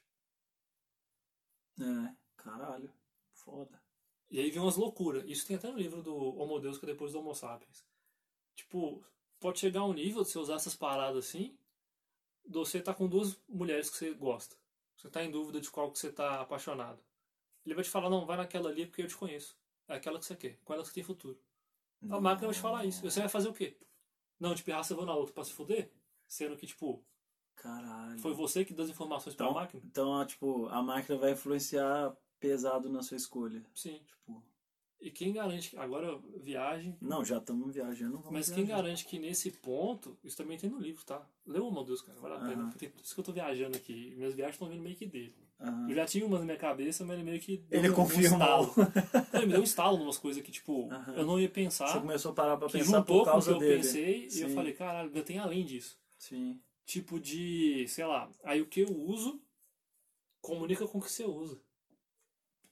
é. Caralho. Foda.
E aí vem umas loucuras. Isso tem até no livro do Homo Deus, que é depois do Homo Sapiens. Tipo, pode chegar a um nível de você usar essas paradas assim, de você tá com duas mulheres que você gosta. Você tá em dúvida de qual que você tá apaixonado. Ele vai te falar, não, vai naquela ali porque eu te conheço. É aquela que você quer, com ela que você tem futuro. A máquina vai te falar isso. E Você vai fazer o quê? Não, de pirraça eu vou na outra pra se fuder? Sendo que, tipo,
Caralho.
foi você que deu as informações pra
Uhum. Então-
máquina?
Então, ó, tipo, a máquina vai influenciar pesado na sua escolha.
Sim.
Tipo,
E quem garante que. Agora, viagem.
não, já estamos viajando. Vamos
Mas quem
viajar.
garante que nesse ponto. Isso também tem no livro, tá? Leu uma dos, cara. Vale a pena.
Aham.
Tem- Por isso que eu tô viajando aqui. Minhas viagens estão vindo meio que dele.
Aham.
Eu já tinha umas na minha cabeça, mas ele meio que. deu
Ele
um- um
confirmou.
estalo. Não, ele me deu um estalo numas coisas que, tipo,
Aham.
eu não ia
Você
pensar.
começou a parar pra
Que
pensar
juntou
por
com o que
causa
eu
dele.
pensei e eu
Sim.
falei, caralho, ainda tem além disso.
Sim.
tipo de, sei lá, aí o que eu uso comunica com o que você usa.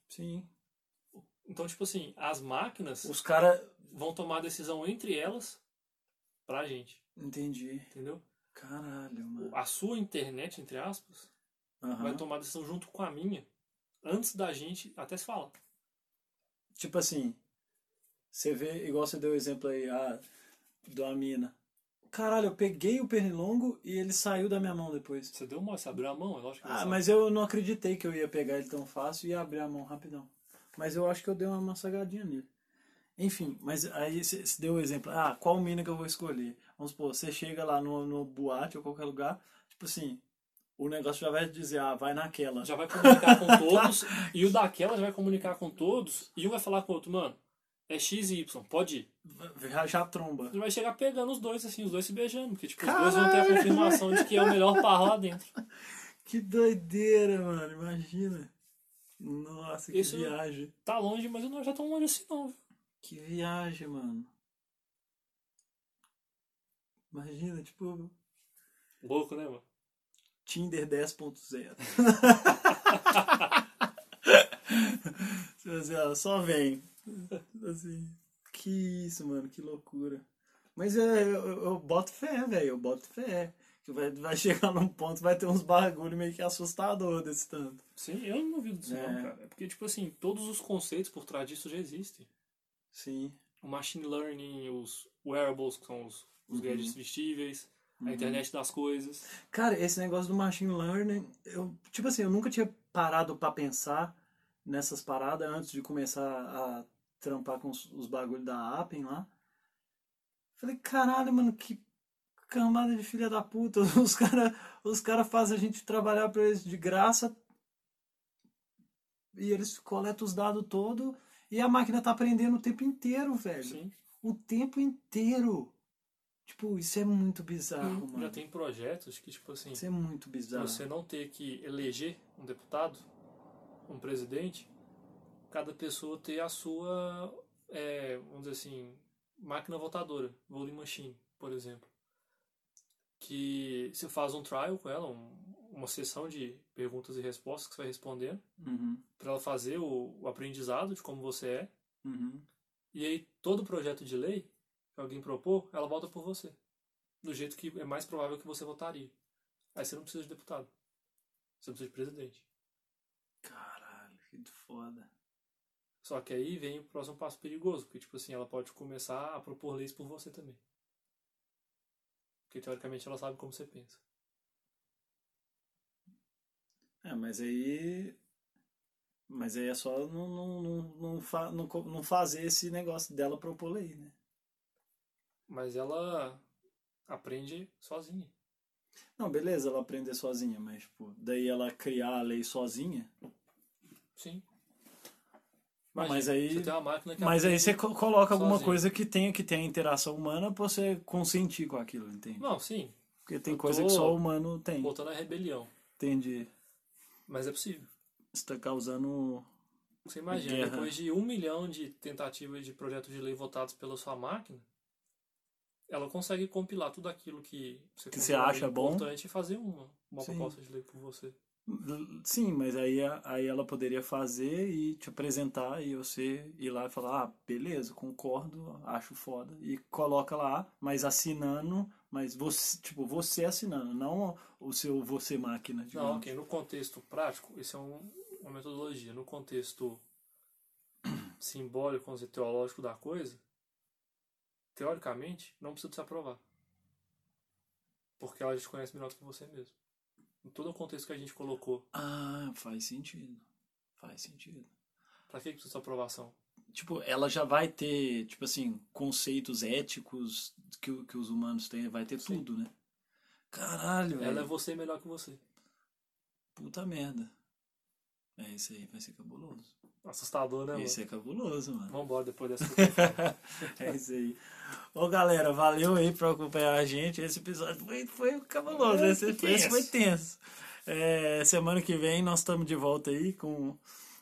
Sim.
Então, tipo assim, as máquinas
Os caras.
vão tomar decisão entre elas pra gente,
Entendi.
entendeu?
Caralho, mano.
A sua internet, entre aspas, vai
Aham.
tomar decisão junto com a minha antes da gente até se falar.
Tipo assim, você vê, igual você deu o exemplo aí, a, da mina. Caralho, eu peguei o pernilongo e ele saiu da minha mão depois.
Você deu uma, você abriu a mão, é lógico que
Ah,
você
mas eu não acreditei que eu ia pegar ele tão fácil e ia abrir a mão rapidão. Mas eu acho que eu dei uma massagadinha nele. Enfim, mas aí você deu o exemplo. Ah, qual mina que eu vou escolher? Vamos supor, você chega lá no, no boate ou qualquer lugar, tipo assim, o negócio já vai dizer, ah, vai naquela.
já vai
(laughs)
comunicar com todos, e o daquela já vai comunicar com todos, e um vai falar com o outro, mano, é X e Y, pode ir.
Já, já tromba.
Ele vai chegar pegando os dois, assim, os dois se beijando, porque, tipo, os dois vão ter a confirmação de que é o melhor par lá dentro.
Que doideira, mano. Imagina. Nossa, que
Isso-
viagem.
Tá longe, mas eu não já tão longe assim, não. viu?
Que viagem, mano. Imagina, tipo,
Louco, né, mano?
Tinder 10.0. Você vai dizer, Tipo ó, só vem. Assim, que isso, mano, que loucura. Mas é, eu, eu- eu boto fé, velho, eu boto fé. Que vai, vai chegar num ponto, vai ter uns bagulho meio que assustador desse tanto.
Sim, eu não duvido disso, não,
É.
cara. É porque, tipo assim, todos os conceitos por trás disso já existem.
Sim.
O machine learning, os wearables, que são os, os
Uhum.
gadgets vestíveis, a internet das coisas.
Cara, esse negócio do machine learning, eu, tipo assim, eu nunca tinha parado pra pensar nessas paradas antes de começar a trampar com os, os bagulhos da Appen lá. Falei, caralho, mano, que camada de filha da puta. (laughs) Os cara, os cara fazem a gente trabalhar pra eles de graça e eles coletam os dados todo e a máquina tá aprendendo o tempo inteiro, velho.
Sim.
o tempo inteiro. Tipo, isso é muito bizarro, mano.
Já tem projetos que, tipo assim,
Isso é muito bizarro.
você não ter que eleger um deputado, um presidente, cada pessoa ter a sua, é, vamos dizer assim, máquina votadora, voting machine, por exemplo. Que você faz um trial com ela, um- uma sessão de perguntas e respostas que você vai respondendo,
Uhum,
para ela fazer o, o aprendizado de como você é.
uhum.
E aí, todo projeto de lei que alguém propor, ela vota por você. Do jeito que é mais provável que você votaria. Aí você não precisa de deputado. Você não precisa de presidente.
Caralho, que foda.
Só que aí vem o próximo passo perigoso, porque, tipo assim, ela pode começar a propor leis por você também. Porque, teoricamente, ela sabe como você pensa.
É, mas aí. Mas aí é só não, não, não, não, fa- não, co- não fazer esse negócio dela propor lei, né?
Mas ela aprende sozinha.
Não, beleza, ela aprender sozinha, mas, tipo, daí ela criar a lei sozinha.
Sim.
Não,
Imagina,
mas aí-
Você tem uma máquina que
Mas aí
aprende-
você co- coloca alguma
sozinha.
coisa que tenha que ter a interação humana pra você consentir com aquilo, entende?
Não, sim.
Porque tem
eu
coisa
tô-
que só o humano tem,
Botando a rebelião.
entende?
Mas é possível.
Isso tá causando.
Você imagina,
Guerra.
depois de um milhão de tentativas de projetos de lei votados pela sua máquina, ela consegue compilar tudo aquilo que você,
Que você
considera
acha bom.
importante e fazer uma, uma
Sim.
proposta de lei por você.
Sim, mas aí, a- aí ela poderia fazer e te apresentar e você ir lá e falar: ah, beleza, concordo, acho foda. E coloca lá, mas assinando, mas você, tipo, você assinando, não o seu você máquina.
Não,
digamos.
ok. No contexto prático, isso é um- uma metodologia. No contexto (clears throat) simbólico, vamos dizer, teológico da coisa, teoricamente, não precisa se aprovar. Porque ela te conhece melhor do que você mesmo. Em todo o contexto que a gente colocou,
Ah, faz sentido. Faz sentido.
pra que que precisa de aprovação?
Tipo, ela já vai ter, tipo assim, conceitos éticos que, o- que os humanos têm, vai ter
Sim.
tudo, né? Caralho,
Ela é
velho.
você melhor que você.
Puta merda. É, isso aí vai ser cabuloso.
Assustador, né, mano?
Isso é cabuloso, mano. (laughs)
Vambora depois dessa. (laughs)
é isso aí. Ô galera, valeu aí por acompanhar a gente. Esse episódio foi, foi cabuloso,
É,
esse,
que
esse foi
tenso.
tenso. É, semana que vem nós estamos de volta aí com,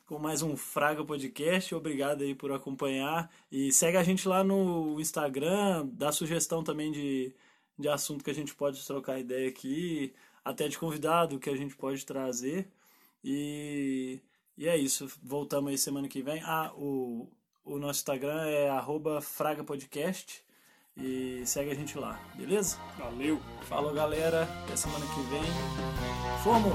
com mais um Fraga Podcast. Obrigado aí por acompanhar. E segue a gente lá no Instagram, dá sugestão também de, de assunto que a gente pode trocar ideia aqui, até de convidado que a gente pode trazer. E, e é isso. Voltamos aí semana que vem. Ah, o, o nosso Instagram é arroba Fraga Podcast. E segue a gente lá, beleza?
Valeu!
Falou, galera. Até semana que vem. Fomos!